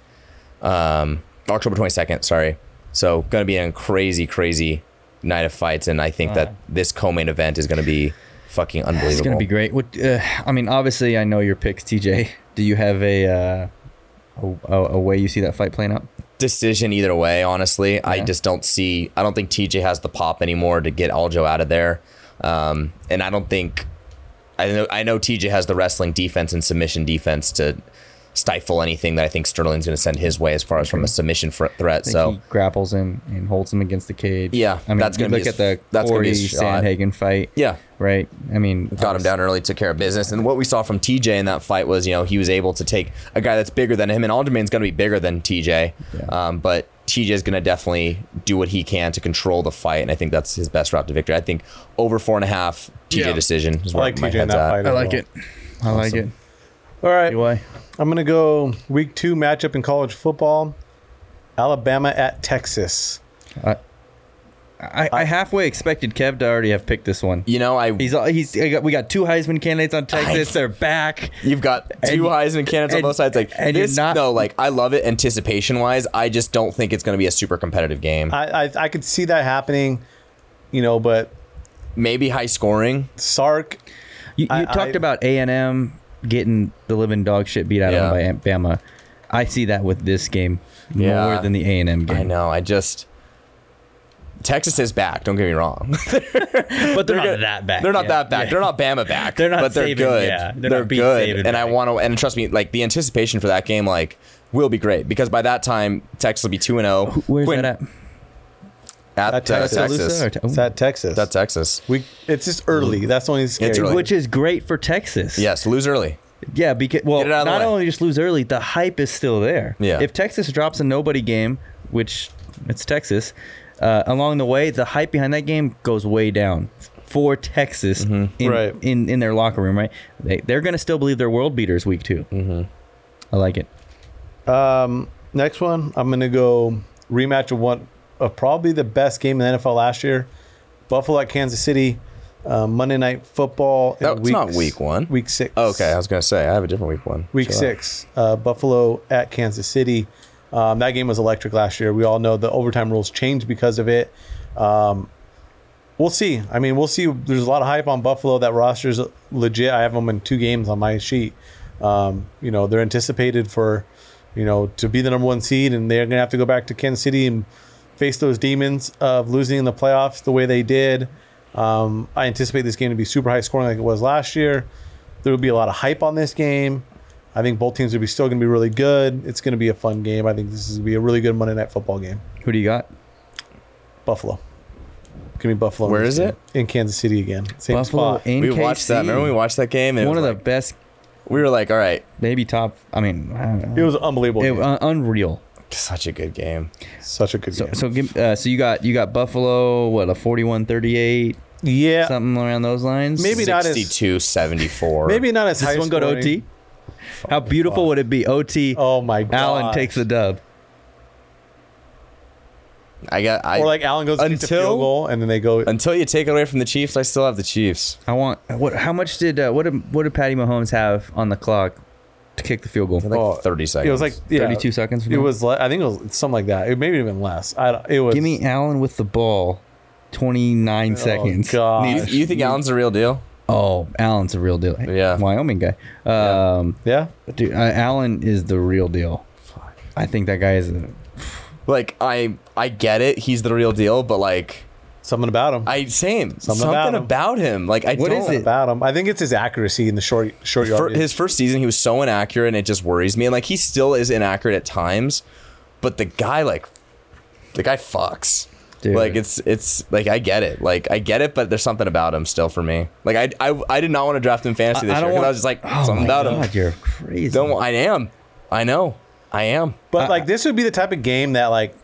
um, October twenty second. Sorry. So gonna be a crazy, crazy night of fights, and I think that this co-main event is gonna be fucking unbelievable. It's gonna be great. What uh, I mean, obviously, I know your picks, TJ. Do you have a uh, a, a, a way you see that fight playing out? decision either way, honestly. I Yeah. just don't see I don't think TJ has the pop anymore to get Aljo out of there. Um, and I don't think I know I know TJ has the wrestling defense and submission defense to stifle anything that I think Sterling's going to send his way as far as from a submission fr- threat. I think So he grapples him and holds him against the cage. Yeah, I mean, that's you gonna be look his- at the that's gonna be Corey his shot. Sandhagen fight, yeah, right? I mean, got him down early, took care of business. And what we saw from TJ in that fight was, you know, he was able to take a guy that's bigger than him, and Alderman's going to be bigger than TJ. Yeah. Um, but TJ is going to definitely do what he can to control the fight, and I think that's his best route to victory. I think over four and a half TJ Yeah. decision is I where like my TJ in head's that at. fight. as well. I like it. All right. Why? I'm gonna go week two matchup in college football. Alabama at Texas. I, I halfway expected Kev to already have picked this one. You know, I He's uh, he's I got, we got two Heisman candidates on Texas. They're back. you've got two Heisman candidates on and- both sides. Like and you're this, not- no, like I love it anticipation wise. I just don't think it's going to be a super competitive game. I, I I could see that happening, you know, but maybe high scoring. Sark. You, you I- talked I- about A and M getting the living dog shit beat out of Yeah. them by Bama. I see that with this game more Yeah. than the A and M game. I know. I just Texas is back. Don't get me wrong. but they're, They're not good. that bad. They're not yeah. that back. Yeah. They're not Bama back. They're not but they're saving- good. yeah, they're they're not beat good. saving And I back. want to. And trust me, like the anticipation for that game, like will be great because by that time Texas will be two and zero. Where's that at? At, At uh, Texas. Texas. Tuscaloosa or- It's at Texas. That's Texas. we. It's just early. That's the only scary. early. Which is great for Texas. Yes, lose early. Yeah, because well, Get it out of not the way. only just lose early, the hype is still there. Yeah. If Texas drops a nobody game, which it's Texas, uh, along the way, the hype behind that game goes way down for Texas Mm-hmm. in, Right. in in their locker room. Right. They they're gonna still believe they're world beaters week 2 Mm-hmm. I like it. Um, next one, I'm gonna go rematch of one of probably the best game in the NFL last year, Buffalo at Kansas City, uh, Monday Night Football. in That's not week one. Week six. Okay, I was gonna say I have a different week one. Week Chill out. six, uh, Buffalo at Kansas City. Um, that game was electric last year. We all know the overtime rules changed because of it. Um, we'll see. I mean, we'll see. There's a lot of hype on Buffalo. That roster's legit. I have them in two games on my sheet. Um, you know, they're anticipated for, you know, to be the number one seed, and they're going to have to go back to Kansas City and face those demons of losing in the playoffs the way they did. Um, I anticipate this game to be super high scoring like it was last year. There will be a lot of hype on this game. I think both teams will be still going to be really good. It's going to be a fun game. I think this is going to be a really good Monday night football game. Who do you got? Buffalo. Give me Buffalo. in Where this is game. it? In Kansas City again. Same Buffalo spot. in We watched that. Remember we watched that game? And one One of like, the best, we were like, all right, maybe top. I mean, I don't It know. was an unbelievable. It- game. uh, unreal. such a good game. Such a good So game. so give, uh, so you got you got Buffalo. What a 41-38, yeah, something around those lines. Maybe not as- 62 74. maybe not as Does high. this one go to scoring. OT? How beautiful would it be? OT. Oh my god! Allen takes the dub. I got I or like Allen goes until, Until- field goal and then they go. until you take it away from the Chiefs, I still have the Chiefs. I want what? How much did uh, what? Did, what did Patty Mahomes have on the clock to kick the field goal? Like Oh, 30 seconds. it was like yeah, Thirty-two seconds. It was. le- I think it was something like that. It maybe even less. I don't- it was. Oh, Give me Allen with the ball. Oh, Twenty-nine seconds. gosh. You, you think Allen's the real deal? Oh, Allen's a real deal. Yeah. Wyoming guy. Um, Yeah. dude, uh, Allen is the real deal. I think that guy is. A, Like I I get it, he's the real deal, but like Something about him. I same Something something, about about, him. him. Like I What don't, is Something it? about him. I think it's his accuracy in the short short Fir- yard. his first season, he was so inaccurate, and it just worries me. And like he still is inaccurate at times, but the guy like, the guy fucks. Dude. Like it's it's like I get it, like I get it, but there's something about him still for me. Like I I, I did not want to draft him in fantasy this year because I was just like oh something my about God, him. You're crazy. Don't I am, I know, I am. But like this would be the type of game that like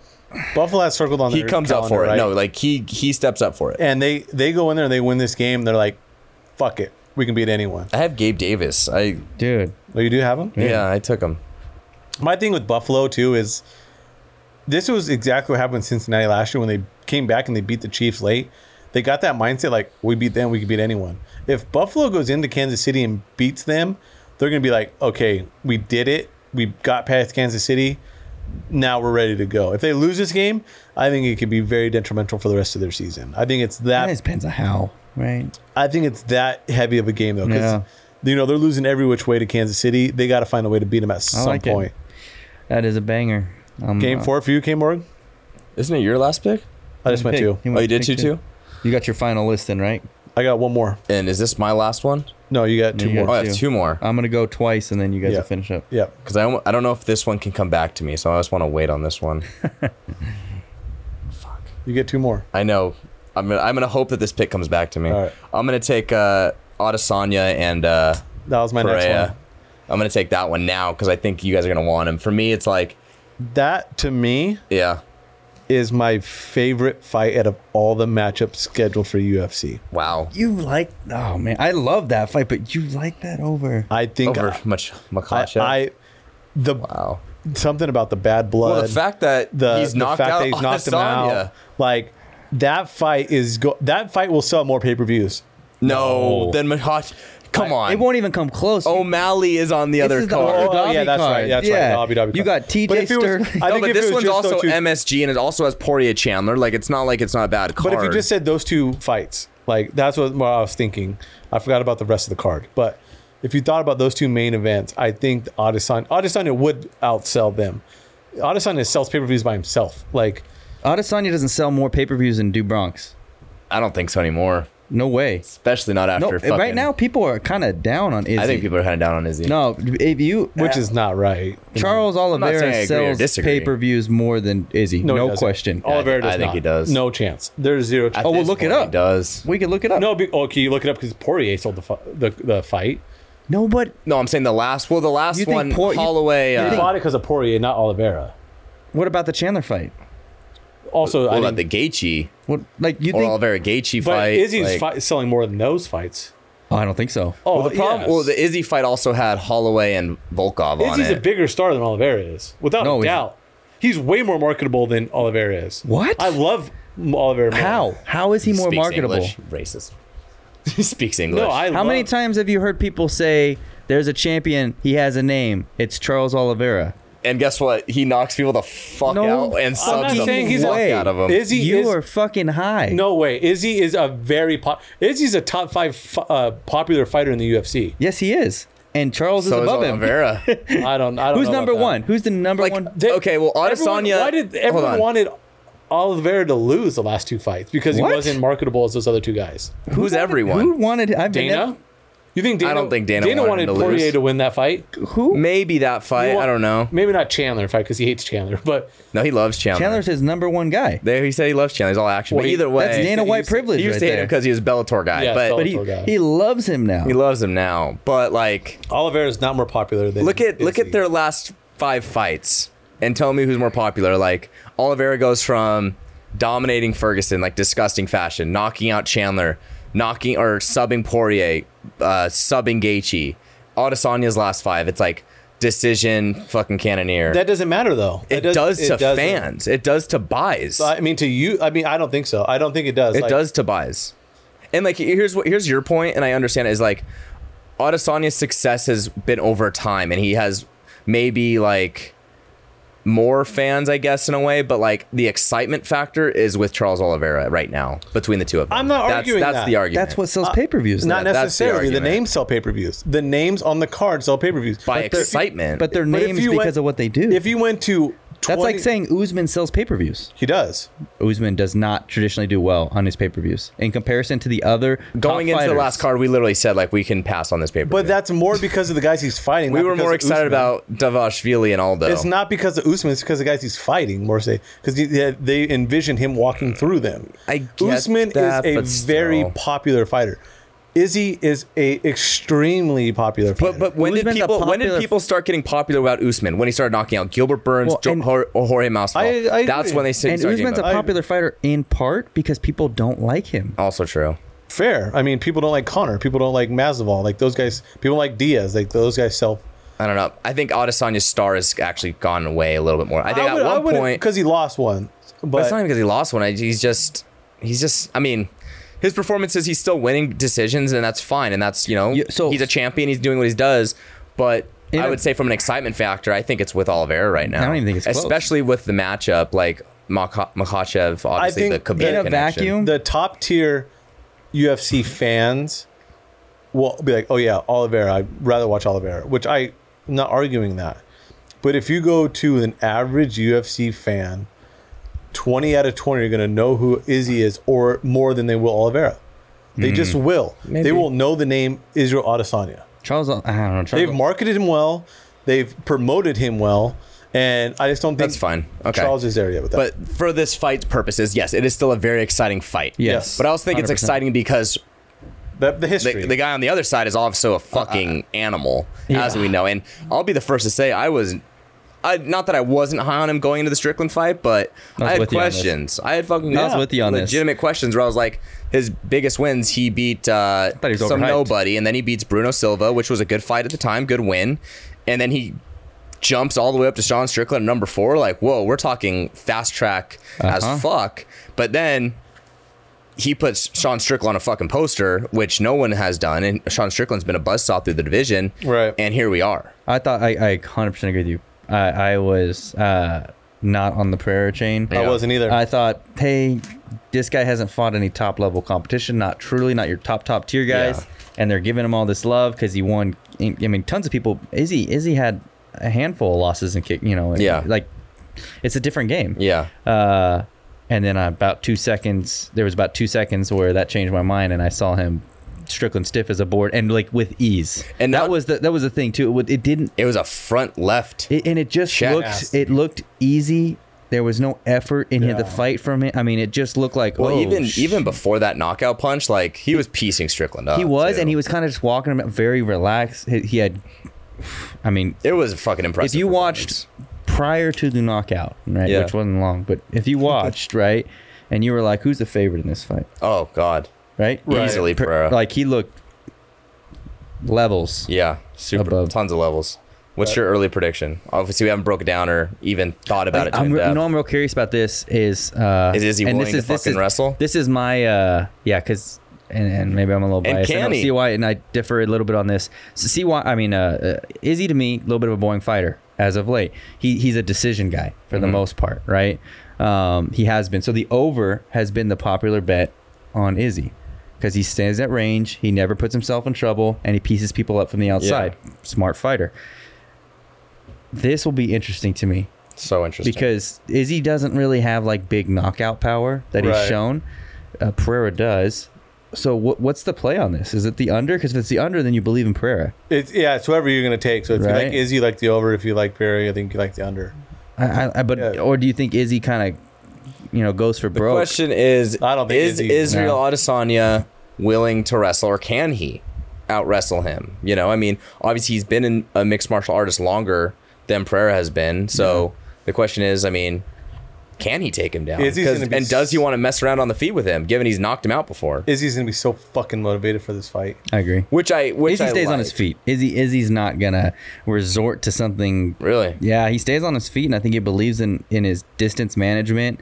Buffalo has circled on. He their comes up calendar, for it. right? No, like he he steps up for it. and they they go in there and they win this game. They're like, fuck it, we can beat anyone. I have Gabe Davis. I dude. Oh, you do have him. Uh, yeah, I took him. My thing with Buffalo too is this was exactly what happened in Cincinnati last year when they came back and they beat the Chiefs late. They got that mindset like we beat them, we can beat anyone. If Buffalo goes into Kansas City and beats them, they're gonna be like, okay, we did it. We got past Kansas City. Now we're ready to go. If they lose this game, I think it could be very detrimental for the rest of their season. I think it's That that depends on how, right? I think it's that heavy of a game though, because Yeah. you know they're losing every which way to Kansas City. They got to find a way to beat them at some like it. point. That is a banger. Um, Game uh, four for you, K Morgan. Isn't it your last pick? I just went pick. two. He Oh, went you did two pick too. You got your final list in, right? I got one more. And is this my last one? No, you got two you more. Oh, got- I have Two. two more. I'm gonna go twice, and then you guys Yeah. will finish up. yeah. Because I, don't- I don't know if this one can come back to me, so I just want to wait on this one. You get two more. I know. I'm gonna, I'm gonna hope that this pick comes back to me. All right. I'm gonna take uh, Adesanya and uh, That was my next Perea. one. I'm gonna take that one now because I think you guys are gonna want him. For me, it's like, That to me yeah, is my favorite fight out of all the matchups scheduled for UFC. wow. You like? Oh man, I love that fight, but you like that over? I think Over I, much I, Makasha. I- the wow. something about the bad blood. Well, the fact that the, he's the knocked fact out that he's knocked him out. Adesanya. Like that fight is go- that fight will sell more pay per views. No, No. then Makash. Come on. It won't even come close. O'Malley is on the This other is the card. order. Oh, yeah, Dhabi that's right. Oh, card. That's Yeah. right. the Abu Dhabi You card. got TJ But if it was- Sterling. I No, think but if this it was one's just also those two- MSG and it also has Poirier Chandler. Like, it's not like it's not a bad card. But if you just said those two fights, Like that's what, what I was thinking. I forgot about the rest of the card, but if you thought about those two main events, I think Adesanya Adesanya would outsell them. Adesanya sells pay per views by himself. Like Adesanya doesn't sell more pay per views than Du Bronx. I don't think so anymore. No way. Especially not after No, eh, fucking. right now people are kind of down on Izzy. I think people are heading down on Izzy. No, if you which is not right. Charles saying I Oliveira agree or sells disagree. pay per views more than Izzy. he No, doesn't. question. Oliveira I does think not. he does. No chance. There's zero. At Chance. Oh, well, this look it point, up. He does. We can look it up. No, be, okay. You look it up because Poirier sold the, fi- the the fight. no, but No, I'm saying the last. Well, the last You think one, Por- you- Holloway. you uh, He think- bought it because of Poirier, not Oliveira. what about the Chandler fight? Also, what I about didn't- the Gaethje What like you or think? Oliveira Gaethje but fight? Izzy's like- fi- selling more than those fights. Oh, I don't think so. Oh, Well, the problem. yes. Well, the Izzy fight also had Holloway and Volkov on Izzy's it. a bigger star than Oliveira is, without No, a he's- doubt. He's way more marketable than Oliveira is. What? I love Oliveira. more. How? How is he, more speaks marketable? English. Racist. he speaks English. No, I. How many love- times have you heard people say there's a champion, he has a name, it's Charles Oliveira? And guess what? He knocks people the fuck No out and subs not the saying he's a- fuck Way. out of them. Izzy you is are fucking high. no way. Izzy is a very pop. Izzy's a top five fu- uh, popular fighter in the UFC. Yes, he is. And Charles so is is above him. Oliveira. I don't. I don't Who's know about number that. one? Who's the number like, one? They- okay, well, everyone- Adesanya. why did hold everyone on. wanted Oliveira to lose the last two fights because What? he wasn't marketable as those other two guys? Who's everyone? Who wanted? I've been Dana. You think Dana? don't think Dana wanted wanted, him to Poirier lose. to win that fight. nev- Who? Maybe that fight. I don't know. Maybe not Chandler fight because he hates Chandler, but No, he loves Chandler. Chandler's his number one guy. There, he said he loves Chandler. He's all action. Well, but he- either way, That's Dana he White used to- privilege he used right to hate there. him because he was a Bellator guy, Yeah, but Bellator. but Poor guy. he, he loves him now. he loves him now. But like, Oliveira is not more popular than. look at look Izzy. at their last five fights and tell me who's more popular. Like Oliveira goes from dominating Ferguson like disgusting fashion, knocking out Chandler, knocking or subbing Poirier, uh, subbing Gaethje, Adesanya's last five. It's like decision, fucking cannoneer. That doesn't matter though. it does, to fans. It does to buys. I mean, to you. I mean, I don't think so. I don't think it does. It Like, does to buys. And like here's what here's your point, and I understand it, is like Adesanya's success has been over time, and he has maybe like more fans, I guess, in a way, but like the excitement factor is with Charles Oliveira right now between the two of them. I'm not that's, arguing That's that. the argument. That's what sells pay per views. Uh, Not that- that's the necessarily. The, argument. names sell pay per views. The names on the card sell pay per views. by they're- excitement. but their But if names you because went- of what they do. If you went to, 20, That's like saying Usman sells pay per views. he does. Usman does not traditionally do well on his pay per views in comparison to the other going into top the fighters. last card, we literally said like we can pass on this paper. But that's more because of the guys he's fighting. we not were because more of excited Usman. about Davashvili and Aldo. It's not because of Usman. It's because of the guys he's fighting. More say because they, they envision him walking through them. I get Usman that, but is a very still. popular fighter. Izzy is a extremely popular fighter. But but when did Usman's a people when did popular- people start getting popular about Usman when he started knocking out Gilbert Burns, Well, jo- and- Jor- or Jorge Masvidal? I- I That's agree. when they said and Usman's a I- popular fighter in part because people don't like him. also true. fair. I mean, people don't like Connor. People don't like Masvidal. Like those guys. People like Diaz. Like those guys self. I don't know. I think Adesanya's star has actually gone away a little bit more. I think at one point, because he lost one. but it's not But even because he lost one. I- He's just he's just. I mean. His performances, he's still winning decisions, and that's fine. And that's, you know, Yeah, so- he's a champion. He's doing what he does. But In I a- would say, from an excitement factor, I think it's with Oliveira right now. don't even think it's close. Especially with the matchup, like Makha- Makhachev, obviously, think the Khabib in a connection. vacuum, the top tier UFC fans will be like, "Oh yeah, Oliveira. I'd rather watch Oliveira," which I, I'm not arguing that. But if you go to an average UFC fan, twenty out of twenty are going to know who Izzy is, or more than they will Oliveira. They just Mm. will. They will know the name Israel Adesanya. Charles, I don't know. Charles, They've marketed him well. They've promoted him well, and I just don't think That's fine. Okay. Charles is there yet with that. But for this fight's purposes, yes, it is still a very exciting fight. Yes. But I also think it's 100%. exciting because the, the history. the, the guy on the other side is also a Uh, fucking animal, as we know. And I'll be the first to say I was. I, not that I wasn't high on him going into the Strickland fight, but I, was had with you on this. questions. I had fucking I was with you on this. legitimate questions where I was like, his biggest wins, he beat uh, thought he was some overhyped. nobody, and then he beats Bruno Silva, which was a good fight at the time, good win, and then he jumps all the way up to Sean Strickland, number four. Like, whoa, we're talking fast track Uh-huh. as fuck. But then he puts Sean Strickland on a fucking poster, which no one has done, and Sean Strickland's been a buzzsaw through the division. Right. And here we are. I thought I, I 100% agree with you. I, I was uh, not on the prayer chain. I wasn't either. I thought, hey, this guy hasn't fought any top level competition. Not truly, not your top top tier guys. Yeah. And they're giving him all this love because he won. I mean, tons of people. Izzy, Izzy had a handful of losses and kick. You know, Yeah. Like, it's a different game. Yeah. Uh, and then about two seconds, there was about two seconds where that changed my mind, and I saw him Strickland stiff as a board and like with ease. And And that not- was the that was the thing too. It, would- it didn't, It was a front left. it, and it just Shaq looked ass. it looked easy. There was no effort in the Yeah. fight from it. I mean, it just looked like well, oh, even sh- even before that knockout punch, like he was piecing Strickland up. he was, too. and he was kind of just walking him very relaxed. He, he had, I mean, It was a fucking impressive. if you performance. watched prior to the knockout, right, Yeah. which wasn't long, but if you watched right, and you were like, who's the favorite in this fight? oh god, right? Right. Easily Per- Pereira. Like he looked levels. yeah, super Above. tons of levels. What's your early prediction? Obviously, we haven't broken down or even thought about Like, it. To I'm, in re- you depth. know, I'm real curious about this. Is uh, Is- is he and willing to fucking is, wrestle? This is my uh, yeah, because and, and maybe I'm a little And biased. I can don't he? see why, and I differ a little bit on this. So see why? I mean, uh, uh, Izzy to me a little bit of a boring fighter as of late. He he's a decision guy for Mm-hmm. the most part, right? Um, he has been. So the over has been the popular bet on Izzy. Because he stands at range, he never puts himself in trouble, and he pieces people up from the outside. Smart fighter. This will be interesting to me so interesting. because Izzy doesn't really have like big knockout power that Right. he's shown. Uh, Pereira does. So what what's the play on this? Is it the under? Because if it's the under, then you believe in Pereira. It's yeah, it's whoever you're gonna take. So if you Right. like Izzy, you like the over. If you like Barry, I think you like the under. I, I, I, but Yeah. or do you think Izzy kind of you know goes for the broke? question is, I don't think is Izzy- Israel No. Adesanya willing to wrestle, or can he out wrestle him? You know, I mean, obviously he's been in a mixed martial artist longer than Pereira has been. So the question is, I mean, can he take him down? Izzy's 'Cause- gonna be and does he want to mess around on the feet with him, given he's knocked him out before? Izzy's gonna be so fucking motivated for this fight. I agree. Which I, which Izzy I stays like. on his feet. Izzy Izzy's not gonna resort to something Really, Yeah, he stays on his feet, and I think he believes in in his distance management.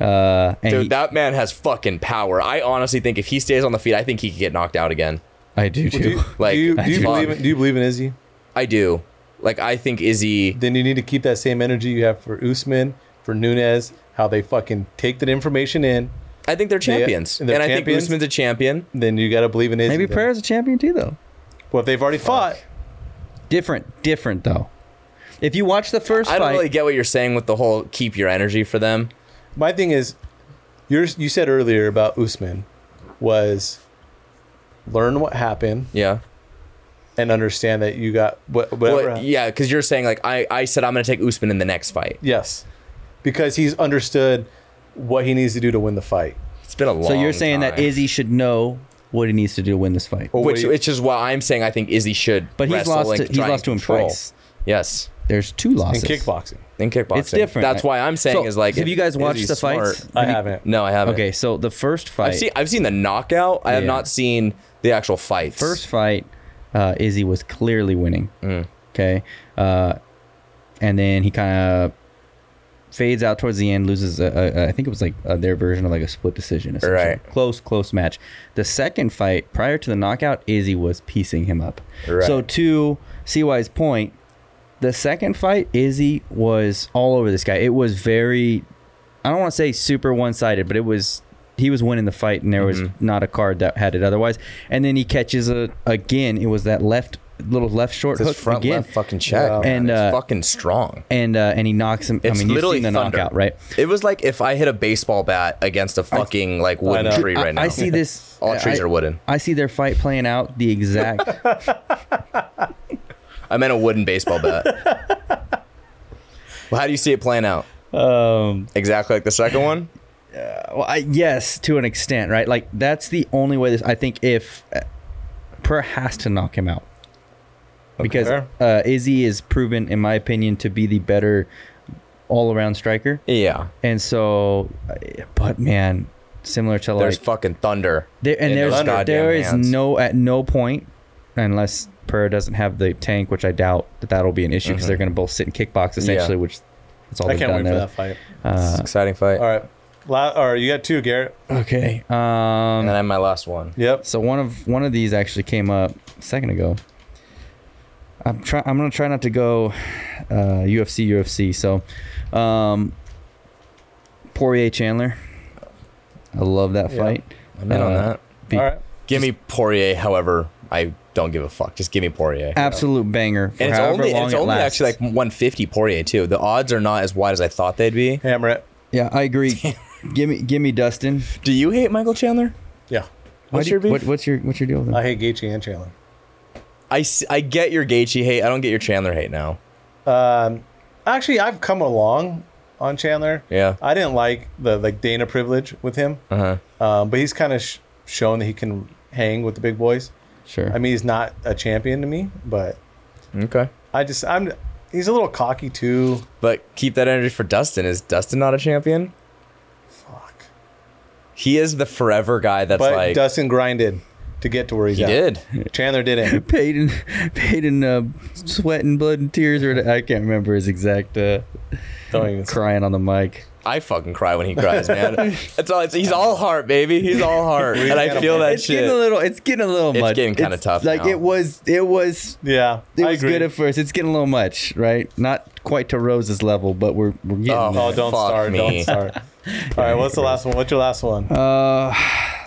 Uh, and dude, he- that man has fucking power. I honestly think if he stays on the feet, I think he could get knocked out again. I do Do you, too. Like, do you, do you come on. believe in, do you believe in Izzy? I do. Like, I think Izzy. Then you need to keep that same energy you have for Usman, for Nunez, how they fucking take that information in. I think they're champions, they're and I champions. think Usman's a champion. Then you gotta believe in Izzy. Maybe then. Pereira's a champion too, though. Well, if they've already fought, Different, different though. If you watch the first I fight, don't really get what you're saying with the whole keep your energy for them. my thing is, yours. You said earlier about Usman was learn what happened Yeah. and understand that you got what whatever. Well, yeah, because you're saying like I, I said I'm gonna take Usman in the next fight. Yes, because he's understood what he needs to do to win the fight. It's been a long. so you're saying that time. Izzy should know what he needs to do to win this fight. Or what which he- which is why I'm saying I think Izzy should. But he's wrestle lost. and To, he's try and lost to him control. twice. Yes, There's two in losses. kickboxing. in kickboxing. It's different. That's why I'm saying So, is like. have if you guys watched Izzy's the fights? smart- I Have you- haven't. No, I haven't. Okay, so the first fight, I've seen I've seen the knockout. I have Yeah. not seen the actual fights. first fight, uh, Izzy was clearly winning. Mm. Okay, uh, and then he kind of fades out towards the end, loses. A, a, a, I think it was like uh their version of like a split decision. essentially. Right. Close, close match. The second fight prior to the knockout, Izzy was piecing him up. Right. So to CY's point, the second fight, Izzy was all over this guy. It was very, I don't want to say super one sided, but it was. He was winning the fight, and there was Mm-hmm. not a card that had it otherwise. And then he catches a again. It was that left little left short It's his hook front again, left fucking check, Wow. man. And, it's uh, fucking strong. and uh, and he knocks him. It's I mean, you've literally seen the thunder. knockout, right? It was like if I hit a baseball bat against a fucking like wooden know. tree I- right now. I see this. All trees I- are wooden. I see their fight playing out the exact. I meant a wooden baseball bat. well, how do you see it playing out? um, Exactly like the second one. well, I, yes, to an extent, right? Like that's the only way. This I think if uh, Pereira has to knock him out because Okay. uh, Izzy is proven, in my opinion, to be the better all-around striker, Yeah, and so. uh, But man, similar to there's like fucking thunder. There, and in there's those goddamn there is hands. no at no point unless Pereira doesn't have the tank, which I doubt that that'll be an issue because they're going to both sit and kickbox essentially, Yeah. which that's all I they've can't done wait for there. that fight. Uh, It's an exciting fight. All right. La- all right, you got two, Garrett. Okay. And Um. then I have my last one. Yep. So one of one of these actually came up a second ago. I'm try. I'm gonna try not to go uh, UFC UFC. So, um, Poirier Chandler. I love that Yeah. fight. I'm in on Uh, that. Be- All right. Give me Poirier. However, I don't give a fuck. Just give me Poirier. Absolute banger. For And it's however only long and it's it only lasts. actually like 150 Poirier too. The odds are not as wide as I thought they'd be. Hammer it. Yeah, I agree. give me give me Dustin. Do you hate Michael Chandler? Yeah. Why What's do- your beef? what, what's your what's your deal with him? I hate Gaethje and Chandler. I, s- I get your Gaethje hate. I don't get your Chandler hate now. Um, actually, I've come along on Chandler. Yeah. I didn't like the like Dana privilege with him, Uh Uh-huh. huh. um, but he's kind of sh- shown that he can hang with the big boys. sure. I mean, he's not a champion to me, but Okay. I just I'm he's a little cocky too. But keep that energy for Dustin. Is Dustin not a champion? Fuck. He is the forever guy. That's But like Dustin grinded to get to where he's he at. did. Chandler didn't. paid in paid in uh, sweat and blood and tears or I can't remember his exact uh, Don't even. crying on the mic. I fucking cry when he cries, man. That's all. It's, he's all heart, baby. He's all heart, and I feel that It's getting a shit. little it's getting a little It's much. getting kinda tough Like now. it was it was Yeah, it I was agree. good at first. It's getting a little much, right? Not quite to Rose's level, but we're we're getting Oh. oh, don't Fuck start. Don't me. start. All right, what's the last one? What's your last one? there. Uh,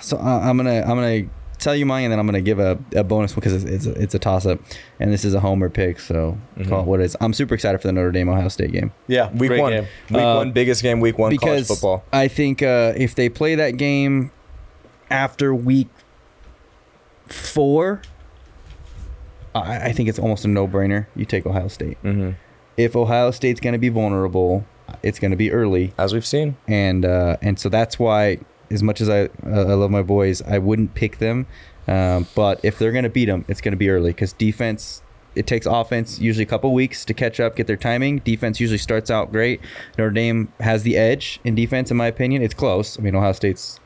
so I, I'm gonna I'm gonna tell you mine, and then I'm gonna give a, a bonus one because it's it's a, it's a toss up, and this is a homer pick, so Mm-hmm. call it what it is. I'm super excited for the Notre Dame Ohio State game. Yeah, Week great one, game. week Uh, one, biggest game. Week one, college football. I think uh, if they play that game after week four, I, I think it's almost a no-brainer. You take Ohio State. Mm-hmm. If Ohio State's going to be vulnerable, it's going to be early, As we've seen, and uh, and so that's why, as much as I uh, I love my boys, I wouldn't pick them. Um, but if they're going to beat them, it's going to be early because defense. It takes offense usually a couple weeks to catch up, get their timing. Defense usually starts out great. Notre Dame has the edge in defense, in my opinion. It's close. I mean, Ohio State's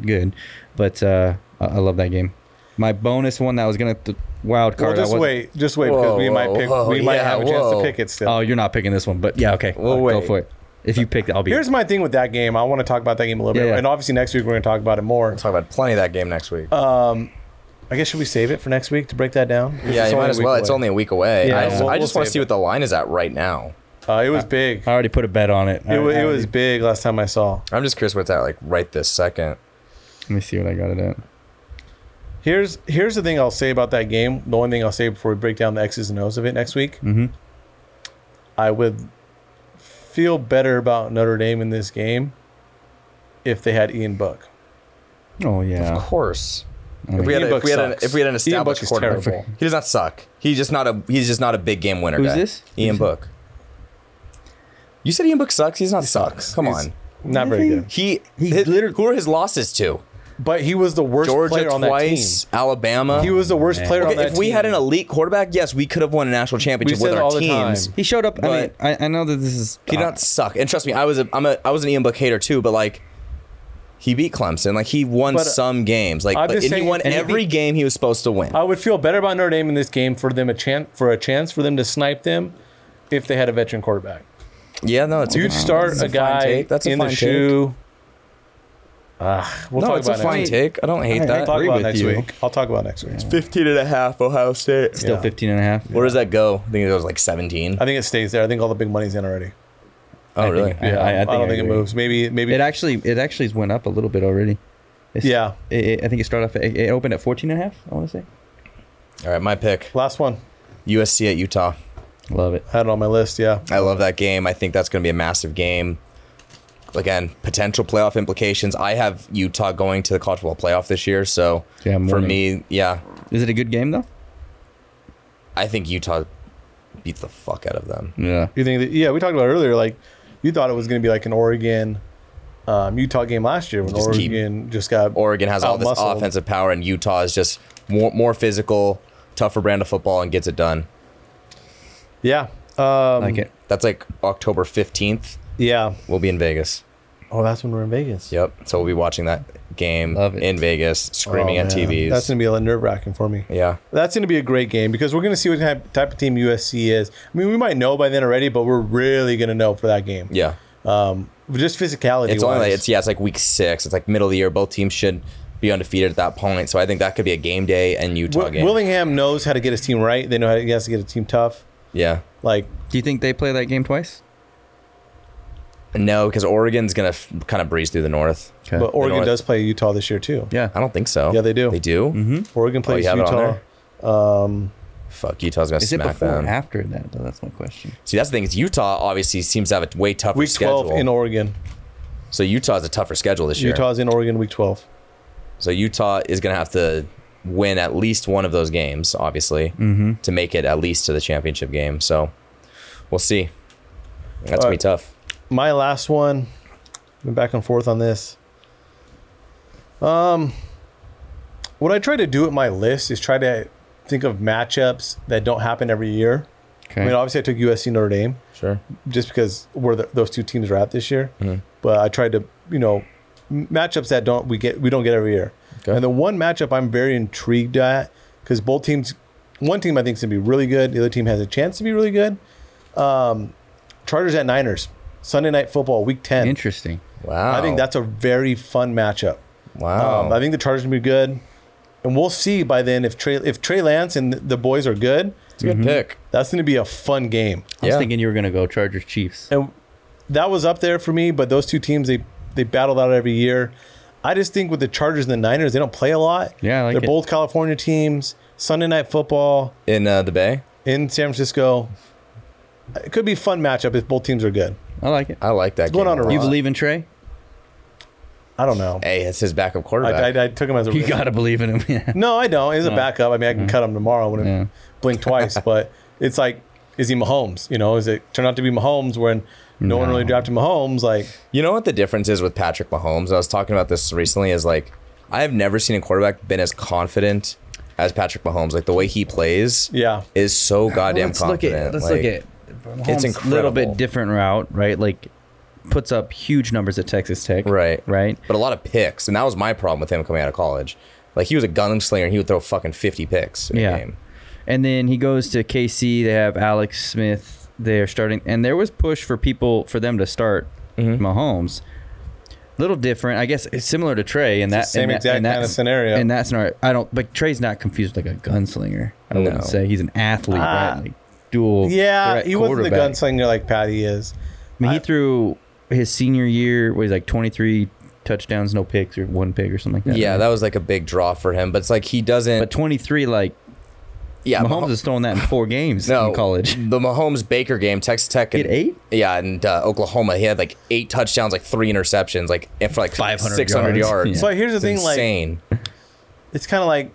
good, but uh, I I love that game. My bonus one that I was gonna th- wild Well, card. I just wasn't- wait, just wait Whoa, because we might whoa, pick, whoa, we might yeah, have a chance to whoa. pick it still. Oh, you're not picking this one, but yeah, okay. Well, go wait. for it. If you pick, I'll be. Here's my thing with that game. I want to talk about that game a little Yeah, bit, yeah. and obviously next week we're going to talk about it more. we'll talk about plenty of that game next week. Uh, I guess should we save it for next week to break that down? yeah, It's you only might a as week well. It's away. only a week away. Yeah, I just, we'll- I we'll just want to save see it. what the line is at right now. Uh, it was big. I already put a bet on it. It, wa- it was big last time I saw. I'm just curious what's at like right this second. Let me see what I got it at. Here's here's the thing I'll say about that game. The only thing I'll say before we break down the X's and O's of it next week, Mhm. I would feel better about Notre Dame in this game if they had Ian Buck. Oh Of yeah. course. mean, if we had Ian a, Book if we had an sucks. if we had an Ian established Book is quarterback, terrible. he does not suck. He's just not a he's just not a big game winner. Who's guy. this? Ian Who's Book. You said Ian Book sucks. He's not sucks. Come He's on. Not very good. He, He his- literally- who are his losses to? But he was the worst Georgia player on twice, that Alabama. team. He was the worst man. player on okay. that If we team. had an elite quarterback, yes, we could have won a national championship said with it our all the teams. time. He showed up. I mean, But- I, I know that this is. uh, He did not suck. And trust me, I was a, I'm a I was an Ian Book hater too, but like he beat Clemson. Like he won But, uh, some games. Like I've but- been and he saying- won and he every beat- game he was supposed to win. I would feel better about Notre Dame in this game for them a chance for a chance for them to snipe them if they had a veteran quarterback. yeah, no, it's Do you start that's a, fine guy take. That's a in the fine take. shoe? Ah, we'll No, talk it's a about fine it. take. I don't hate I- I that. thought- Talk agree about with next you. week. I'll talk about next week. 15 and a half, Ohio State. still yeah. 15 and a half. Where does that go? I think it goes like 17. I think it stays there. I think all the big money's in already. Oh, really? I, I, I think don't I think it agree. moves. Maybe maybe It actually it actually went up a little bit already. It's- Yeah. It, it- I think it started off. It, it opened at 14 and a half. I want to say. All right, my pick last one. USC at Utah. Love it. I had it on my list. Yeah. I love that game. I think that's going to be a massive game. Again, potential playoff implications. I have Utah going to the college football playoff this year. So Yeah, for morning. me, yeah, Is it a good game though? I think Utah beats the fuck out of them. Yeah. You think that? Yeah, we talked about it earlier. Like you thought it was going to be like an Oregon, um, Utah game last year when Just keep- Oregon just got. Oregon has Oh, all this Outmuscled. offensive power, and Utah is just more, more physical, tougher brand of football, and gets it done. yeah. Um, like it. That's like October 15th. Yeah. We'll be in Vegas. Oh, that's when we're in Vegas. Yep. So we'll be watching that game Love it. in Vegas, screaming Oh, at man. TVs. That's going to be a nerve wracking for me. yeah. That's going to be a great game because we're going to see what type type of team USC is. I mean, we might know by then already, but we're really going to know for that game. Yeah. Um, just physicality. It's only wise. like, it's yeah, it's like week six. It's like middle of the year. Both teams should be undefeated at that point. So I think that could be a game day and Utah Wi- game. Willingham knows how to get his team right. They know how to, he has to get a team tough. yeah. Like Do you think they play that game twice? No, because Oregon's gonna f- kind of breeze through the North. Okay. But Oregon North. does play Utah this year too. yeah. I don't think so. Yeah, they do. They do. Mm-hmm. Oregon plays you have it on Utah. Um, Fuck, Utah's gonna Is it smack before them. or after that? Though that's my question. See, that's the thing is Utah obviously seems to have a way tougher week schedule. twelve in Oregon. so Utah's a tougher schedule this year. Utah's in Oregon week twelve. So Utah is gonna have to win at least one of those games, obviously, Mm-hmm. to make it at least to the championship game. So we'll see. That's gonna be Alright. tough. my last one. Been back and forth on this. Um, what I try to do with my list is try to think of matchups that don't happen every year. Okay. I mean, obviously, I took USC Notre Dame Sure. just because where the, those two teams are at this year. Mhm. But I tried to, you know, m- matchups that don't we get we don't get every year. Okay. And the one matchup I'm very intrigued at because both teams, one team I think is gonna be really good, the other team has a chance to be really good. Um, Chargers at Niners, Sunday Night Football, Week Ten. Interesting. Wow. Oh. I think that's a very fun matchup. wow. Um, I think the Chargers gonna be good, and we'll see by then if Trey if Trey Lance and the boys are good. it's Mm-hmm. a good pick. That's gonna be a fun game. I was Yeah. thinking you were gonna go Chargers Chiefs. and that was up there for me. But those two teams, they they battled out every year. I just think with the Chargers and the Niners, they don't play a lot. Yeah, I like they're it. both California teams. Sunday night football In uh, the Bay. in San Francisco. It could be a fun matchup if both teams are good. I like it. I like that. going game on a lot. You Uh, believe in Trey? I don't know. Hey, it's his backup I, quarterback. I, I took him as a You gotta believe in him. Yeah. no. I don't. He's a No. Mm. backup. I mean, I can cut him tomorrow when Yeah. it blink twice. but it's like, is he Mahomes? You know, is it turned out to be Mahomes when no, one No. really drafted Mahomes? Like, You know what the difference is with Patrick Mahomes? I was talking about this recently. Is like I have never seen a quarterback been as confident as Patrick Mahomes. Like the way he plays yeah, is so goddamn let's confident. Look at, let's Like, look at It's Mahomes' little incredible. bit different route, right? Like puts up huge numbers at Texas Tech, Right. Right. but a lot of picks, and that was my problem with him coming out of college. Like he was a gunslinger, and he would throw fucking fifty picks in Yeah. a game. And then he goes to KC. They have Alex Smith. They're starting, and there was push for people for them to start Mahomes. Little different, I guess. It's similar to Trey in that same in that- exact in that- kind of scenario. In that scenario, I don't. But Trey's not confused like a gunslinger. I No. wouldn't say he's an athlete, Ah. right? Like dual. yeah. threat He wasn't the quarterback. gunslinger like Patty is. I mean, he I- threw his senior year. What he's like twenty three touchdowns, no picks, or one pick, or something like Yeah, that. right? that was like a big draw for him. But it's like he doesn't. but twenty three. Like yeah, Mahomes, Mahom- is throwing that in four games no in college. The Mahomes Baker game, Texas Tech, Get and, eight. yeah, and uh, Oklahoma, he had like eight touchdowns, like three interceptions, like and for like 500 six hundred yards. yards. So Yeah. here's the It's thing, like insane. it's kind of like,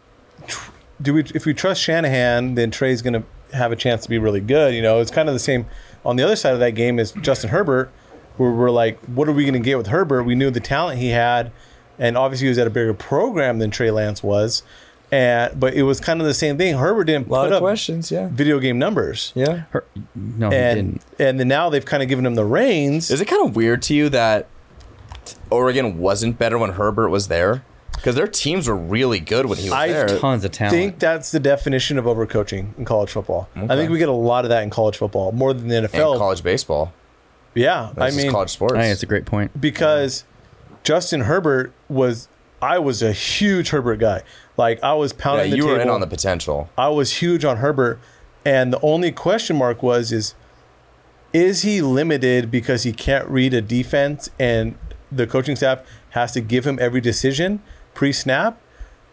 tr- do we if we trust Shanahan, then Trey's going to have a chance to be really good. You know, it's kind of the same. On the other side of that game is Justin Herbert, where we're like, what are we going to get with Herbert? We knew the talent he had, and obviously he was at a bigger program than Trey Lance was, and but it was kind of the same thing. Herbert didn't put up yeah. video game numbers, Yeah. Her- no, he and didn't. and then now they've kind of given him the reins. Is it kind of weird to you that Oregon wasn't better when Herbert was there? Because their teams were really good when he was I- there. Tons of I talent. think that's the definition of overcoaching in college football. I think we get a lot of that in college football more than the and NFL. college baseball. yeah, I That's just mean, college sports. I think it's a great point. because Justin Herbert was I was a huge Herbert guy. Like I was yeah, pounding the you were in table. on the potential. I was huge on Herbert, and the only question mark was is is he limited because he can't read a defense and the coaching staff has to give him every decision pre snap,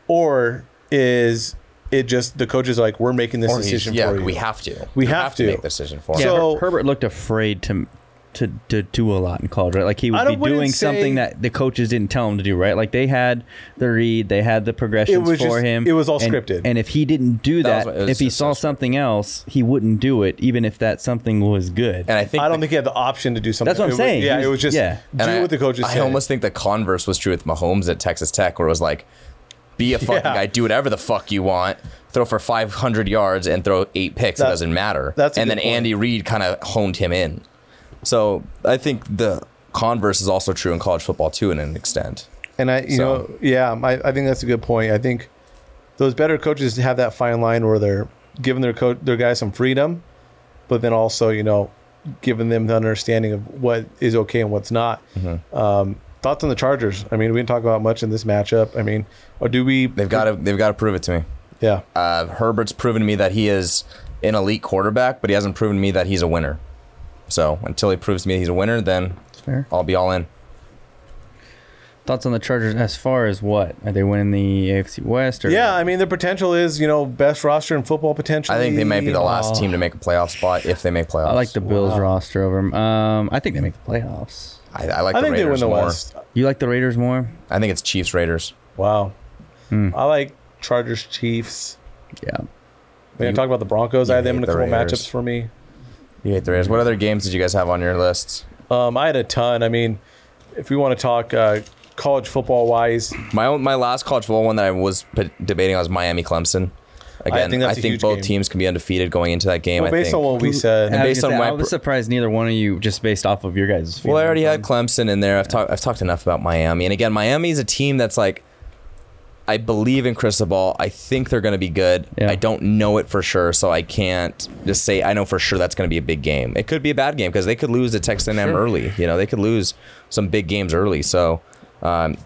or is it just the coaches are like we're making this Or he's- decision yeah, for you? we have to. We You have to. to. make the decision for Yeah. him. So- Her- Herbert looked afraid to to to do a lot in college, right? Like he I would don't- be wouldn't doing say- something that the coaches didn't tell him to do, right? Like they had the read, they had the progressions was for just- him. it was all and- scripted. And if he didn't do That was that, what- it was if he just saw so scripted. something else, he wouldn't do it, even if that something was good. And I think I don't the- think he had the option to do something. That's what I'm It was- saying. yeah, He it was- was just yeah. do And I- what the coaches I say. almost think the converse was true with Mahomes at Texas Tech, where it was like, be a fucking Yeah. guy, do whatever the fuck you want, throw for 500 yards and throw eight picks. it That- doesn't matter. that's a and good then point. Andy Reid kind of honed him in. So I think the converse is also true in college football too, in an extent. And I, you So- know, yeah, I, I think that's a good point. I think those better coaches have that fine line where they're giving their coach their guys some freedom, but then also you know giving them the understanding of what is okay and what's not. Mm-hmm. Um, thoughts on the Chargers? I mean, we didn't talk about much in this matchup. I mean, or do we? They've got to they've got to prove it to me. yeah, Uh, Herbert's proven to me that he is an elite quarterback, but he hasn't proven to me that he's a winner. So until he proves to me he's a winner, then Fair. I'll be all in. Thoughts on the Chargers as far as what? Are they winning the AFC West? Or Yeah, I mean, the potential is, you know, best roster in football potential. I think they might be the last Oh. team to make a playoff spot if they make playoffs. I like the Bills Wow. roster over 'em. Um, I think they make the playoffs. I, I like I the think they Raiders win the more. West. You like the Raiders more? I think it's Chiefs Raiders. Wow. Hmm. I like Chargers Chiefs. Yeah. We're going to talk about the Broncos. I had them in hate a the couple Raiders. matchups for me. You hate the Raiders. What other games did you guys have on your list? Um, I had a ton. I mean, if we want to talk uh, college football wise, My own, my last college football one that I was p- debating was Miami Clemson. Again, I think think, that's a huge both game. teams can be undefeated going into that game. well, I based think. on what we said, I was based gonna on say, my I was pr- surprised neither one of you just based off of your guys' Well, I already had feelings Clemson in there. I've talked. I've talked enough about Miami. And again, Miami is a team that's like, I believe in Cristobal. I think they're going to be good. Yeah. I don't know it for sure, so I can't just say I know for sure that's going to be a big game. It could be a bad game because they could lose to Texas A&M early. You know, they could lose some big games early. So, um,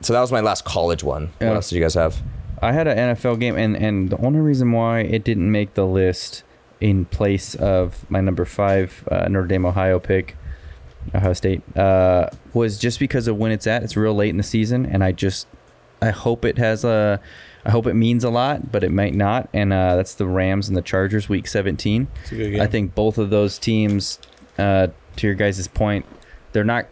so that was my last college one. Yeah. What else did you guys have? I had an NFL game, and, and the only reason why it didn't make the list in place of my number five uh, Notre Dame Ohio pick, Ohio State, uh, was just because of when it's at. It's real late in the season, and I just I hope it has a I hope it means a lot, but it might not. And uh, that's the Rams and the Chargers, Week 17. it's a good game. I think both of those teams, uh, to your guys' point, they're not.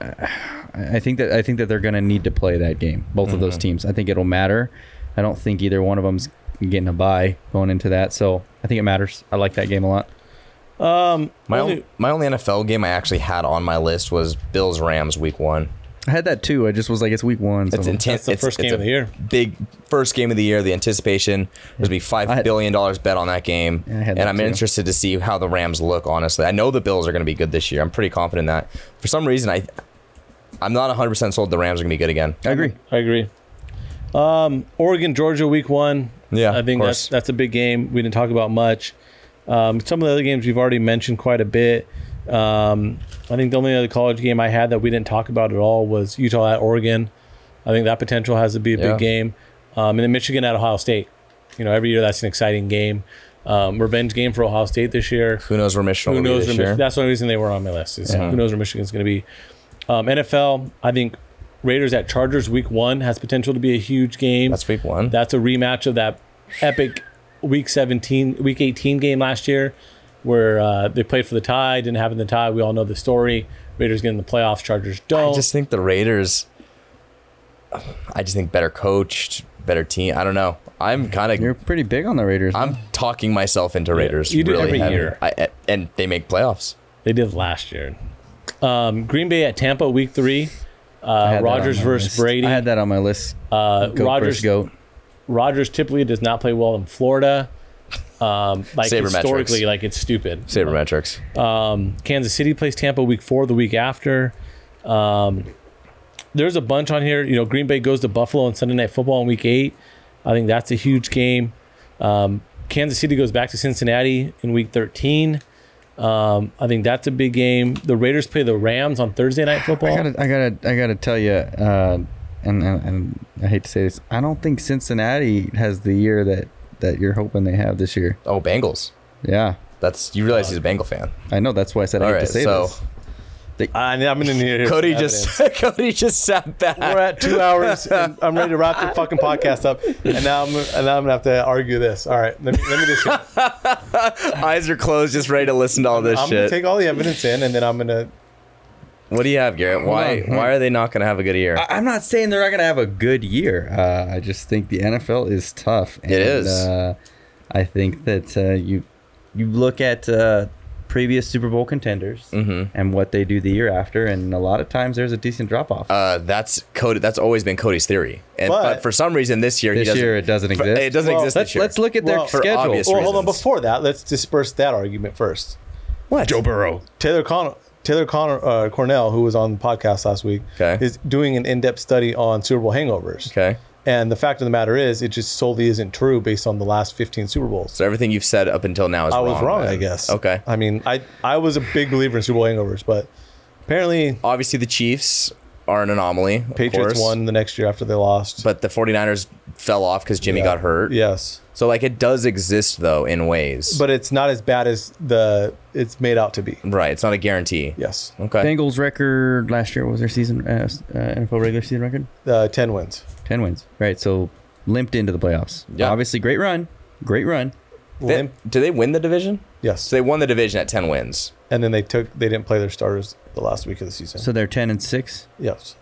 I I think that I think that they're going to need to play that game. Both of Mm-hmm. those Mhm. teams. I think it'll matter. I don't think either one of them's getting a bye going into that. So I think it matters. I like that game a lot. um, My only- only, my only NFL game I actually had on my list was Bills Rams Week One. I had that too. I just was like, it's week one. So It's that's intense. the it's, first it's game a of the year. Big first game of the year. The anticipation. There's be five I billion had- dollars bet on that game, Yeah, I had and that I'm too. interested to see how the Rams look. Honestly, I know the Bills are going to be good this year. I'm pretty confident in that. For some reason, I I'm not 100 percent sold the Rams are going to be good again. I agree. I agree. Um, Oregon, Georgia, week one. Yeah, I of think that's course. that's a big game. We didn't talk about much. Um, some of the other games we've already mentioned quite a bit. Um, I think the only other college game I had that we didn't talk about at all was Utah at Oregon. I think that potential has to be a Yeah. big game. Um, and then Michigan at Ohio State. You know, every year that's an exciting game. Um, revenge game for Ohio State this year. Who knows where Michigan Who will knows? be Where this year? Mich- that's the only reason they were on my list. Is Yeah. Who knows where Michigan's going to be? Um, NFL. I think Raiders at Chargers week one has potential to be a huge game. That's week one. That's a rematch of that epic week 17, week 18 game last year where uh, they played for the tie, didn't happen the tie. We all know the story. Raiders get in the playoffs, Chargers I don't. just think the Raiders. I just think better coached, better team. I don't know. I'm kind of You're pretty big on the Raiders. Uh, I'm talking myself into Raiders. you do really every heavy. year. I, and they make playoffs. they did last year. Um, Green Bay at Tampa, week three. I Uh, had that on Rodgers my versus list. Brady. I had that on my list. uh, Goat Rodgers versus goat. Rodgers typically does not play well in Florida. Um, like Sabermetrics. historically, like it's stupid. Sabermetrics. Um, Kansas City plays Tampa week four, the week after. Um, there's a bunch on here. You know, Green Bay goes to Buffalo on Sunday Night Football in week eight. I think that's a huge game. Um, Kansas City goes back to Cincinnati in week 13. Um, I think that's a big game. The Raiders play the Rams on Thursday Night I Football. gotta, I gotta, I gotta tell you, uh, and, and and I hate to say this, I don't think Cincinnati has the year that that you're hoping they have this year. Oh, Bengals. Yeah, That's you realize he's a Bengal fan. I know. That's why I said I All hate right, to say so this. I, am in here. Cody just Cody just sat back. We're at two hours. And I'm ready to wrap the fucking podcast up, and now I'm and now I'm gonna have to argue this. All right, let me, let me just. Eyes are closed, just ready to listen to all this I'm gonna shit. take all the evidence in, and then I'm gonna what do you have, Garrett? Why on, hold why are they not gonna have a good year? I, I'm not saying they're not gonna have a good year. Uh, I just think the NFL is tough. And, is. Uh, I think that uh, you you look at uh, previous Super Bowl contenders Mhm. and what they do the year after, and a lot of times there's a decent drop off. uh, that's Cody. That's always been Cody's theory, and but, But- for some reason this year he this doesn't. year, it doesn't exist. it doesn't Well, exist. let's this year. let's look at their Well, for schedule. obvious Well, hold on. reasons. Before that, let's disperse that argument first. what Joe Burrow. Taylor Con- Taylor Con- uh, Cornell, who was on the podcast last week, Okay. is doing an in-depth study on Super Bowl hangovers. Okay, And the fact of the matter is, it just solely isn't true based on the last 15 Super Bowls. so everything you've said up until now is I wrong. was wrong, then. I guess. Okay, I mean, I I was a big believer in Super Bowl hangovers, but apparently obviously the Chiefs are an anomaly. Of Patriots course. won the next year after they lost. but the 49ers fell off because Jimmy Yeah. got hurt. yes, So like it does exist though in ways. but it's not as bad as the it's made out to be. right, it's not a guarantee. Yes, Okay. Bengals record last year what was their season uh, s- uh, NFL regular season record uh, ten wins. ten wins. Right, so limped into the playoffs. Yeah. obviously great run, great run. They, Lim- do they win the division? yes, So they won the division at 10 wins. and then they took they didn't play their starters the last week of the season. So they're ten and six. yes,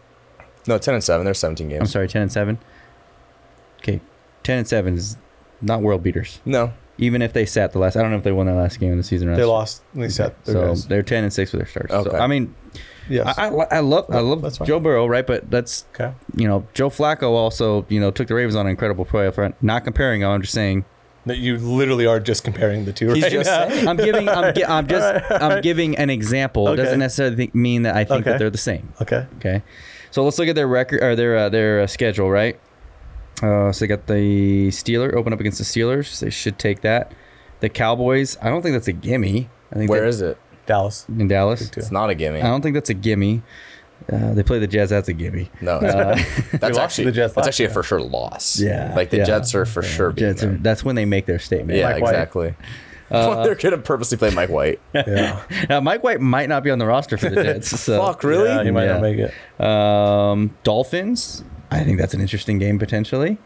No, 10 and 7. They're 17 I'm games. sorry, ten and seven. Okay, ten and seven is not world beaters. No. Even if they sat the last, I don't know if they won that last game of the season. Or they not. lost. And they set their so guys. they're ten and six with their starts. Okay. So, I mean, Yes. I, I, I love I love That's fine. Joe Burrow, right? But that's okay. you know Joe Flacco also you know took the Ravens on an incredible play up front. Not comparing him, I'm just saying No, you literally are just comparing the two He's right just now. saying. I'm giving I'm, gi- I'm just I'm giving an example. Okay. It doesn't necessarily think- mean that I think Okay. that they're the same. Okay. Okay, so let's look at their record or their uh, their uh, schedule, right? Uh, so they got the Steelers open up against the Steelers. They should take that. The Cowboys. I don't think that's a gimme. I think Where that- is it? Dallas. in Dallas? Yeah. It's not a gimme. I don't think that's a gimme. Uh, they play the Jazz. That's a gimme. No. Uh, that's lost actually to the Jets that's last actually a year. for sure loss. Yeah, Like the yeah, Jets are for sure being Jets are- there. that's when they make their statement. Yeah, Mike White. Uh, exactly. They're going to purposely play Mike White. Yeah. Now, Mike White might not be on the roster for the Jets. So, Fuck, really? Yeah, he might Yeah. not make it. um, Dolphins. I think that's an interesting game potentially.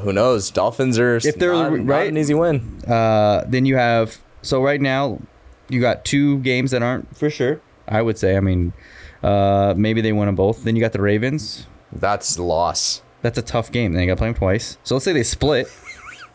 Who knows? Dolphins are If they're not, not right- an easy win. Uh, then you have so right now, you got two games that aren't for sure. I would say. I mean, uh, maybe they win them both. Then you got the Ravens. That's loss. That's a tough game. Then you got to play them twice. So let's say they split.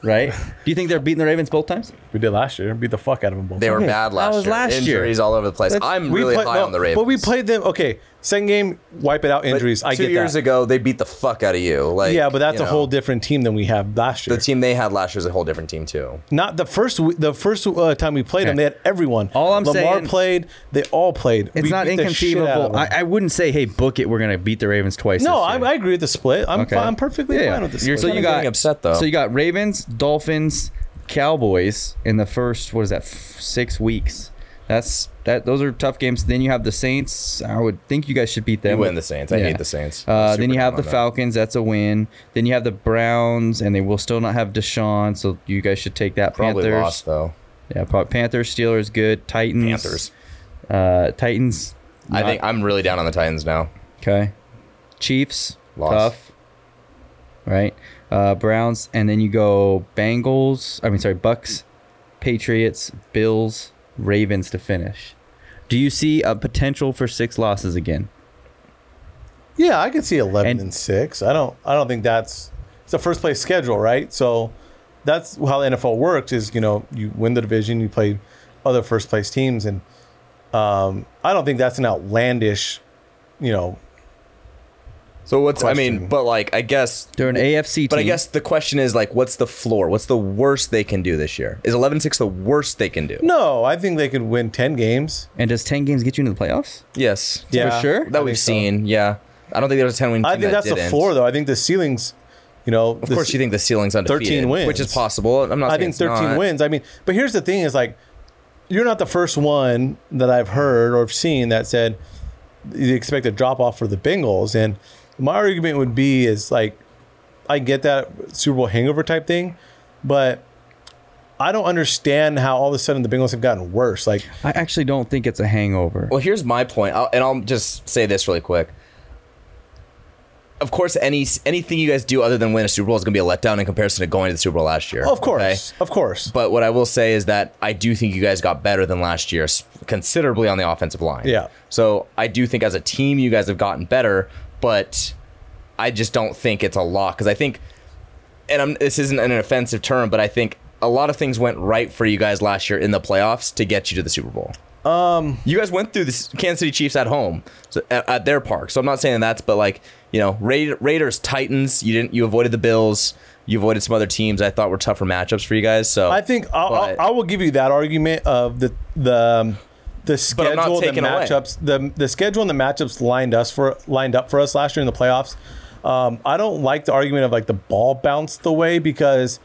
Right? Do you think they're beating the Ravens both times? We did last year. Beat the fuck out of them both. They were Okay, bad that last was year. last year. Injuries all over the place. That's- I'm really played- high no, on the Ravens. But we played them. Okay, second game, wipe it out But injuries. I two get years that. ago, they beat the fuck out of you. Like yeah, but that's you a know, whole different team than we have last year. The team they had last year is a whole different team too. Not the first. w- The first uh, time we played them, Okay. they had everyone. All I'm Lamar saying- played. They all played. It's We not beat the shit out of inconceivable. them. I, I wouldn't say, hey, book it. We're going to beat the Ravens twice. no, this I, year. I agree with the split. I'm Okay. fine. I'm perfectly Yeah, yeah. fine with the You're split. so you Kinda got getting upset, though. So you got Ravens, Dolphins, Cowboys in the first. What is that? F- six weeks. That's that. Those are tough games. Then you have the Saints. I would think you guys should beat They them. win the Saints. I Yeah. hate the Saints. I'm Uh, super then you down have the on that. Falcons. That's a win. Then you have the Browns, and they will still not have Deshaun. So you guys should take that. Probably Panthers. lost though. Yeah, probably Panthers. Steelers, good. Titans. Panthers. Uh, Titans. I not- think I'm really down on the Titans now. Okay. Chiefs, Loss. tough. Right. Uh, Browns, and then you go Bengals. I mean, sorry, Bucks, Patriots, Bills, Ravens to finish. Do you see a potential for six losses again? yeah, I can see eleven and, And- six. I don't. I don't think that's it's a first place schedule, right? So that's how the NFL works. Is you know you win the division, you play other first place teams, and um, I don't think that's an outlandish, you know, So what's I mean, Question. but like I guess They're an AFC team. but I guess the question is like what's the floor? What's the worst they can do this year? Is 11-6 the worst they can do? No, I think they could win ten games. And does ten games get you into the playoffs? Yes. Yeah, sure? I That think we've so. seen. Yeah. I don't think there was a 10 win I team think that that's the didn't. floor, though. I think the ceilings, you know, Of course, you think the ceiling's undefeated, 13 wins. which is possible. I'm not. I saying think it's thirteen not. wins. I mean, but here's the thing: is like you're not the first one that I've heard or seen that said you expect a drop off for the Bengals, and my argument would be is like I get that Super Bowl hangover type thing, but. I don't understand how all of a sudden the Bengals have gotten worse. Like I actually don't think it's a hangover. Well, here's my point, I'll, and I'll just say this really quick. Of course, any anything you guys do other than win a Super Bowl is going to be a letdown in comparison to going to the Super Bowl last year. Of course, okay? of course. But what I will say is that I do think you guys got better than last year, s- considerably on the offensive line. Yeah. So I do think as a team you guys have gotten better, but I just don't think it's a lot because I think, and I'm, this isn't an offensive term, but I think a lot of things went right for you guys last year in the playoffs to get you to the Super Bowl. Um, you guys went through the Kansas City Chiefs at home, so at, at their park. So I'm not saying that's, but like you know, Raid, Raiders, Titans. You didn't. You avoided the Bills. You avoided some other teams I thought were tougher matchups for you guys. So I think I'll, But- I'll, I will give you that argument of the the um, the But I'm not schedule, the taking away. matchups, the the schedule and the matchups lined us for lined up for us last year in the playoffs. Um, I don't like the argument of like the ball bounced the way because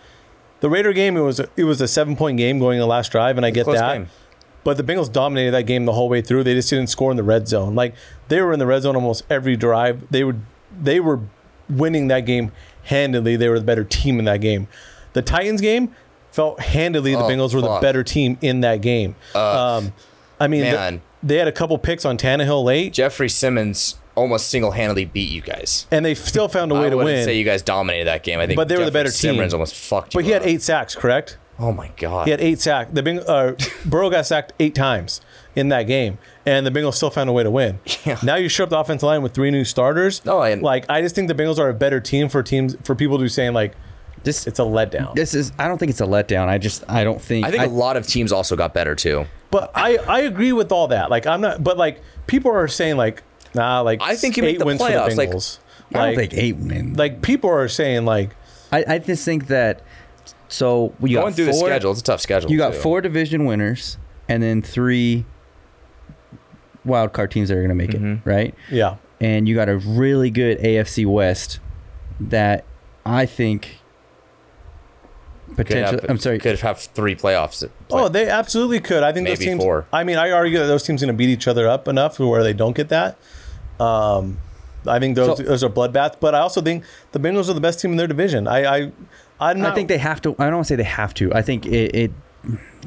the Raider game it was it was a seven point game going in the last drive, and I get Close that. game. But the Bengals dominated that game the whole way through. They just didn't score in the red zone. Like they were in the red zone almost every drive. They were they were winning that game handedly. They were the better team in that game. The Titans game felt handedly the Oh, Bengals were the fuck. Uh, better team in that game. um, I mean, the- man. they had a couple picks on Tannehill late, Jeffrey Simmons almost single handedly beat you guys. and they still found a I way to wouldn't win. say you guys dominated that game. I think, But they were the Jeffrey better team. Simmons almost fucked. but you he had up. eight sacks, correct? Oh my god. He had eight sacks. The Beng- uh, Burrow got sacked eight times in that game, and the Bengals still found a way to win. Now you show up the offensive line with three new starters. No, and- like I just think the Bengals are a better team for teams for people to be saying like This it's a letdown. this is I don't think it's a letdown. I just I don't think I think a lot of teams also got better too. But I I agree with all that. Like I'm not, but like people are saying like nah, like I think you make the playoffs, like, I don't think eight wins. like people are saying like I, I just think that so you Going got through the four- schedule, it's a tough schedule. You got too. four division winners and then three wild card teams that are going to make Mm-hmm. it, right? yeah. And you got a really good AFC West that I think Could have- potential. I'm sorry. Could have three playoffs. at play- Oh, they absolutely could. I think those Maybe teams. four. I mean, I argue that those teams going to beat each other up enough where they don't get that. Um, I think those So- those are bloodbath. But I also think the Bengals are the best team in their division. I I I'm not, I think they have to. I don't want to say they have to. I think it. it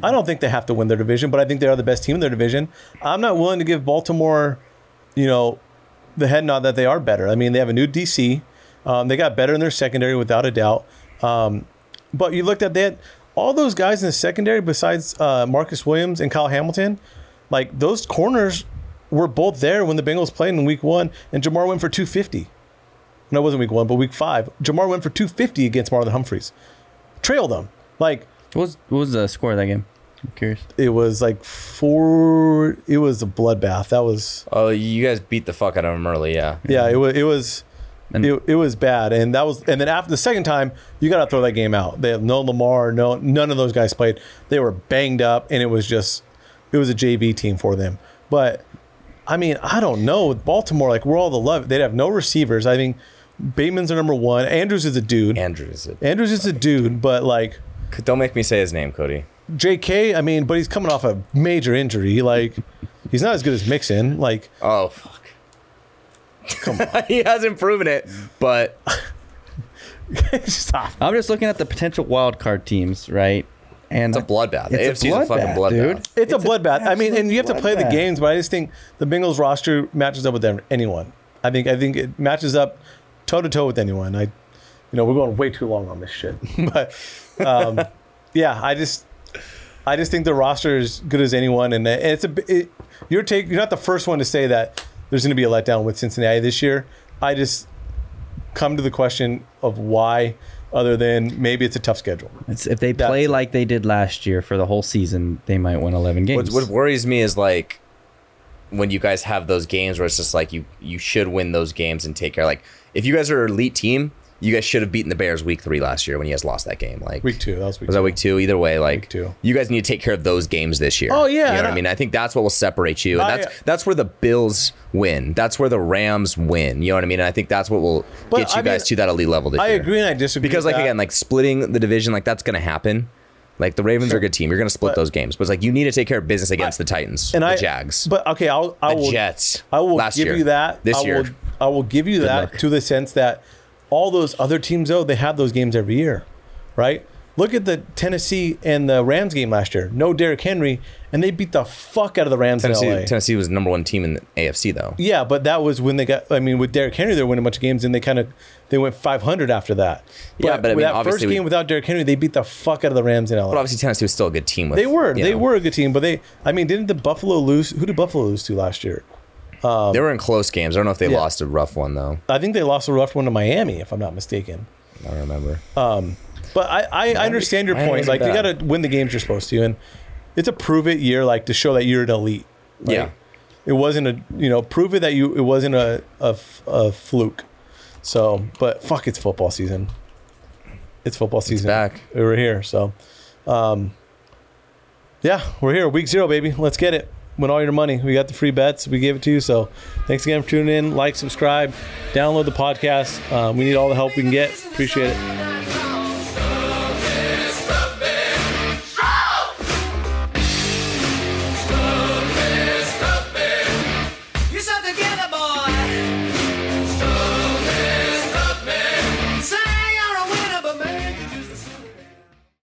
I don't think they have to win their division, but I think they are the best team in their division. I'm not willing to give Baltimore, you know, the head nod that they are better. I mean, they have a new DC. Um, they got better in their secondary without a doubt. Um, but you looked at that, all those guys in the secondary besides uh, Marcus Williams and Kyle Hamilton, like those corners were both there when the Bengals played in week one, and Jamar went for 250. No, it wasn't week one, but week five. Jamar went for 250 against Marlon Humphreys. Trailed them. Like, what was what was the score of that game? I'm curious. it was like four it was a bloodbath that was Oh, you guys beat the fuck out of them early. Yeah. yeah it was it was And- it, it was bad and that was and then after the second time you got to throw that game out they have no lamar no none of those guys played they were banged up and it was just it was a jv team for them but i mean i don't know with baltimore like we're all the love they'd have no receivers i mean bateman's their number one andrews is a dude Andrews. It- andrews is a dude but like Don't make me say his name, Cody. jk i mean but he's coming off a major injury like he's not as good as mixon like Oh fuck. Come on. he hasn't proven it, but Stop. I'm just looking at the potential wild card teams, right? And it's a bloodbath. The It's a AFC is a fucking bloodbath, dude. bloodbath. It's, a bloodbath. I mean, and you have to play the bloodbath. games, but I just think the Bengals roster matches up with them- anyone. I think I think it matches up toe to toe with anyone. I, you know, we're going way too long on this shit, but um, yeah, I just I just think the roster is good as anyone, and and it's a it, your take. You're not the first one to say that there's going to be a letdown with Cincinnati this year. I just come to the question of why, other than maybe it's a tough schedule. It's, if they play That's- like they did last year for the whole season, they might win 11 What, games. what worries me is like when you guys have those games where it's just like you you should win those games and take care. Like if you guys are an elite team, you guys should have beaten the Bears week three last year when you guys lost that game. Like Week two, that was week. Was two. that week two? Either way, like two. you guys need to take care of those games this year. Oh, yeah, you know and what I, I- mean. I think that's what will separate you. And I- that's that's where the Bills win. That's where the Rams win. You know what I mean? And I think that's what will But get you I guys mean, to that elite level this I year. agree and I disagree because, with like that. again, like splitting the division, like that's gonna happen. Like the Ravens are a good team. You're gonna split those games, but it's like you need to take care of business against the Titans, and the I Jags, But okay, I'll I the will Jets. I will last give year. you that this I year. Will, I will give you that luck. to the sense that all those other teams though they have those games every year, right? Look at the Tennessee and the Rams game last year. No Derrick Henry, and they beat the fuck out of the Rams in LA. Tennessee, Tennessee was the number one team in the AFC though. Yeah, but that was when they got. I mean, with Derrick Henry, they were winning a bunch of games, and they kind of they went 500 after that. Yeah, but I mean, with that first obviously we- game without Derrick Henry, they beat the fuck out of the Rams in LA. But obviously Tennessee was still a good team. With, They were. you They know, were a good team, but they. I mean, didn't the Buffalo lose? Who did Buffalo lose to last year? They were in close games. I don't know if they Yeah. lost a rough one though. I think they lost a rough one to Miami, if I'm not mistaken. I don't remember. Uh, But I, I, I understand your Miami point. isn't Like you bad. got to win the games you're supposed to, and it's a prove it year, like to show that you're an elite. right? Yeah. It wasn't a you know prove it that you it wasn't a a, f- a fluke. So, but fuck, it's football season. It's football season. back. We're here. So, um, yeah, we're here. Week zero, baby. Let's get it. Win all your money. We got the free bets. We gave it to you. So, thanks again for tuning in. Like, subscribe, download the podcast. Um, we need all the help we can get. Appreciate it. Stop it! Stop it! Stop! together, boy.